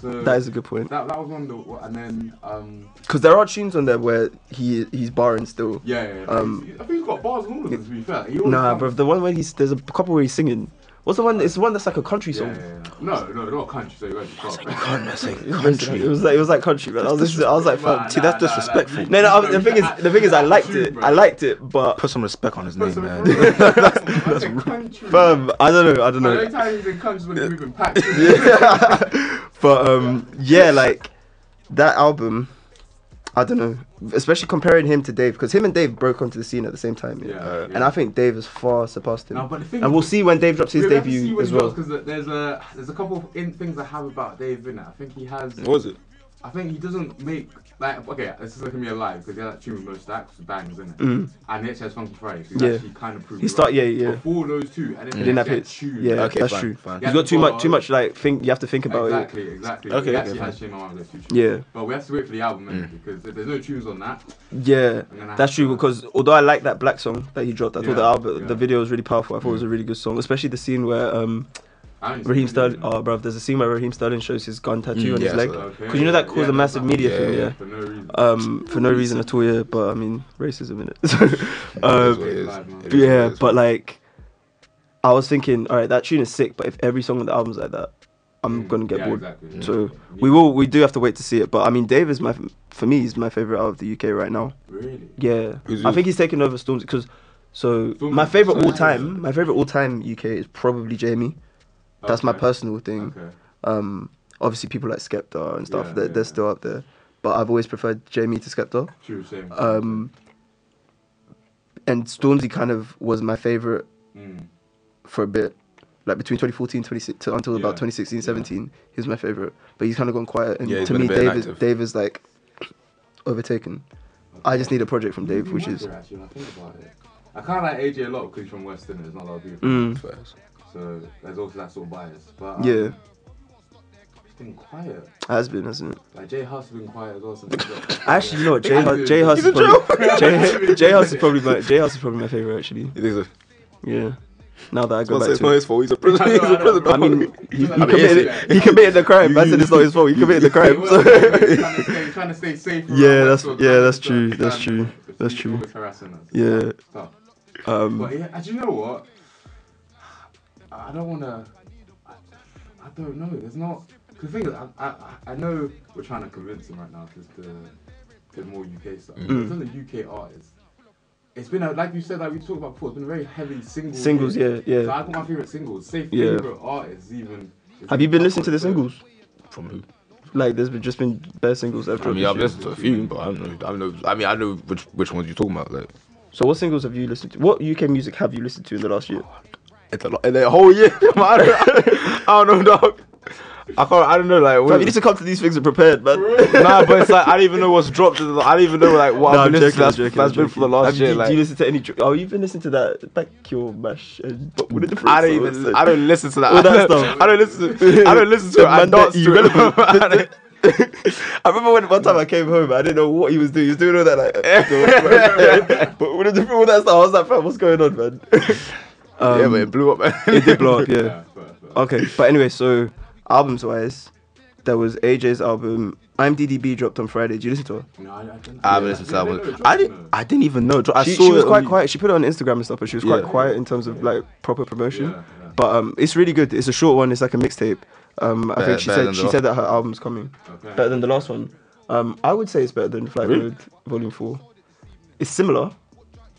[SPEAKER 9] So
[SPEAKER 2] that is a good point.
[SPEAKER 9] that, that was one of the and then um
[SPEAKER 2] Because there are tunes on there where he he's barring still.
[SPEAKER 9] yeah, yeah, yeah.
[SPEAKER 2] Um,
[SPEAKER 9] He's- I think he's got bars and all of them to be fair. He always
[SPEAKER 2] Nah,
[SPEAKER 9] comes-
[SPEAKER 2] bro. The one where he's there's a couple where he's singing. What's the one? It's the one that's like a country
[SPEAKER 9] Yeah,
[SPEAKER 2] song.
[SPEAKER 9] yeah, yeah. No, no, not country. So you went to
[SPEAKER 2] Country. It was like it was like country, man. I was listening. I was like, fam.
[SPEAKER 3] See, that's disrespectful.
[SPEAKER 2] No, no. I was- the thing is, the thing is, I liked it. I liked it, but
[SPEAKER 3] Put some respect on his name, man.
[SPEAKER 9] that's country.
[SPEAKER 2] fam, I don't know. I don't
[SPEAKER 9] The
[SPEAKER 2] know.
[SPEAKER 9] only time he's in country when we've been packed.
[SPEAKER 2] but um yeah like that album i don't know especially comparing him to dave because him and dave broke onto the scene at the same time yeah,
[SPEAKER 9] Yeah,
[SPEAKER 2] Uh,
[SPEAKER 9] yeah.
[SPEAKER 2] and i think dave has far surpassed him
[SPEAKER 9] No, but the thing
[SPEAKER 2] and
[SPEAKER 9] is-
[SPEAKER 2] we'll see when dave drops his
[SPEAKER 9] We'll have to see
[SPEAKER 2] debut
[SPEAKER 9] what
[SPEAKER 2] as
[SPEAKER 9] he
[SPEAKER 2] well
[SPEAKER 9] does, 'cause there's a there's a couple of in things I have about Dave innit? I think he has.
[SPEAKER 3] What was it?
[SPEAKER 9] I think he doesn't make like okay. This is looking me alive because he had that tune with most stacks bangs in it, and he actually has Funky Friday. So he's
[SPEAKER 2] Mm. Yeah.
[SPEAKER 9] actually kind of proved.
[SPEAKER 2] He
[SPEAKER 9] it
[SPEAKER 2] start-
[SPEAKER 9] right.
[SPEAKER 2] yeah, yeah.
[SPEAKER 9] Before those two, and then
[SPEAKER 2] didn't have
[SPEAKER 9] actually
[SPEAKER 2] hits.
[SPEAKER 9] had tunes.
[SPEAKER 2] Yeah,
[SPEAKER 3] Okay,
[SPEAKER 2] that's
[SPEAKER 3] fine,
[SPEAKER 2] true.
[SPEAKER 3] fine.
[SPEAKER 9] Yeah,
[SPEAKER 2] He's got too
[SPEAKER 9] but-
[SPEAKER 2] much, too much like think. You have to think about
[SPEAKER 9] Exactly,
[SPEAKER 2] it.
[SPEAKER 9] exactly.
[SPEAKER 3] Okay,
[SPEAKER 9] he
[SPEAKER 3] okay,
[SPEAKER 9] actually
[SPEAKER 3] fine. Mm.
[SPEAKER 9] has Shame on one of those two.
[SPEAKER 2] Yeah.
[SPEAKER 9] But we have to wait for the album innit? because if there's no tunes on that.
[SPEAKER 2] Yeah,
[SPEAKER 9] gonna have
[SPEAKER 2] that's true.
[SPEAKER 9] to-
[SPEAKER 2] Because although I like that black song that he dropped, I
[SPEAKER 9] Yeah,
[SPEAKER 2] thought the album,
[SPEAKER 9] yeah. Mm.
[SPEAKER 2] the video was really powerful. I thought it was a really good song, especially the scene where um
[SPEAKER 9] I haven't seen
[SPEAKER 2] Raheem
[SPEAKER 9] the
[SPEAKER 2] Sterling.
[SPEAKER 9] video, innit?
[SPEAKER 2] Oh, bruv, there's a scene where Raheem Sterling shows his gun tattoo
[SPEAKER 3] Mm,
[SPEAKER 2] on
[SPEAKER 3] yeah,
[SPEAKER 2] his
[SPEAKER 3] I
[SPEAKER 2] leg.
[SPEAKER 3] saw
[SPEAKER 2] Because
[SPEAKER 9] Okay,
[SPEAKER 2] you know that caused
[SPEAKER 9] yeah,
[SPEAKER 2] a massive
[SPEAKER 9] that's-
[SPEAKER 2] media
[SPEAKER 9] yeah,
[SPEAKER 2] thing,
[SPEAKER 3] yeah.
[SPEAKER 2] yeah.
[SPEAKER 9] For no reason.
[SPEAKER 2] um, for no reason at all, yeah. But I mean, racism in it.
[SPEAKER 3] It is what
[SPEAKER 2] um,
[SPEAKER 3] it is.
[SPEAKER 9] Live, man.
[SPEAKER 3] It is what it
[SPEAKER 2] yeah,
[SPEAKER 3] is.
[SPEAKER 2] but like, I was thinking, all right, that tune is sick. But if every song on the album's like that, I'm
[SPEAKER 9] Mm,
[SPEAKER 2] gonna get
[SPEAKER 9] yeah,
[SPEAKER 2] bored.
[SPEAKER 9] exactly.
[SPEAKER 2] So
[SPEAKER 9] Yeah.
[SPEAKER 2] we will, we do have to wait to see it. But I mean, Dave is my, for me, he's my favorite out of the UK right now.
[SPEAKER 9] Really?
[SPEAKER 2] Yeah,
[SPEAKER 3] Who's
[SPEAKER 2] I
[SPEAKER 3] yours?
[SPEAKER 2] think he's taking over Storms because. So
[SPEAKER 9] Stormzy,
[SPEAKER 2] my favorite all
[SPEAKER 9] Stormzy.
[SPEAKER 2] time, my favorite all time UK is probably Jamie. That's my
[SPEAKER 9] Okay.
[SPEAKER 2] personal thing.
[SPEAKER 9] Okay.
[SPEAKER 2] Um, obviously people like Skepta and stuff,
[SPEAKER 9] Yeah,
[SPEAKER 2] they're,
[SPEAKER 9] yeah,
[SPEAKER 2] they're
[SPEAKER 9] yeah.
[SPEAKER 2] still up there. But I've always preferred Jamie to Skepta.
[SPEAKER 9] True, same.
[SPEAKER 2] Um, and Stormzy kind of was my favorite
[SPEAKER 9] Mm.
[SPEAKER 2] for a bit. Like between 2014 26 to until
[SPEAKER 9] Yeah,
[SPEAKER 2] about 2016 17, he was my favorite. But he's kind of gone quiet. And
[SPEAKER 3] Yeah, he's
[SPEAKER 2] to
[SPEAKER 3] been a
[SPEAKER 2] me,
[SPEAKER 3] bit
[SPEAKER 2] Dave is,
[SPEAKER 3] inactive.
[SPEAKER 2] Dave is like overtaken. I just need a project from Dave, which is.
[SPEAKER 9] Actually, when I think about it. I kind of like AJ a lot because he's from West End. There's not a lot of people.
[SPEAKER 2] Mm,
[SPEAKER 9] So there's also that sort of bias. But um,
[SPEAKER 2] yeah,
[SPEAKER 9] it's been quiet.
[SPEAKER 2] has been, hasn't it?
[SPEAKER 9] Like Jay Huss has been quiet as well. Since he got-
[SPEAKER 2] Actually, no, J
[SPEAKER 9] Yeah,
[SPEAKER 2] House,
[SPEAKER 9] dude.
[SPEAKER 2] J House is
[SPEAKER 9] He's a
[SPEAKER 2] probably,
[SPEAKER 9] joke.
[SPEAKER 2] J, J House is probably my, J House is probably my favorite actually.
[SPEAKER 3] You think so?
[SPEAKER 2] Yeah. Now that I go
[SPEAKER 3] Well,
[SPEAKER 2] back
[SPEAKER 3] it's not
[SPEAKER 2] to it.
[SPEAKER 3] his fault. He's a prisoner. He's a prisoner.
[SPEAKER 2] I mean, he, he
[SPEAKER 9] I mean,
[SPEAKER 2] committed,
[SPEAKER 9] yes,
[SPEAKER 2] he committed the crime. I said it's not his fault. He committed the
[SPEAKER 9] He
[SPEAKER 2] crime.
[SPEAKER 9] was
[SPEAKER 2] so-
[SPEAKER 9] trying to stay- trying to stay safe. around
[SPEAKER 2] Yeah,
[SPEAKER 9] West
[SPEAKER 2] that's-
[SPEAKER 9] End,
[SPEAKER 2] yeah,
[SPEAKER 9] trying
[SPEAKER 2] that's
[SPEAKER 9] to-
[SPEAKER 2] true, that's
[SPEAKER 9] trying-
[SPEAKER 2] true,
[SPEAKER 9] but
[SPEAKER 2] that's
[SPEAKER 9] he's
[SPEAKER 2] true.
[SPEAKER 9] always harassing us.
[SPEAKER 2] Yeah.
[SPEAKER 9] It's tough.
[SPEAKER 2] Um,
[SPEAKER 9] But yeah, and you know what? I don't want to. I, I don't know. There's not. Cause the thing is, I, I, I- I know
[SPEAKER 2] Mm.
[SPEAKER 9] we're trying to convince him right now because the, the more UK stuff. But He's not a UK artist. it's been a, like you said, like we talked about before. It's been a very heavy single.
[SPEAKER 2] Singles,
[SPEAKER 9] year.
[SPEAKER 2] yeah, yeah.
[SPEAKER 9] So I put my favorite singles. Say
[SPEAKER 2] Yeah.
[SPEAKER 9] favorite artists, even. it's
[SPEAKER 2] Have you been
[SPEAKER 9] tough
[SPEAKER 2] listening to
[SPEAKER 9] one,
[SPEAKER 2] the
[SPEAKER 9] so-
[SPEAKER 2] singles?
[SPEAKER 3] From who?
[SPEAKER 2] Like, there's been just been bare singles
[SPEAKER 3] I
[SPEAKER 2] after.
[SPEAKER 3] mean, I've listened to a few, but I don't know. I don't know. I mean, I know which which ones you're talking about. Like,
[SPEAKER 2] So, what singles have you listened to? What UK music have you listened to in the last year?
[SPEAKER 3] it's a lot. And the whole year, I don't, I don't know, dog. I can't. I don't know. Like,
[SPEAKER 2] Fam,
[SPEAKER 3] what,
[SPEAKER 2] you need to come to these things and prepared, man.
[SPEAKER 3] nah, but it's like I don't even know what's dropped. I don't even know like what
[SPEAKER 2] Nah,
[SPEAKER 3] I've
[SPEAKER 2] I'm
[SPEAKER 3] been listening to.
[SPEAKER 2] joking, I'm joking,
[SPEAKER 3] That's, that's
[SPEAKER 2] I'm
[SPEAKER 3] been for the
[SPEAKER 2] joking.
[SPEAKER 3] last
[SPEAKER 2] Have you-
[SPEAKER 3] year.
[SPEAKER 2] do,
[SPEAKER 3] like,
[SPEAKER 2] you listen to any? dr- Oh, you've been listening to that back your mash and but with the
[SPEAKER 3] I don't
[SPEAKER 2] different
[SPEAKER 3] even.
[SPEAKER 2] songs,
[SPEAKER 3] I don't listen to that.
[SPEAKER 2] All
[SPEAKER 3] I,
[SPEAKER 2] that
[SPEAKER 3] don't,
[SPEAKER 2] stuff.
[SPEAKER 3] I don't listen. To, I don't listen to
[SPEAKER 2] The
[SPEAKER 3] it. I
[SPEAKER 2] man that
[SPEAKER 3] dance to
[SPEAKER 2] irrelevant.
[SPEAKER 3] it. I don't-
[SPEAKER 2] I remember when one time I came home, I didn't know what he was doing. He was doing all that uh, like, but with the different all that stuff, I was like, "Fam, what's going on, man?" Um,
[SPEAKER 3] yeah, but it blew up. Man.
[SPEAKER 2] it did blow up, yeah.
[SPEAKER 9] Yeah, but- but-
[SPEAKER 2] Okay, but anyway, so albums wise, there was AJ's album. I'm DDB dropped on Friday. Did you listen to her?
[SPEAKER 9] No, I, I didn't.
[SPEAKER 3] I haven't listened to
[SPEAKER 9] Yeah,
[SPEAKER 3] that
[SPEAKER 9] no,
[SPEAKER 3] one.
[SPEAKER 9] drop
[SPEAKER 3] I
[SPEAKER 9] it,
[SPEAKER 3] didn't.
[SPEAKER 9] no.
[SPEAKER 3] I didn't even know. I
[SPEAKER 2] She,
[SPEAKER 3] saw
[SPEAKER 2] she was
[SPEAKER 3] it
[SPEAKER 2] quite
[SPEAKER 3] on-
[SPEAKER 2] quiet. She put it on Instagram and stuff, but she was quite
[SPEAKER 3] Yeah.
[SPEAKER 2] quiet in terms of like proper promotion.
[SPEAKER 9] Yeah, yeah.
[SPEAKER 2] But um, it's really good. It's a short one. It's like a mixtape. Um, I
[SPEAKER 3] Better-
[SPEAKER 2] think she
[SPEAKER 3] better than
[SPEAKER 2] said she
[SPEAKER 3] the-
[SPEAKER 2] said that her album's coming.
[SPEAKER 9] Okay.
[SPEAKER 2] Better than the last one. Um, I would say it's better than Flight Road Volume Four. It's similar.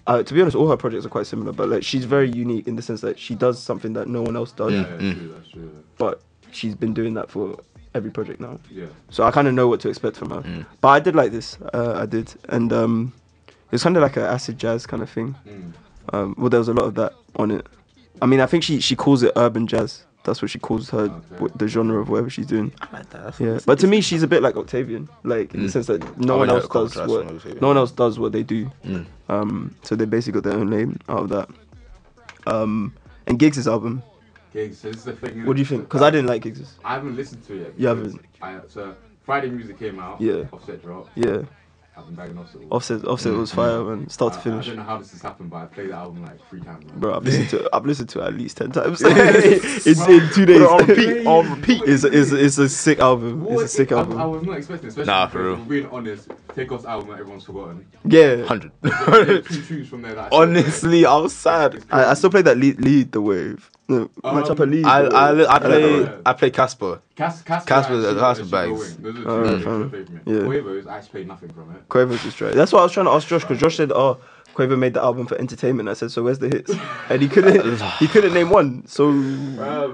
[SPEAKER 2] Uh, to be honest, all her projects are quite similar, but like she's very unique in the sense that she does something that no one else does.
[SPEAKER 9] Yeah, that's true. That's true.
[SPEAKER 2] But she's been doing that for every project now.
[SPEAKER 9] Yeah.
[SPEAKER 2] So I kind of know what to expect from her. But I did like this. Uh, I did, and um, it was kind of like an acid jazz kind of thing. Um, well, there was a lot of that on it. I mean, I think she she calls it urban jazz. That's what she calls her
[SPEAKER 9] Okay.
[SPEAKER 2] wh- the genre of whatever she's doing. Yeah, but to me, she's a bit like Octavian, like in the sense that no
[SPEAKER 3] I
[SPEAKER 2] one else
[SPEAKER 3] wouldn't have a
[SPEAKER 2] does
[SPEAKER 3] contrast
[SPEAKER 2] what
[SPEAKER 3] from Octavian.
[SPEAKER 2] no one else does what they do. Um, so they basically got their own lane out of that. Um, and Giggs' album.
[SPEAKER 9] Gigs. So this is the thing.
[SPEAKER 2] What do you think? Because I didn't like Giggs.
[SPEAKER 9] I haven't listened to it yet.
[SPEAKER 2] You
[SPEAKER 9] because
[SPEAKER 2] haven't?
[SPEAKER 9] I, so Friday music came out.
[SPEAKER 2] Yeah.
[SPEAKER 9] Offset drop.
[SPEAKER 2] Yeah,
[SPEAKER 9] I've been bagging offset. all-
[SPEAKER 2] Offset Offset was fire, man. Start to
[SPEAKER 9] I-
[SPEAKER 2] finish.
[SPEAKER 9] I don't know how this has happened, but I played that album like three times. man.
[SPEAKER 2] Bro, I've listened to it, I've listened to it at least ten times. it's in two days.
[SPEAKER 9] on repeat, on repeat.
[SPEAKER 2] It's a, it's, a, it's a sick album.
[SPEAKER 9] What
[SPEAKER 2] It's a sick
[SPEAKER 9] I-
[SPEAKER 2] album.
[SPEAKER 9] I, was not expecting, especially
[SPEAKER 3] Nah,
[SPEAKER 9] nah,
[SPEAKER 3] for real.
[SPEAKER 9] being honest, take off's album that everyone's forgotten.
[SPEAKER 2] yeah,
[SPEAKER 3] Hundred.
[SPEAKER 9] There are two tunes from there that I
[SPEAKER 3] Honestly, I was sad.
[SPEAKER 2] I, I still play that lead, lead the wave. No, match up a lead.
[SPEAKER 3] I
[SPEAKER 2] the
[SPEAKER 3] I,
[SPEAKER 2] wave.
[SPEAKER 3] li- I play
[SPEAKER 9] Yeah.
[SPEAKER 3] I play Casper.
[SPEAKER 9] Cas- Casper,
[SPEAKER 3] Casper-
[SPEAKER 9] and She-
[SPEAKER 3] Casper
[SPEAKER 9] and She
[SPEAKER 3] Bags.
[SPEAKER 9] Go Wing. Those are the
[SPEAKER 2] Alright,
[SPEAKER 9] two
[SPEAKER 2] fine.
[SPEAKER 9] tunes that I played from it.
[SPEAKER 2] Yeah.
[SPEAKER 9] Quavo's, I actually played nothing from it.
[SPEAKER 2] Quavo's just right. That's what I was trying to ask Josh because Josh said, "Oh, Quavo made the album for entertainment." I said, "So where's the hits?" And he couldn't he couldn't name one. So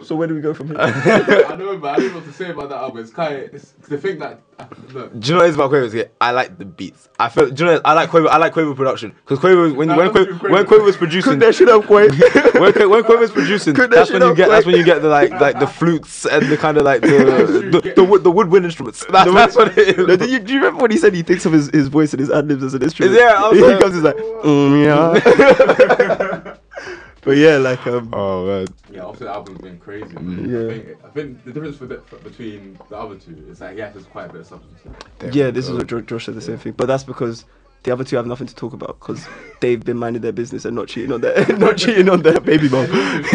[SPEAKER 2] so where do we go from here?
[SPEAKER 9] I know, but I don't know what to say about that album. It's kind of it's the thing that uh, look.
[SPEAKER 3] Do you know what it is about Quavo? Is yeah, I like the beats. I feel. Do you know? what it is? I like Quavo. I like Quavo production because Quavo when
[SPEAKER 9] Nah,
[SPEAKER 3] when
[SPEAKER 9] I'm with
[SPEAKER 3] Quavo,
[SPEAKER 9] Quavo.
[SPEAKER 3] when Quavo's producing.
[SPEAKER 2] Cook that shit up, Quavo.
[SPEAKER 3] when, Qua- when Quavo's producing,
[SPEAKER 2] Cook that
[SPEAKER 3] that's
[SPEAKER 2] shit
[SPEAKER 3] when you
[SPEAKER 2] up
[SPEAKER 3] get that's
[SPEAKER 2] quick.
[SPEAKER 3] when you get the like like the flutes and the kind of like the
[SPEAKER 9] true.
[SPEAKER 3] the, the, wood, the woodwind instruments. That's, that's what it
[SPEAKER 2] No, do,
[SPEAKER 3] is.
[SPEAKER 2] you, do you remember when he said he thinks of his, his voice and his ad libs as an instrument?
[SPEAKER 3] Yeah, I was
[SPEAKER 2] he
[SPEAKER 3] like-
[SPEAKER 2] comes he's like, mm, yeah. but yeah, like um,
[SPEAKER 3] Oh man,
[SPEAKER 9] Yeah, obviously the album's been crazy.
[SPEAKER 2] Mm. Yeah.
[SPEAKER 9] I think, I think the difference with it, between the other two is that he has quite a bit of substance.
[SPEAKER 2] yeah, this is what Jo- Josh said the same thing. But that's because the other two have nothing to talk about because they've been minding their business and not cheating on their not cheating on their baby mom.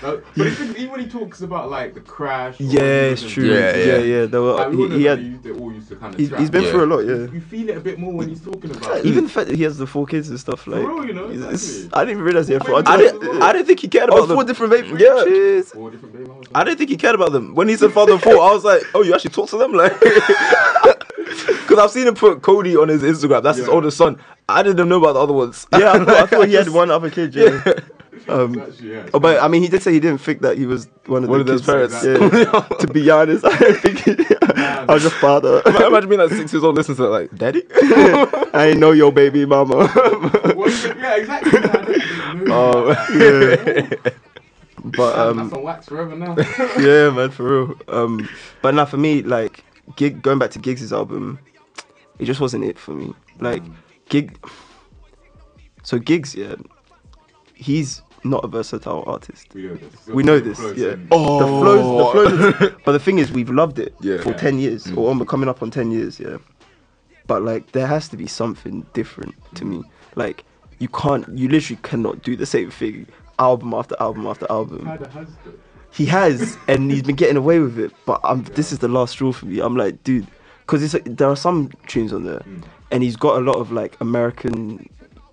[SPEAKER 9] Like, but the thing- even when he talks about like the crash. or
[SPEAKER 2] yeah, it's
[SPEAKER 9] even-
[SPEAKER 2] true.
[SPEAKER 3] Yeah,
[SPEAKER 2] Yeah,
[SPEAKER 3] yeah.
[SPEAKER 2] yeah, There were
[SPEAKER 9] Like, we all know
[SPEAKER 2] he, he
[SPEAKER 9] that
[SPEAKER 2] had
[SPEAKER 9] they- they all used to kind of
[SPEAKER 2] he's,
[SPEAKER 9] trap.
[SPEAKER 2] he's been
[SPEAKER 3] Yeah.
[SPEAKER 2] through a lot. Yeah.
[SPEAKER 9] You feel it a bit more when he's talking about. it.
[SPEAKER 2] Even the fact that he has the four kids and stuff like
[SPEAKER 9] real, you know,
[SPEAKER 2] it's- it's-
[SPEAKER 9] exactly.
[SPEAKER 2] I didn't even realize he had four.
[SPEAKER 9] Wait,
[SPEAKER 3] I
[SPEAKER 2] I
[SPEAKER 9] did-
[SPEAKER 3] didn't I didn't think he cared
[SPEAKER 2] Oh,
[SPEAKER 3] about
[SPEAKER 2] four
[SPEAKER 3] them.
[SPEAKER 2] different baby
[SPEAKER 3] Yeah.
[SPEAKER 2] Cheers.
[SPEAKER 9] Four different baby mamas.
[SPEAKER 3] I didn't think he cared about them. When he said father four, I was like, oh, you actually talk to them, like, because I've seen him put Cody on his Instagram. That's his
[SPEAKER 9] Yeah.
[SPEAKER 3] oldest son. I didn't know about the other ones.
[SPEAKER 2] Yeah, I thought, I thought he had one other kid. Yeah. Um,
[SPEAKER 9] Actually, yeah.
[SPEAKER 2] Oh, but I mean, he did say he didn't think that he was one of
[SPEAKER 3] One
[SPEAKER 2] the
[SPEAKER 3] of those
[SPEAKER 2] kids.
[SPEAKER 3] parents.
[SPEAKER 2] Yeah. to be honest, I don't think he, I was your father.
[SPEAKER 3] Imagine being like six years old, listening to that, like, daddy.
[SPEAKER 2] I ain't know your baby mama.
[SPEAKER 9] Well, yeah, exactly. I didn't even know about that.
[SPEAKER 2] but
[SPEAKER 9] That's
[SPEAKER 2] Oh, um,
[SPEAKER 9] on wax forever now.
[SPEAKER 2] yeah, man, for real. Um, but now for me, like, gig going back to Giggs' album, it just wasn't it for me. Like, gig. So Giggs, yeah, he's not a versatile artist.
[SPEAKER 9] we know this.
[SPEAKER 2] We know this,
[SPEAKER 9] Close
[SPEAKER 2] yeah.
[SPEAKER 9] in.
[SPEAKER 2] The
[SPEAKER 3] Oh.
[SPEAKER 2] flows, the flows. but the thing is, we've loved it
[SPEAKER 3] Yeah.
[SPEAKER 2] for
[SPEAKER 3] Yeah.
[SPEAKER 2] ten years, or on, coming up on ten years, yeah. But like, there has to be something different to me. Like, you can't, you literally cannot do the same thing album after album after album.
[SPEAKER 9] Kinda has to.
[SPEAKER 2] He has, and he's been getting away with it. But I'm, this is the last straw for me. I'm like, dude, because it's like, there are some tunes on there, and he's got a lot of like American,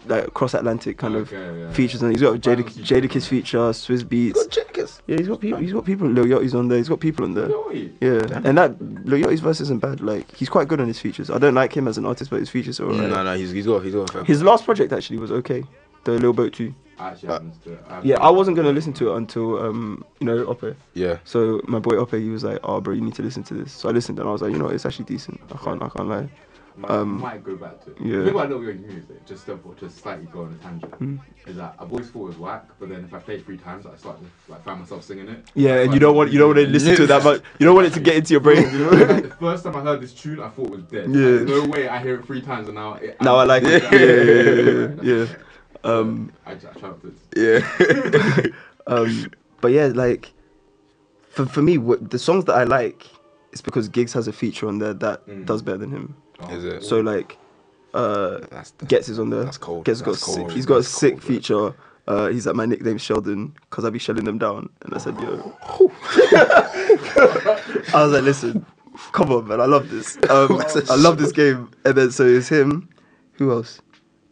[SPEAKER 2] like cross Atlantic kind of
[SPEAKER 9] Okay, yeah,
[SPEAKER 2] features, and he's got Jada
[SPEAKER 9] Final feature.
[SPEAKER 2] Jadakiss feature, Swizz Beats.
[SPEAKER 3] Jadakiss.
[SPEAKER 2] Yeah, he's got people. He's got people. Lil Yachty's on there. He's got people on there.
[SPEAKER 9] Joey.
[SPEAKER 2] Yeah, and that Lil Yachty's verse isn't bad. Like he's quite good on his features. I don't like him as an artist, but his features are alright.
[SPEAKER 3] No, no, he's he's got he's got a fair.
[SPEAKER 2] His last project actually was okay. the Lil Boat 2.
[SPEAKER 9] I actually haven't listened to it. haven't-
[SPEAKER 2] Yeah, I wasn't gonna listen to it until um, you know, Oppe.
[SPEAKER 3] Yeah.
[SPEAKER 2] So my boy Oppe, he was like, "Oh, bro, you need to listen to this." So I listened and I was like, "You know, what, it's actually decent. I can't, I can't lie."
[SPEAKER 9] Might,
[SPEAKER 2] um,
[SPEAKER 9] might go back to it.
[SPEAKER 2] yeah. Hmm.
[SPEAKER 9] The thing about Lil Young music, just to, to slightly go on a tangent, is that I've always thought it was whack, but then if I play it three times, I start to like find myself singing it.
[SPEAKER 2] Yeah, and you don't want, you don't want to listen to it that much. You don't want it to get into your
[SPEAKER 9] Bro,
[SPEAKER 2] brain.
[SPEAKER 9] you know, like, the first time I heard this tune, I thought it was dead. Like,
[SPEAKER 2] Yeah.
[SPEAKER 9] no way. I hear it three times and now. It,
[SPEAKER 2] Now I like it. Yeah, yeah, yeah, yeah, yeah.
[SPEAKER 9] Um, I just I try not to.
[SPEAKER 3] Yeah.
[SPEAKER 2] Um, but yeah, like for for me, wh- the songs that I like, it's because Gigs has a feature on there that
[SPEAKER 9] Mm.
[SPEAKER 2] does better than him.
[SPEAKER 3] Is it?
[SPEAKER 2] So like, uh,
[SPEAKER 3] that's, that's
[SPEAKER 2] Gets is on there.
[SPEAKER 3] That's cold.
[SPEAKER 2] Gets
[SPEAKER 3] That's
[SPEAKER 2] got sick,
[SPEAKER 3] cold.
[SPEAKER 2] he's got
[SPEAKER 3] That's
[SPEAKER 2] a sick
[SPEAKER 3] cold, bro.
[SPEAKER 2] feature. Uh, he's like my nickname Sheldon because I be shelling them down, and I said yo. I was like, listen, come on, man, I love this. Um, I love this game, and then so it's him. Who else?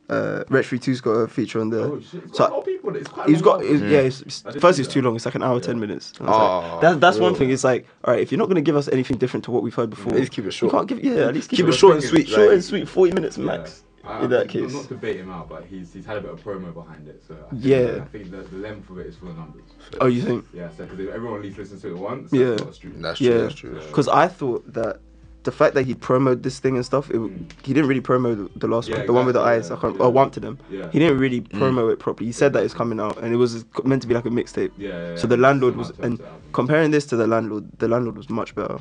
[SPEAKER 2] Uh, Retro 2's got a feature on there.
[SPEAKER 9] Oh shit! It's
[SPEAKER 2] So
[SPEAKER 9] got a lot of people. in it, It's quite. a
[SPEAKER 2] He's
[SPEAKER 9] long
[SPEAKER 2] got
[SPEAKER 9] album.
[SPEAKER 2] it's- yeah. It's, it's-
[SPEAKER 9] I didn't
[SPEAKER 2] first,
[SPEAKER 9] see
[SPEAKER 2] it's
[SPEAKER 9] that.
[SPEAKER 2] too long. It's like an hour ten minutes. And I was like,
[SPEAKER 3] Oh,
[SPEAKER 2] that, that's one
[SPEAKER 3] really?
[SPEAKER 2] thing. It's like, all right, if you're not gonna give us anything different to what we've heard before,
[SPEAKER 3] At least keep it short.
[SPEAKER 2] You can't give yeah. At least keep,
[SPEAKER 3] Keep it short and sweet,
[SPEAKER 2] Short
[SPEAKER 3] like-
[SPEAKER 2] and sweet. Forty minutes
[SPEAKER 9] Yeah.
[SPEAKER 2] max.
[SPEAKER 9] I-
[SPEAKER 2] In that
[SPEAKER 9] I'm not-
[SPEAKER 2] case,
[SPEAKER 9] not to bait him out, but he's he's had a bit of promo behind it, so I think,
[SPEAKER 2] Yeah.
[SPEAKER 9] I think the, the length of it is for the numbers.
[SPEAKER 2] oh, you think?
[SPEAKER 9] Yeah, so because everyone at least listens to it once.
[SPEAKER 2] Yeah.
[SPEAKER 9] that's not a stream.
[SPEAKER 3] That's true.
[SPEAKER 2] Yeah,
[SPEAKER 3] That's true.
[SPEAKER 2] because I thought that the fact that he promoted this thing and stuff, it, he didn't really promo the, the last
[SPEAKER 9] Mm. Yeah,
[SPEAKER 2] one, the one with the eyes.
[SPEAKER 9] exactly,
[SPEAKER 2] I can't.
[SPEAKER 9] yeah,
[SPEAKER 2] Or
[SPEAKER 9] yeah.
[SPEAKER 2] Wamp to them.
[SPEAKER 9] Yeah.
[SPEAKER 2] He didn't really
[SPEAKER 3] Mm.
[SPEAKER 2] promo it properly. He said that it's coming out, and it was meant to be like a mixtape.
[SPEAKER 9] Yeah, yeah, yeah.
[SPEAKER 2] So the landlord
[SPEAKER 9] Some
[SPEAKER 2] was
[SPEAKER 9] alternative
[SPEAKER 2] and
[SPEAKER 9] album.
[SPEAKER 2] comparing this to the landlord, the landlord was much better.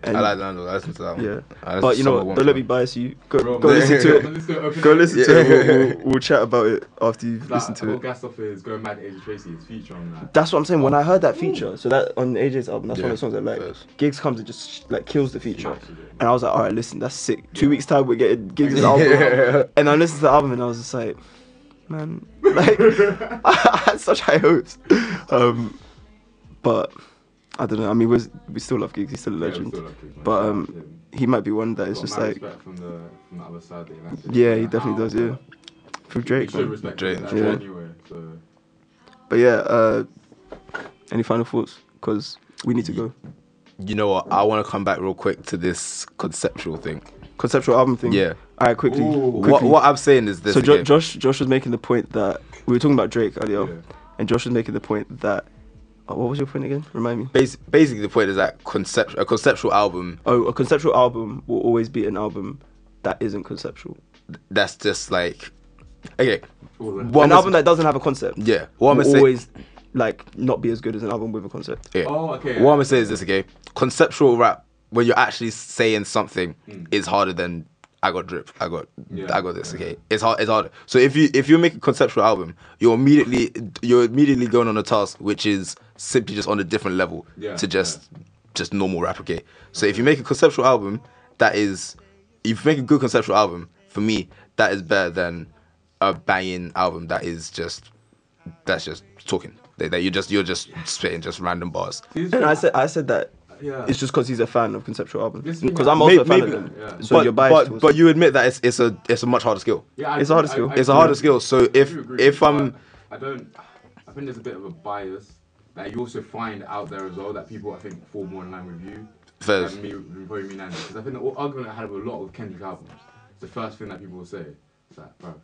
[SPEAKER 9] Okay.
[SPEAKER 2] And
[SPEAKER 3] I like Lando. I listen to that one.
[SPEAKER 2] Yeah,
[SPEAKER 9] Ah,
[SPEAKER 3] I listen
[SPEAKER 2] but
[SPEAKER 3] to
[SPEAKER 2] you know,
[SPEAKER 3] Summer
[SPEAKER 2] what, don't let me
[SPEAKER 3] Won't
[SPEAKER 2] bias you. Go,
[SPEAKER 9] Bro,
[SPEAKER 2] go
[SPEAKER 9] man,
[SPEAKER 2] listen
[SPEAKER 9] go
[SPEAKER 2] to it.
[SPEAKER 9] listen to opening.
[SPEAKER 2] Go listen to
[SPEAKER 3] Yeah.
[SPEAKER 2] it. We'll, we'll, we'll chat about it after you've
[SPEAKER 9] That
[SPEAKER 2] listened to
[SPEAKER 9] whole
[SPEAKER 2] it.
[SPEAKER 9] gas off is going back to Asia Tracy. It's feature on that.
[SPEAKER 2] That's what I'm saying. When I heard that feature, so that on AJ's album, that's one of
[SPEAKER 3] Yeah,
[SPEAKER 2] the songs I like.
[SPEAKER 3] first.
[SPEAKER 2] Gigs comes and just like kills the feature,
[SPEAKER 9] Smashes it.
[SPEAKER 2] and I was like, all right, listen, that's sick. Two weeks time, we're getting Gigs'
[SPEAKER 3] Yeah.
[SPEAKER 2] album, and I listened to the album, and I was just like, man, like I had such high hopes, um, but I don't know. I mean, we're, we still love Gigs. He's still a
[SPEAKER 9] Yeah, we
[SPEAKER 2] legend,
[SPEAKER 9] still love Gigs, man.
[SPEAKER 2] but
[SPEAKER 9] Shout out to
[SPEAKER 2] um,
[SPEAKER 9] him.
[SPEAKER 2] he might be one that is
[SPEAKER 9] Got
[SPEAKER 2] just
[SPEAKER 9] mad
[SPEAKER 2] like.
[SPEAKER 9] respect from the from the other side of the Atlantic.
[SPEAKER 2] Yeah, he
[SPEAKER 9] Like,
[SPEAKER 2] definitely
[SPEAKER 9] how-
[SPEAKER 2] does. Yeah, through
[SPEAKER 9] You
[SPEAKER 2] Drake.
[SPEAKER 9] should
[SPEAKER 2] Man.
[SPEAKER 9] respect
[SPEAKER 3] Drake,
[SPEAKER 9] Drake
[SPEAKER 2] yeah.
[SPEAKER 9] anyway. So
[SPEAKER 2] But yeah, uh, any final thoughts? Because we need to go.
[SPEAKER 3] Tell. You know what? I want to come back real quick to this conceptual thing.
[SPEAKER 2] Conceptual album thing.
[SPEAKER 3] Yeah.
[SPEAKER 2] All right, quickly.
[SPEAKER 9] Ooh.
[SPEAKER 2] quickly.
[SPEAKER 3] What, what I'm saying is this.
[SPEAKER 2] so jo-
[SPEAKER 3] again.
[SPEAKER 2] Josh, Josh was making the point that we were talking about Drake earlier,
[SPEAKER 9] Yeah.
[SPEAKER 2] and Josh was making the point that. Oh, what was your point again? Remind me.
[SPEAKER 3] Basi- basically, the point is that concept- a conceptual album
[SPEAKER 2] Oh, a conceptual album will always be an album that isn't conceptual.
[SPEAKER 3] that's just like, okay,
[SPEAKER 9] all the-
[SPEAKER 3] what
[SPEAKER 2] an
[SPEAKER 3] I'm
[SPEAKER 2] album that doesn't have a concept.
[SPEAKER 3] Yeah, what I'm
[SPEAKER 2] will
[SPEAKER 3] gonna say-
[SPEAKER 2] always like not be as good as an album with a concept.
[SPEAKER 3] Yeah.
[SPEAKER 9] Oh, okay.
[SPEAKER 3] What I'm gonna say is this, okay? Conceptual rap, when you're actually saying something, is harder than I got drip, I got,
[SPEAKER 9] Hmm. Yeah.
[SPEAKER 3] I got this, okay? It's hard, it's harder. So if you if you make a conceptual album, you're immediately you're immediately going on a task which is simply just on a different level
[SPEAKER 9] Yeah,
[SPEAKER 3] to just just normal rap, okay? So if you make a conceptual album, that is, if you make a good conceptual album, for me, that is better than a banging album that is just that's just talking. That that you're just you're just spitting just random bars.
[SPEAKER 9] These-
[SPEAKER 2] And I said, I said that
[SPEAKER 9] Yeah.
[SPEAKER 2] it's just because he's a fan of conceptual albums.
[SPEAKER 9] This thing
[SPEAKER 2] Because
[SPEAKER 9] that-
[SPEAKER 2] I'm also
[SPEAKER 3] May-
[SPEAKER 2] a fan
[SPEAKER 3] maybe-
[SPEAKER 2] of them.
[SPEAKER 9] yeah.
[SPEAKER 2] So
[SPEAKER 3] but,
[SPEAKER 2] you're biased.
[SPEAKER 3] but,
[SPEAKER 2] towards
[SPEAKER 3] but
[SPEAKER 2] them.
[SPEAKER 3] you admit that it's it's a it's a much harder skill.
[SPEAKER 9] Yeah,
[SPEAKER 2] It's a harder skill.
[SPEAKER 3] It's a harder skill. So if
[SPEAKER 9] do agree,
[SPEAKER 3] if
[SPEAKER 2] um,
[SPEAKER 3] I'm
[SPEAKER 9] but I don't. I think there's a bit of a bias that you also find out there as well that people I think fall more in line with you.
[SPEAKER 3] Fairs.
[SPEAKER 9] than me, probably me and Andy. Because I think the argument I had with a lot of Kendrick albums, it's the first thing that people will say is like, bro,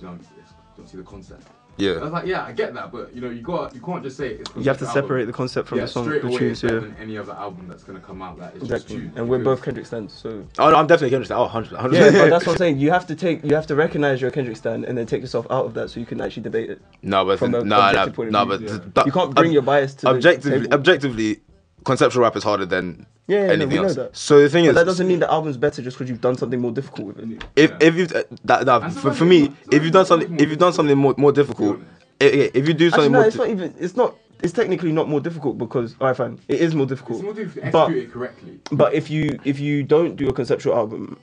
[SPEAKER 9] you know, it's, you don't see the concept.
[SPEAKER 3] Yeah.
[SPEAKER 9] I was like, yeah, I get that, but you know, you got, you can't just say it's.
[SPEAKER 2] You have to
[SPEAKER 9] concept album.
[SPEAKER 2] separate the concept from
[SPEAKER 9] yeah,
[SPEAKER 2] the song,
[SPEAKER 9] straight
[SPEAKER 2] the
[SPEAKER 9] away,
[SPEAKER 2] tunes,
[SPEAKER 9] it's better
[SPEAKER 2] yeah.
[SPEAKER 9] than any other album that's gonna come out that is just
[SPEAKER 2] Exactly.
[SPEAKER 9] tunes.
[SPEAKER 2] And we're
[SPEAKER 9] because-
[SPEAKER 2] both Kendrick stands, so
[SPEAKER 3] oh no, I'm definitely Kendrick. Oh, 100, 100.
[SPEAKER 2] yeah, but that's what I'm saying. You have to take, you have to recognize your Kendrick stand, and then take yourself out of that, so you can actually debate it.
[SPEAKER 3] no, but
[SPEAKER 2] from
[SPEAKER 3] no,
[SPEAKER 2] a
[SPEAKER 3] no,
[SPEAKER 2] objective point of
[SPEAKER 3] no,
[SPEAKER 2] view,
[SPEAKER 3] but,
[SPEAKER 9] yeah.
[SPEAKER 3] but-
[SPEAKER 2] You can't bring your bias to the
[SPEAKER 3] objectively.
[SPEAKER 2] table.
[SPEAKER 3] Objectively, conceptual rap is harder than
[SPEAKER 2] Yeah, yeah, no,
[SPEAKER 3] anything
[SPEAKER 2] we know
[SPEAKER 3] else.
[SPEAKER 2] that.
[SPEAKER 3] So the thing
[SPEAKER 2] But
[SPEAKER 3] is,
[SPEAKER 2] that doesn't mean the album's better just because you've done something more difficult with it.
[SPEAKER 3] if
[SPEAKER 9] Yeah.
[SPEAKER 3] if you that, that
[SPEAKER 9] And
[SPEAKER 3] for,
[SPEAKER 9] sometimes
[SPEAKER 3] for
[SPEAKER 9] it's
[SPEAKER 3] me,
[SPEAKER 9] not-
[SPEAKER 3] if you've done
[SPEAKER 9] sometimes
[SPEAKER 3] something,
[SPEAKER 9] it's
[SPEAKER 3] if you've done something more more difficult, eh, eh, if you do
[SPEAKER 2] Actually,
[SPEAKER 3] something
[SPEAKER 2] no,
[SPEAKER 3] more,
[SPEAKER 2] it's
[SPEAKER 3] di-
[SPEAKER 2] not even. It's not. It's technically not more difficult because, alright, fine, it is more difficult.
[SPEAKER 9] It's more difficult to
[SPEAKER 2] but
[SPEAKER 9] execute it correctly.
[SPEAKER 2] But if you if you don't do a conceptual album,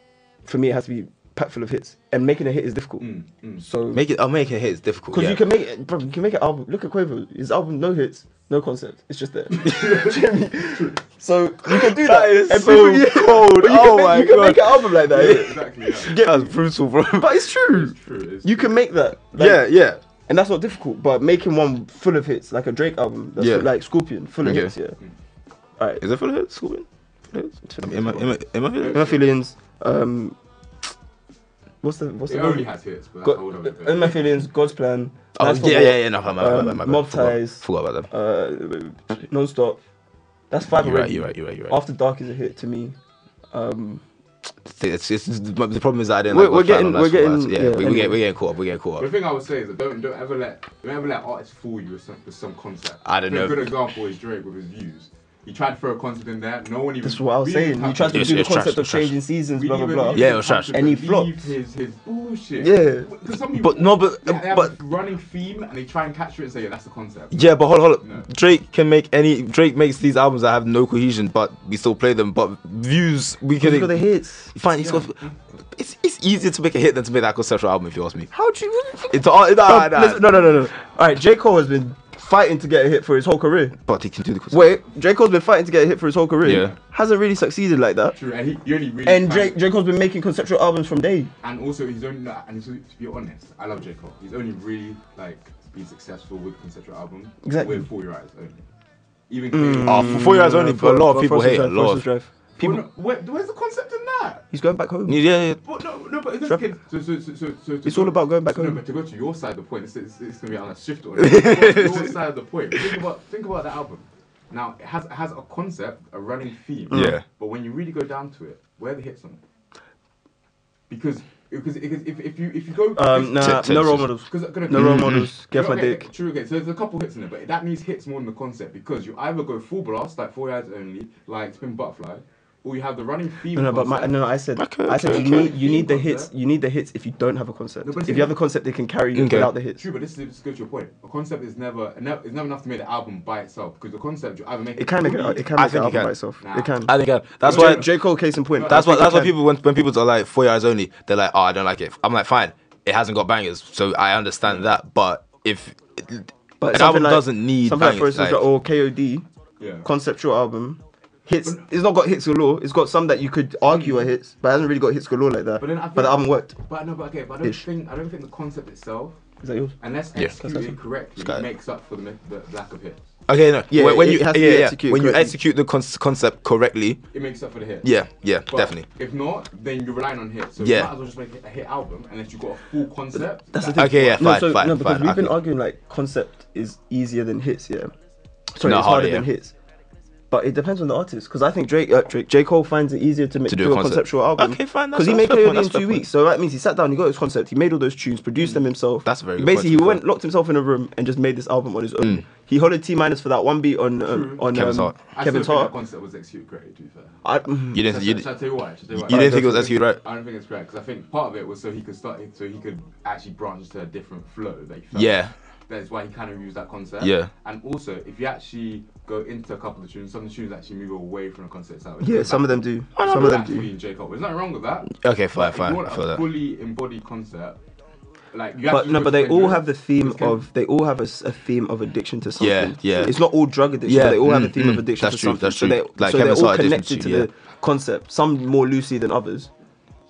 [SPEAKER 2] for me it has to be packed full of hits, and making a hit is difficult.
[SPEAKER 9] Mm,
[SPEAKER 2] So
[SPEAKER 3] make it. I'll make it hit. It's difficult.
[SPEAKER 2] because
[SPEAKER 3] yeah.
[SPEAKER 2] you can make it, bro, you can make an album. Look at Quavo, his album no hits, no concept. It's just there. Do you know what I mean? So you can do that.
[SPEAKER 3] That is
[SPEAKER 2] and
[SPEAKER 3] so
[SPEAKER 2] people- yeah,
[SPEAKER 3] cold.
[SPEAKER 2] but you
[SPEAKER 3] Oh
[SPEAKER 2] can make,
[SPEAKER 3] my
[SPEAKER 2] you can
[SPEAKER 3] God.
[SPEAKER 2] make an album like that. yeah.
[SPEAKER 9] Exactly. Yeah.
[SPEAKER 3] That's brutal, bro.
[SPEAKER 2] But it's true.
[SPEAKER 9] It's true. It's
[SPEAKER 2] You can make that. Like,
[SPEAKER 3] yeah, yeah.
[SPEAKER 2] And that's not difficult. But making one full of hits, like a Drake album, that's
[SPEAKER 3] Yeah.
[SPEAKER 2] full- like Scorpion, full of
[SPEAKER 3] Okay.
[SPEAKER 2] hits. Yeah. All right.
[SPEAKER 3] Is it for the head? School? Am I am I am I feeling?
[SPEAKER 2] In my feelings, um, What's the what's
[SPEAKER 9] It
[SPEAKER 2] the
[SPEAKER 9] only has hits, but
[SPEAKER 2] Got,
[SPEAKER 9] hold on a bit.
[SPEAKER 2] in my feelings, God's plan.
[SPEAKER 3] Oh
[SPEAKER 2] Nice for
[SPEAKER 3] yeah,
[SPEAKER 2] What,
[SPEAKER 3] yeah, yeah. No, my bad, my
[SPEAKER 2] um,
[SPEAKER 3] bad, my bad.
[SPEAKER 2] Mob
[SPEAKER 3] Forgot-
[SPEAKER 2] Ties.
[SPEAKER 3] Forgot about them.
[SPEAKER 2] Uh, non-stop. That's five
[SPEAKER 3] You're right.
[SPEAKER 2] already.
[SPEAKER 3] You're right. You're right. You're right.
[SPEAKER 2] After Dark is a hit to me. Um,
[SPEAKER 3] It's, it's, it's- the problem is that I didn't.
[SPEAKER 2] We're-
[SPEAKER 3] like
[SPEAKER 2] we're
[SPEAKER 3] God's Plan
[SPEAKER 2] getting-
[SPEAKER 3] on
[SPEAKER 2] we're
[SPEAKER 3] that squad.
[SPEAKER 2] getting-
[SPEAKER 3] Yeah,
[SPEAKER 2] yeah,
[SPEAKER 3] we, we get,
[SPEAKER 2] anyway.
[SPEAKER 3] we're getting caught up. We're getting caught
[SPEAKER 9] The
[SPEAKER 3] up.
[SPEAKER 9] thing I would say is that don't don't ever let don't ever let artists fool you with some with some concept.
[SPEAKER 3] I don't
[SPEAKER 9] think
[SPEAKER 3] know.
[SPEAKER 9] A good example is Drake with his views. He tried to throw a concept in there. No one even.
[SPEAKER 2] that's what I was
[SPEAKER 9] we didn't
[SPEAKER 2] saying. You
[SPEAKER 9] touch
[SPEAKER 2] tried
[SPEAKER 9] it.
[SPEAKER 2] to
[SPEAKER 3] It's-
[SPEAKER 2] do the
[SPEAKER 3] it's trash,
[SPEAKER 2] concept of
[SPEAKER 3] it's trash.
[SPEAKER 2] changing seasons,
[SPEAKER 9] We
[SPEAKER 2] blah blah
[SPEAKER 9] didn't
[SPEAKER 2] blah.
[SPEAKER 9] even-
[SPEAKER 3] Yeah,
[SPEAKER 9] we
[SPEAKER 3] it was
[SPEAKER 9] didn't touch
[SPEAKER 3] trash.
[SPEAKER 2] And he
[SPEAKER 9] it.
[SPEAKER 2] flopped.
[SPEAKER 9] His, his bullshit.
[SPEAKER 2] Yeah.
[SPEAKER 9] 'Cause some people,
[SPEAKER 3] But no, but
[SPEAKER 9] they, they have
[SPEAKER 3] but
[SPEAKER 9] this running theme and they try and capture it and say, yeah, that's the concept.
[SPEAKER 3] yeah, but hold on, hold on.
[SPEAKER 9] No.
[SPEAKER 3] Drake can make any. Drake makes these albums that have no cohesion, but we still play them. But views, we
[SPEAKER 2] He's got the
[SPEAKER 3] can.
[SPEAKER 2] hits.
[SPEAKER 3] Fine, he's got. It's, it's easier to make a hit than to make that conceptual album, if you ask me.
[SPEAKER 2] How do you?
[SPEAKER 3] It's all.
[SPEAKER 2] Oh,
[SPEAKER 3] Nah, nah.
[SPEAKER 2] listen- No, no, no, no. All right, J Cole has been fighting to get a hit for his whole career.
[SPEAKER 3] But he can do the concept.
[SPEAKER 2] Wait, J Cole's been fighting to get a hit for his whole career.
[SPEAKER 3] Yeah.
[SPEAKER 2] Hasn't really succeeded like that.
[SPEAKER 9] True, and he, he only really
[SPEAKER 2] And
[SPEAKER 9] tried-
[SPEAKER 2] Drake, J Cole's been making conceptual albums from day.
[SPEAKER 9] and also he's only no, and he's, to be honest, I love J Cole. He's only really like been successful with conceptual album
[SPEAKER 2] Exactly. Mm.
[SPEAKER 9] with For Your Eyes only. Even Clear-
[SPEAKER 3] Oh, for four years only, but a lot of
[SPEAKER 2] For-
[SPEAKER 3] people
[SPEAKER 2] for Frost's
[SPEAKER 3] hate. A
[SPEAKER 2] Drive,
[SPEAKER 3] lot
[SPEAKER 2] Frost's
[SPEAKER 3] of
[SPEAKER 2] Drive.
[SPEAKER 9] Well,
[SPEAKER 3] people.
[SPEAKER 9] no, where- where's the concept in that?
[SPEAKER 2] He's going back home.
[SPEAKER 3] Yeah, yeah.
[SPEAKER 9] But no, no, but this
[SPEAKER 2] Trap-
[SPEAKER 9] kid. So, so, so, so, so to
[SPEAKER 2] It's all about going back
[SPEAKER 9] no,
[SPEAKER 2] home.
[SPEAKER 9] but to go to your side of the point, it's, it's, it's gonna be on a shift order. What's your side of the point. Think about, think about the album. Now it has it has a concept, a running theme.
[SPEAKER 2] Mm.
[SPEAKER 3] Yeah.
[SPEAKER 9] But when you really go down to it, where are the hits on it? Because because because if, if you if you go
[SPEAKER 2] Um, nah,
[SPEAKER 3] Tip, tip,
[SPEAKER 2] no role
[SPEAKER 3] tip.
[SPEAKER 2] models.
[SPEAKER 9] because
[SPEAKER 2] No
[SPEAKER 3] Mm-hmm.
[SPEAKER 2] role models. Get off my
[SPEAKER 9] okay,
[SPEAKER 2] dick.
[SPEAKER 9] okay, True, okay. So there's a couple hits in it, but that needs hits more than the concept because you either go full blast like four yards only, like spin butterfly, or you have the running theme.
[SPEAKER 2] No, no, but my,
[SPEAKER 9] concept.
[SPEAKER 2] no, no, I said,
[SPEAKER 3] Okay,
[SPEAKER 2] I said
[SPEAKER 3] okay,
[SPEAKER 2] you
[SPEAKER 9] okay.
[SPEAKER 2] need, you need the
[SPEAKER 9] Concept.
[SPEAKER 2] hits, you need the hits if you don't have a concept.
[SPEAKER 9] No, but
[SPEAKER 2] if you have a concept, they can carry you
[SPEAKER 3] Okay.
[SPEAKER 2] without the hits.
[SPEAKER 9] True, but this is this goes to your point. A concept is never, ne- it's never enough to make the album by itself because the concept you either make
[SPEAKER 2] It can make it, it can
[SPEAKER 3] I
[SPEAKER 2] make an
[SPEAKER 3] think it
[SPEAKER 2] album
[SPEAKER 3] can.
[SPEAKER 2] by itself.
[SPEAKER 9] Nah.
[SPEAKER 2] It can.
[SPEAKER 3] I think I, that's
[SPEAKER 2] J,
[SPEAKER 3] why.
[SPEAKER 2] J Cole, case in point.
[SPEAKER 3] That's
[SPEAKER 2] I
[SPEAKER 3] why.
[SPEAKER 2] think
[SPEAKER 3] That's
[SPEAKER 2] it
[SPEAKER 3] why
[SPEAKER 2] can.
[SPEAKER 3] people when when people are like four hours only, they're like, oh, I don't like it. I'm like, fine, it hasn't got bangers, so I understand that. But if
[SPEAKER 2] But
[SPEAKER 3] an
[SPEAKER 2] something
[SPEAKER 3] album
[SPEAKER 2] like-
[SPEAKER 3] doesn't need
[SPEAKER 2] something like, for
[SPEAKER 3] bangers,
[SPEAKER 2] instance,
[SPEAKER 3] like-
[SPEAKER 2] or KOD,
[SPEAKER 9] Yeah.
[SPEAKER 2] conceptual album. Hits. It's not got hits galore. It's got some that you could argue are hits, but it hasn't really got hits galore like that.
[SPEAKER 9] But then I
[SPEAKER 2] the
[SPEAKER 9] think-
[SPEAKER 2] album worked.
[SPEAKER 9] But no, but okay, but I don't
[SPEAKER 2] Ish.
[SPEAKER 9] think I don't think the concept itself,
[SPEAKER 2] Is that yours?
[SPEAKER 9] unless
[SPEAKER 3] Yeah.
[SPEAKER 9] executed correctly,
[SPEAKER 3] Sky.
[SPEAKER 9] makes up for the, mi- the lack of hits.
[SPEAKER 3] okay, no,
[SPEAKER 2] Yeah,
[SPEAKER 3] when, when
[SPEAKER 2] it
[SPEAKER 3] you
[SPEAKER 2] has to be
[SPEAKER 3] yeah, yeah,
[SPEAKER 2] executed
[SPEAKER 3] when you
[SPEAKER 2] correctly.
[SPEAKER 3] execute the con- concept correctly,
[SPEAKER 9] It makes up for the hits.
[SPEAKER 3] yeah, yeah,
[SPEAKER 9] But
[SPEAKER 3] definitely.
[SPEAKER 9] If not, then you're relying on hits. So
[SPEAKER 3] Yeah.
[SPEAKER 9] you might as well just make a hit album unless you've got a full concept.
[SPEAKER 2] That's the thing.
[SPEAKER 3] Okay, yeah,
[SPEAKER 2] no,
[SPEAKER 3] fine,
[SPEAKER 2] so,
[SPEAKER 3] fine,
[SPEAKER 2] no, because
[SPEAKER 3] fine.
[SPEAKER 2] we've been
[SPEAKER 3] okay.
[SPEAKER 2] arguing like concept is easier than hits, yeah. Sorry,
[SPEAKER 3] No,
[SPEAKER 2] it's harder
[SPEAKER 3] harder,
[SPEAKER 2] than
[SPEAKER 3] yeah.
[SPEAKER 2] hits. But it depends on the artist, because I think Drake, uh, Drake, J Cole finds it easier to make
[SPEAKER 3] To do
[SPEAKER 2] do,
[SPEAKER 3] a
[SPEAKER 2] a
[SPEAKER 3] concept.
[SPEAKER 2] conceptual album.
[SPEAKER 3] Okay, fine,
[SPEAKER 2] Because
[SPEAKER 3] that's-
[SPEAKER 2] he
[SPEAKER 3] that's
[SPEAKER 2] made
[SPEAKER 3] fair point,
[SPEAKER 2] KOD
[SPEAKER 3] that's
[SPEAKER 2] in
[SPEAKER 3] fair
[SPEAKER 2] two
[SPEAKER 3] point. Mm.
[SPEAKER 2] weeks, so that means he sat down, he got his concept, he made all those tunes, produced them himself.
[SPEAKER 3] That's a very good
[SPEAKER 2] Basically,
[SPEAKER 3] point, to be
[SPEAKER 2] he went
[SPEAKER 3] fair. Mm.
[SPEAKER 2] locked himself in a room and just made this album on his own. He hollered T minus for that one beat on um, on
[SPEAKER 3] Kevin's
[SPEAKER 2] um,
[SPEAKER 3] Heart.
[SPEAKER 9] I
[SPEAKER 2] Kevin's
[SPEAKER 9] still think
[SPEAKER 2] Heart.
[SPEAKER 9] the concept was executed correctly, to be fair.
[SPEAKER 2] I, mm,
[SPEAKER 3] You
[SPEAKER 9] Shall I-
[SPEAKER 3] didn't, you,
[SPEAKER 9] shall I
[SPEAKER 3] didn't-
[SPEAKER 9] tell you why? Shall I tell
[SPEAKER 3] you
[SPEAKER 9] why?
[SPEAKER 3] didn't think it was executed right.
[SPEAKER 9] I don't think it's correct because I think part of it was so he could start it, so he could actually branch into a different flow that he felt.
[SPEAKER 3] Yeah.
[SPEAKER 9] That's why he kind of used that concept.
[SPEAKER 3] Yeah.
[SPEAKER 9] And also, if you actually go into a couple of tunes, some of the tunes actually move away from the concept side.
[SPEAKER 2] yeah, some of them do. Some of them do.
[SPEAKER 9] J. Cole. There's nothing wrong with that.
[SPEAKER 3] Okay, fine,
[SPEAKER 9] If you
[SPEAKER 3] fine,
[SPEAKER 9] want
[SPEAKER 3] I
[SPEAKER 9] a
[SPEAKER 3] feel that.
[SPEAKER 9] fully embodied concept, like you have
[SPEAKER 2] But
[SPEAKER 9] to
[SPEAKER 2] no,
[SPEAKER 9] go
[SPEAKER 2] but
[SPEAKER 9] to
[SPEAKER 2] they
[SPEAKER 9] and do
[SPEAKER 2] all
[SPEAKER 9] it.
[SPEAKER 2] have the theme
[SPEAKER 9] Because Ken-
[SPEAKER 2] of they all have a, s- a theme of addiction to something.
[SPEAKER 3] yeah.
[SPEAKER 2] It's not all drug addiction,
[SPEAKER 3] Yeah,
[SPEAKER 2] but they all have a
[SPEAKER 3] mm,
[SPEAKER 2] theme
[SPEAKER 3] mm,
[SPEAKER 2] of addiction
[SPEAKER 3] that's
[SPEAKER 2] to
[SPEAKER 3] true,
[SPEAKER 2] something.
[SPEAKER 3] that's
[SPEAKER 2] so
[SPEAKER 3] true.
[SPEAKER 2] they
[SPEAKER 3] Like
[SPEAKER 2] so they're
[SPEAKER 3] Kevin's
[SPEAKER 2] all
[SPEAKER 3] Heart addiction
[SPEAKER 2] connected to
[SPEAKER 3] too, yeah.
[SPEAKER 2] the concept. Some more loosely than others.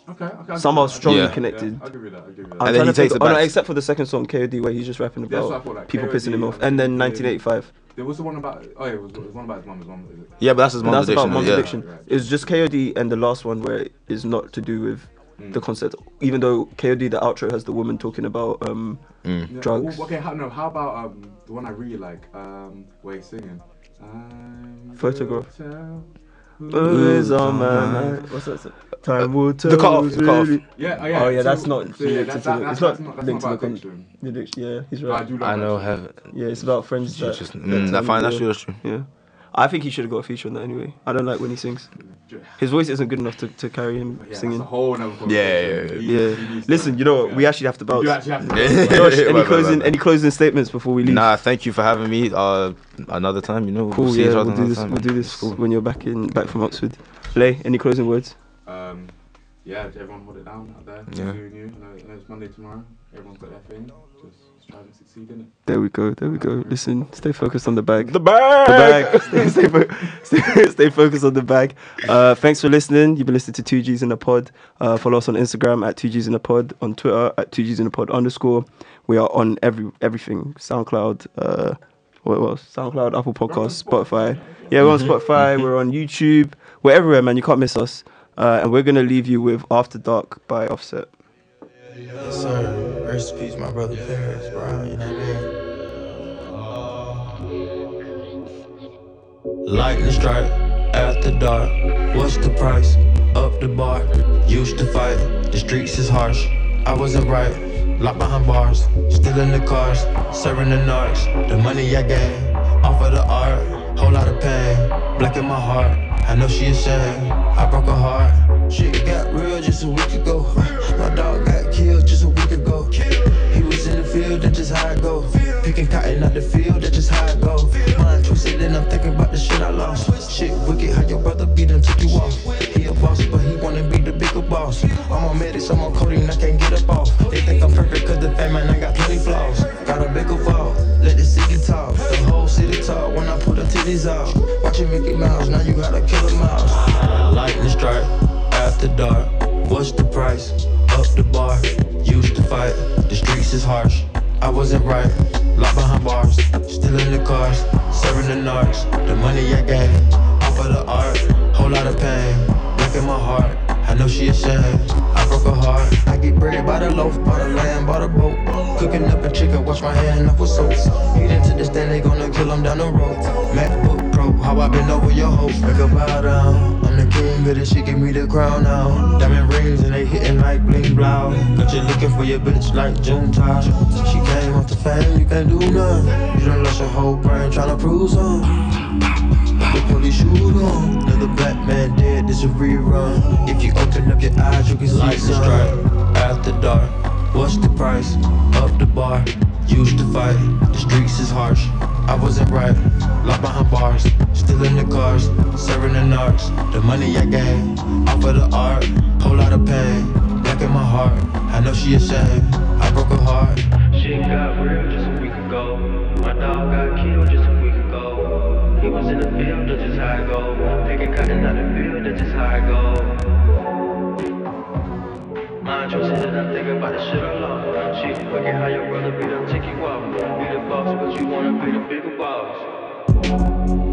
[SPEAKER 9] Okay, okay. I'll
[SPEAKER 2] some
[SPEAKER 9] give you that,
[SPEAKER 2] are
[SPEAKER 9] I'll
[SPEAKER 2] strongly
[SPEAKER 9] give you that,
[SPEAKER 2] connected.
[SPEAKER 9] Yeah, I'll give you that. I'll give you that.
[SPEAKER 2] I'm trying
[SPEAKER 3] And then he
[SPEAKER 2] to think-
[SPEAKER 3] takes it
[SPEAKER 2] oh, no,
[SPEAKER 3] back.
[SPEAKER 2] except for the second song KOD where he's just rapping
[SPEAKER 9] That's what I
[SPEAKER 2] about
[SPEAKER 9] thought, like,
[SPEAKER 2] people
[SPEAKER 9] KOD,
[SPEAKER 2] pissing him off,
[SPEAKER 9] like,
[SPEAKER 2] and then
[SPEAKER 9] KOD.
[SPEAKER 2] 1985.
[SPEAKER 9] there was the one about oh yeah, it was, it was one about his mum. His mum. Is it?
[SPEAKER 3] Yeah, but that's his
[SPEAKER 2] And
[SPEAKER 3] mom's
[SPEAKER 2] that's about
[SPEAKER 3] addiction.
[SPEAKER 2] mom's
[SPEAKER 3] yeah.
[SPEAKER 2] addiction.
[SPEAKER 9] Right, right.
[SPEAKER 2] It's just KOD and the last one where it's not to do with
[SPEAKER 9] Mm.
[SPEAKER 2] the concept. Even though KOD the outro has the woman talking about um,
[SPEAKER 3] Mm.
[SPEAKER 9] Yeah,
[SPEAKER 2] drugs.
[SPEAKER 9] oh, okay, how, no, how about um, the one I really like? Um, where he's singing. Um,
[SPEAKER 2] Photograph.
[SPEAKER 9] Yeah,
[SPEAKER 2] Who is on my mind? What's that? song? Time will tell.
[SPEAKER 3] The cutoff,
[SPEAKER 2] us
[SPEAKER 3] the cutoff.
[SPEAKER 2] really-
[SPEAKER 9] oh yeah.
[SPEAKER 2] Oh yeah,
[SPEAKER 9] so-
[SPEAKER 2] that's not
[SPEAKER 9] So, yeah,
[SPEAKER 2] connected
[SPEAKER 9] that,
[SPEAKER 2] to
[SPEAKER 9] that,
[SPEAKER 2] the.
[SPEAKER 9] that's,
[SPEAKER 2] It's
[SPEAKER 9] that's
[SPEAKER 2] not
[SPEAKER 9] not, that's
[SPEAKER 2] linked to
[SPEAKER 9] not
[SPEAKER 2] the
[SPEAKER 9] about
[SPEAKER 2] con-
[SPEAKER 9] addiction.
[SPEAKER 2] the addiction. Yeah, he's
[SPEAKER 9] But I
[SPEAKER 2] right.
[SPEAKER 9] do love
[SPEAKER 3] I know,
[SPEAKER 9] that song.
[SPEAKER 3] have
[SPEAKER 2] Yeah, it's about friends. That,
[SPEAKER 3] just
[SPEAKER 2] that
[SPEAKER 3] mm, that
[SPEAKER 2] time,
[SPEAKER 3] fine. That's
[SPEAKER 2] yeah.
[SPEAKER 3] true. That's true.
[SPEAKER 2] Yeah. I think he should have got a feature on that anyway. I don't like when he sings. His voice isn't good enough to, to carry him
[SPEAKER 9] Yeah, that's
[SPEAKER 2] singing.
[SPEAKER 9] a whole nother
[SPEAKER 3] Yeah, yeah,
[SPEAKER 9] conversation.
[SPEAKER 3] yeah,
[SPEAKER 9] He-
[SPEAKER 2] Yeah.
[SPEAKER 9] he needs to-
[SPEAKER 2] Listen, you know what? We
[SPEAKER 9] yeah.
[SPEAKER 2] actually have to
[SPEAKER 9] You
[SPEAKER 2] bounce.
[SPEAKER 9] do actually have to.
[SPEAKER 2] Josh,
[SPEAKER 3] Right,
[SPEAKER 2] any
[SPEAKER 3] right,
[SPEAKER 2] closing
[SPEAKER 3] right, right.
[SPEAKER 2] any closing statements before we leave?
[SPEAKER 3] Nah, thank you for having me. Uh, another time, you know. We'll
[SPEAKER 2] cool.
[SPEAKER 3] see
[SPEAKER 2] Yeah,
[SPEAKER 3] each other
[SPEAKER 2] we'll do
[SPEAKER 3] another
[SPEAKER 2] this.
[SPEAKER 3] time,
[SPEAKER 2] We'll
[SPEAKER 3] man.
[SPEAKER 2] do this when you're back in back from Oxford. Lay, any closing words?
[SPEAKER 9] um, yeah, everyone hold it down out there.
[SPEAKER 3] Yeah.
[SPEAKER 9] Yeah. Doing you. I know, I know it's Monday tomorrow. Everyone's got their thing. Just strive and succeed in it.
[SPEAKER 2] There we go. There we go. Listen, stay focused on the bag.
[SPEAKER 3] The bag.
[SPEAKER 2] the bag. stay, stay, fo- stay, stay focused on the bag. Uh, thanks for listening. You've been listening to Two Gs in a Pod. Uh, follow us on Instagram at Two Gs in a Pod, on Twitter at Two Gs in a Pod underscore. We are on every everything SoundCloud. Uh, what else? SoundCloud, Apple Podcasts, Spotify. Yeah, we're on Spotify. We're on YouTube. We're everywhere, man. You can't miss us. Uh, and we're gonna leave you with After Dark by Offset.
[SPEAKER 7] Yes, sir. Rest in peace, my brother Paris, bro. You know what I mean? Lightning strike after dark. What's the price? Up the bar. Used to fight. The streets is harsh. I wasn't right. Locked behind bars. Still in the cars. Serving the narcs. The money I gained. Off of the art. Whole lot of pain. Black in my heart. I know she ashamed. I broke her heart. Shit got real just a week ago. My dog got killed just a week ago. He was in the field, that's just how it go. Picking cotton out the field, that's just how it go. Mind twisted and I'm thinking about the shit I lost. Shit wicked, how your brother beat him, took you off. He a boss, but he wanna be the bigger boss. I'm on medics, I'm on codeine, I can't get up off. They think I'm perfect cause the fame and I got plenty flaws. Got a bigger fall, let the city talk. The whole city talk when I pull the titties out. Watching Mickey Mouse, now you gotta kill a mouse. Lightning strike after dark. What's the price? Up the bar. Used to fight. The streets is harsh. I wasn't right. Locked behind bars. Still in the cars. Serving the narcs. The money I gained. Off of the art. Whole lot of pain. Back in my heart. I know she ashamed. I broke her heart. I get bread by the loaf, by the land, by the boat. Cooking up a chicken, wash my hand up with soaps. Eat into the stand, they gonna kill him down the road. MacBook Pro, how I been over your hope. Make a bow down. I'm the king of this shit, give me the crown now. Diamond rings and they hitting like bling blow. Got you looking for your bitch like June Todd. She came off the fame, you can't do nothing. You done lost your whole brain trying to prove something. The police shoot on. Another black man dead, this a rerun. If you open up your eyes, you can see Light some. strike after dark. What's the price? Up the bar. Used to fight. The streets is harsh. I wasn't right. Locked behind bars. Still in the cars. Serving the narcs. The money I gained. Off of the art. Whole lot of pain. Back in my heart. I know she ashamed. I broke her heart. Shit got real just a week ago. My dog got killed just a week ago. He was in the field, that's just how I go. Picking cotton out the field, that's just how I go. Mind choices that I think about the shit I love. Shit, forget how your brother be the take you off. Be the boss, but you wanna be the bigger boss.